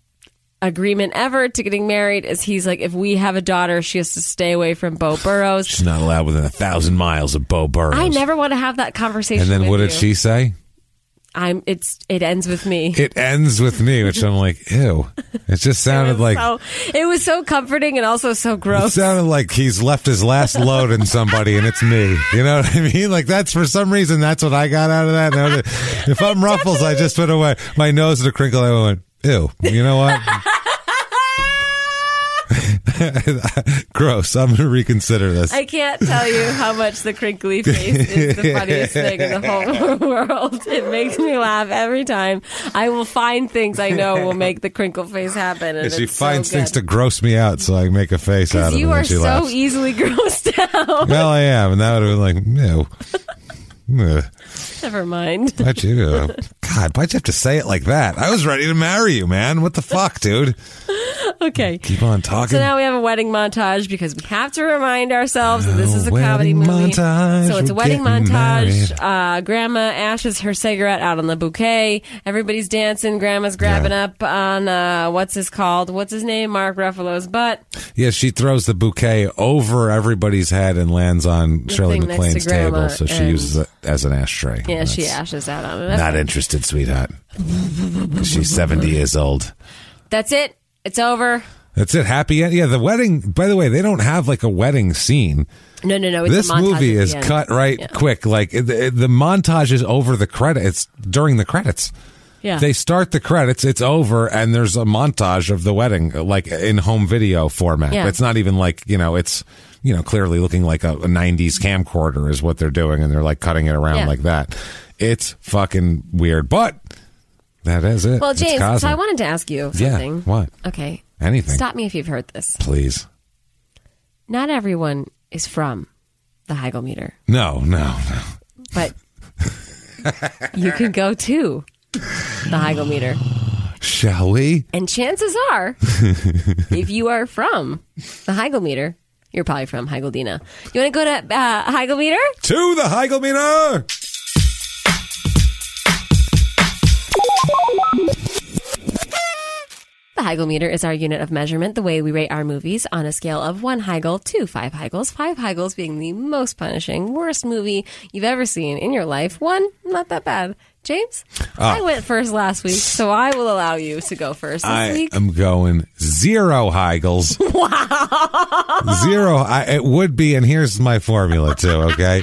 [SPEAKER 1] agreement ever to getting married is he's like, "If we have a daughter, she has to stay away from Bo Burrows."
[SPEAKER 2] she's not allowed within a thousand miles of Bo Burrows.
[SPEAKER 1] I never want to have that conversation.
[SPEAKER 2] And then
[SPEAKER 1] with
[SPEAKER 2] what
[SPEAKER 1] you.
[SPEAKER 2] did she say?
[SPEAKER 1] I'm. It's. It ends with me.
[SPEAKER 2] It ends with me, which I'm like, ew. It just sounded like
[SPEAKER 1] so, it was so comforting and also so
[SPEAKER 2] It
[SPEAKER 1] gross.
[SPEAKER 2] sounded like he's left his last load in somebody, and it's me. You know what I mean? Like that's for some reason that's what I got out of that. And I was- If I'm Ruffles, I just went away. My nose did a crinkle. I went, ew. You know what? Gross. I'm gonna reconsider this.
[SPEAKER 1] I can't tell you how much the crinkly face is the funniest thing in the whole world. It makes me laugh every time. I will find things I know will make the crinkle face happen. And
[SPEAKER 2] And she
[SPEAKER 1] it's
[SPEAKER 2] finds
[SPEAKER 1] so
[SPEAKER 2] things to
[SPEAKER 1] good.
[SPEAKER 2] gross me out, so I make a face out of it.
[SPEAKER 1] You
[SPEAKER 2] and
[SPEAKER 1] are
[SPEAKER 2] she
[SPEAKER 1] so
[SPEAKER 2] laughs.
[SPEAKER 1] easily grossed out.
[SPEAKER 2] well, I am, and that would have been like, ew. Ugh.
[SPEAKER 1] Never mind.
[SPEAKER 2] Why'd you, uh, God, why'd you have to say it like that? I was ready to marry you, man. What the fuck, dude?
[SPEAKER 1] Okay.
[SPEAKER 2] Keep on talking.
[SPEAKER 1] So now we have a wedding montage because we have to remind ourselves that this is a
[SPEAKER 2] Wedding
[SPEAKER 1] comedy movie.
[SPEAKER 2] montage,
[SPEAKER 1] so it's a
[SPEAKER 2] we're
[SPEAKER 1] wedding
[SPEAKER 2] getting
[SPEAKER 1] montage. Uh, Grandma ashes her cigarette out on the bouquet. Everybody's dancing. Grandma's grabbing up on uh, what's his called? What's his name? Mark Ruffalo's butt.
[SPEAKER 2] yeah, she throws the bouquet over everybody's head and lands on Shirley
[SPEAKER 1] thing next
[SPEAKER 2] MacLaine's
[SPEAKER 1] to Grandma,
[SPEAKER 2] table, so she
[SPEAKER 1] and-
[SPEAKER 2] uses it as an ashtray.
[SPEAKER 1] Yeah,
[SPEAKER 2] That's
[SPEAKER 1] she ashes out on it. That's,
[SPEAKER 2] Not interested, sweetheart. She's 70 years old.
[SPEAKER 1] that's it. It's over.
[SPEAKER 2] That's it. Happy end. Yeah, the wedding, by the way, they don't have like a wedding scene.
[SPEAKER 1] No, no, no. It's
[SPEAKER 2] this
[SPEAKER 1] a montage
[SPEAKER 2] movie
[SPEAKER 1] at the
[SPEAKER 2] is
[SPEAKER 1] end.
[SPEAKER 2] cut right
[SPEAKER 1] Yeah.
[SPEAKER 2] quick. Like it, it- the montage is over the credit. It's during the credits.
[SPEAKER 1] Yeah.
[SPEAKER 2] They start the credits, it's over, and there's a montage of the wedding, like in home video format.
[SPEAKER 1] Yeah.
[SPEAKER 2] It's not even like, you know, it's, you know, clearly looking like a, a 90s camcorder is what they're doing, and they're like cutting it around
[SPEAKER 1] Yeah.
[SPEAKER 2] like that. It's fucking weird, but that is it.
[SPEAKER 1] well,
[SPEAKER 2] It's
[SPEAKER 1] James, so
[SPEAKER 2] cosmic.
[SPEAKER 1] I wanted to ask you
[SPEAKER 2] Yeah,
[SPEAKER 1] something.
[SPEAKER 2] what?
[SPEAKER 1] Okay.
[SPEAKER 2] Anything.
[SPEAKER 1] Stop me if you've heard this.
[SPEAKER 2] Please.
[SPEAKER 1] Not everyone is from the Heigl meter.
[SPEAKER 2] No, no, no.
[SPEAKER 1] but you can go to the Heigl meter.
[SPEAKER 2] Shall we?
[SPEAKER 1] And chances are, if you are from the Heigl meter, you're probably from Heigeldina. You want to go to uh, Heigl meter?
[SPEAKER 2] To the Heigl Meter!
[SPEAKER 1] The Heigl meter is our unit of measurement, the way we rate our movies on a scale of one Heigl to five Heigls. Five Heigls being the most punishing, worst movie you've ever seen in your life. One, not that bad. James,
[SPEAKER 2] Ah.
[SPEAKER 1] I went first last week, so I will allow you to go first this
[SPEAKER 2] I
[SPEAKER 1] week.
[SPEAKER 2] am going zero Heigels. Wow. Zero. I, it would be, and here's my formula too, okay?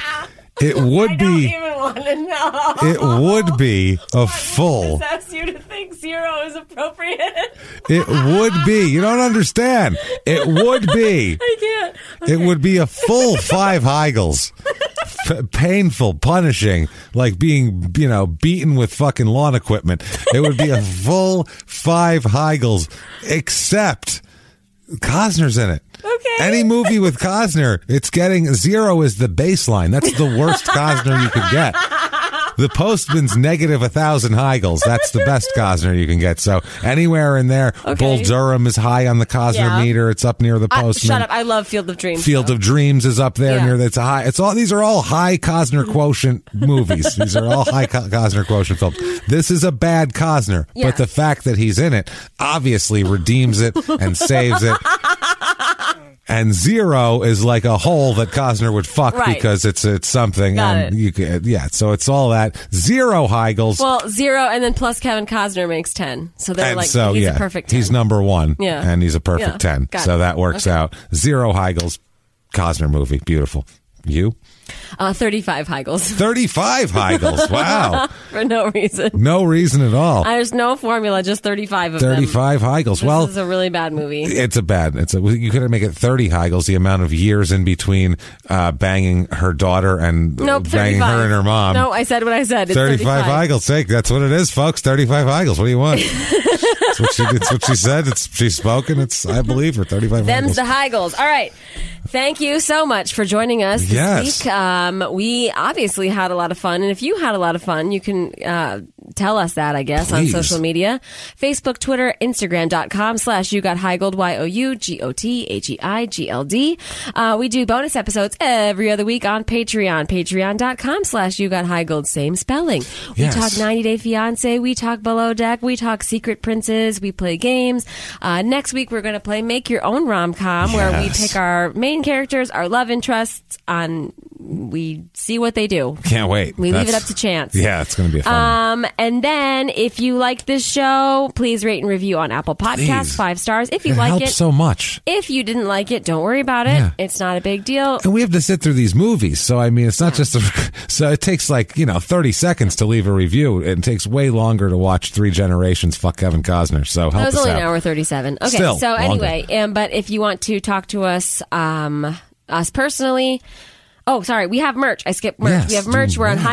[SPEAKER 2] It would be,
[SPEAKER 1] even want to know.
[SPEAKER 2] it would be a full.
[SPEAKER 1] asks you to think zero is appropriate.
[SPEAKER 2] It would be, you don't understand. It would be,
[SPEAKER 1] I can't.
[SPEAKER 2] it would be a full five Heigels. F- painful, punishing, like being, you know, beaten with fucking lawn equipment. It would be a full five Heigels, except Cosner's in it.
[SPEAKER 1] Okay.
[SPEAKER 2] Any movie with Cosner, it's getting zero is the baseline. That's the worst Cosner you could get. The postman's negative a thousand Heigels. That's the best Cosner you can get. So anywhere in there, Bull Durham is high on the Cosner
[SPEAKER 1] Yeah.
[SPEAKER 2] meter. It's up near the
[SPEAKER 1] I,
[SPEAKER 2] postman.
[SPEAKER 1] shut up. I love Field of Dreams.
[SPEAKER 2] Field of Dreams is up there
[SPEAKER 1] Yeah.
[SPEAKER 2] near that's a high. It's all these are all high Cosner quotient movies. These are all high Co- Cosner quotient films. This is a bad Cosner,
[SPEAKER 1] Yeah.
[SPEAKER 2] but the fact that he's in it obviously redeems it and saves it. And zero is like a hole that Cosner would fuck
[SPEAKER 1] Right.
[SPEAKER 2] because it's it's something.
[SPEAKER 1] Got
[SPEAKER 2] and
[SPEAKER 1] it.
[SPEAKER 2] you can, yeah, so it's all that zero Heigels.
[SPEAKER 1] Well, zero and then plus Kevin Cosner makes 10. So they're
[SPEAKER 2] and
[SPEAKER 1] like,
[SPEAKER 2] so
[SPEAKER 1] he's
[SPEAKER 2] yeah,
[SPEAKER 1] a perfect 10.
[SPEAKER 2] he's number one.
[SPEAKER 1] Yeah.
[SPEAKER 2] and he's a perfect
[SPEAKER 1] Yeah.
[SPEAKER 2] ten.
[SPEAKER 1] Got
[SPEAKER 2] so
[SPEAKER 1] it.
[SPEAKER 2] that works out. Zero Heigels, Cosner movie, beautiful. You
[SPEAKER 1] uh, 35 Heigls
[SPEAKER 2] thirty-five Heigels. Wow,
[SPEAKER 1] for no reason.
[SPEAKER 2] no reason at all.
[SPEAKER 1] There's no formula, just 35 of them.
[SPEAKER 2] Thirty-five Heigels.
[SPEAKER 1] This
[SPEAKER 2] Well.
[SPEAKER 1] is a really bad movie.
[SPEAKER 2] It's a bad. It's a. You could make it thirty Heigels, the amount of years in between uh, banging her daughter and
[SPEAKER 1] Nope,
[SPEAKER 2] banging
[SPEAKER 1] 35.
[SPEAKER 2] her and her mom.
[SPEAKER 1] No, I said what I said. It's
[SPEAKER 2] 35 Heigels. Take that's what it is, folks. 35 Heigels. What do you want? That's what she. It's what she said. It's she's spoken. It's I believe her. Thirty five.
[SPEAKER 1] Them's the high goals. All right. Thank you so much for joining us this
[SPEAKER 2] Yes.
[SPEAKER 1] week. Um, we obviously had a lot of fun, and if you had a lot of fun, you can uh, tell us that, I guess,
[SPEAKER 2] Please.
[SPEAKER 1] on social media Facebook, Twitter, Instagram.com slash you got high gold, Y O U G O T H E I G L D. Uh, we do bonus episodes every other week on Patreon, patreon.com slash you got high gold, same spelling. We
[SPEAKER 2] Yes.
[SPEAKER 1] talk 90 Day Fiance, we talk Below Deck, we talk Secret Princes, we play games. Uh, next week, we're going to play Make Your Own Rom Com, where we
[SPEAKER 2] Yes.
[SPEAKER 1] pick our main characters, our love interests, on we see what they do.
[SPEAKER 2] Can't wait.
[SPEAKER 1] We leave it
[SPEAKER 2] That's-
[SPEAKER 1] up to chance.
[SPEAKER 2] Yeah, it's going to be a fun. one.
[SPEAKER 1] Um, and then if you like this show, please rate and review on Apple Podcasts,
[SPEAKER 2] Please.
[SPEAKER 1] five stars. If you
[SPEAKER 2] it
[SPEAKER 1] like
[SPEAKER 2] helps
[SPEAKER 1] it,
[SPEAKER 2] so much.
[SPEAKER 1] if you didn't like it, don't worry about it.
[SPEAKER 2] Yeah.
[SPEAKER 1] It's not a big deal.
[SPEAKER 2] And we have to sit through these movies, so I mean, it's not just a, so it takes like you know thirty seconds to leave a review, and it takes way longer to watch Three Generations. Fuck Kevin Costner. So help
[SPEAKER 1] That was
[SPEAKER 2] us
[SPEAKER 1] only
[SPEAKER 2] out.
[SPEAKER 1] an hour thirty-seven. Okay,
[SPEAKER 2] Still
[SPEAKER 1] so
[SPEAKER 2] longer.
[SPEAKER 1] anyway, um, but if you want to talk to us, um, us personally. Oh, sorry. We have merch. I skipped merch.
[SPEAKER 2] Yes,
[SPEAKER 1] we have merch.
[SPEAKER 2] do
[SPEAKER 1] We're on
[SPEAKER 2] that.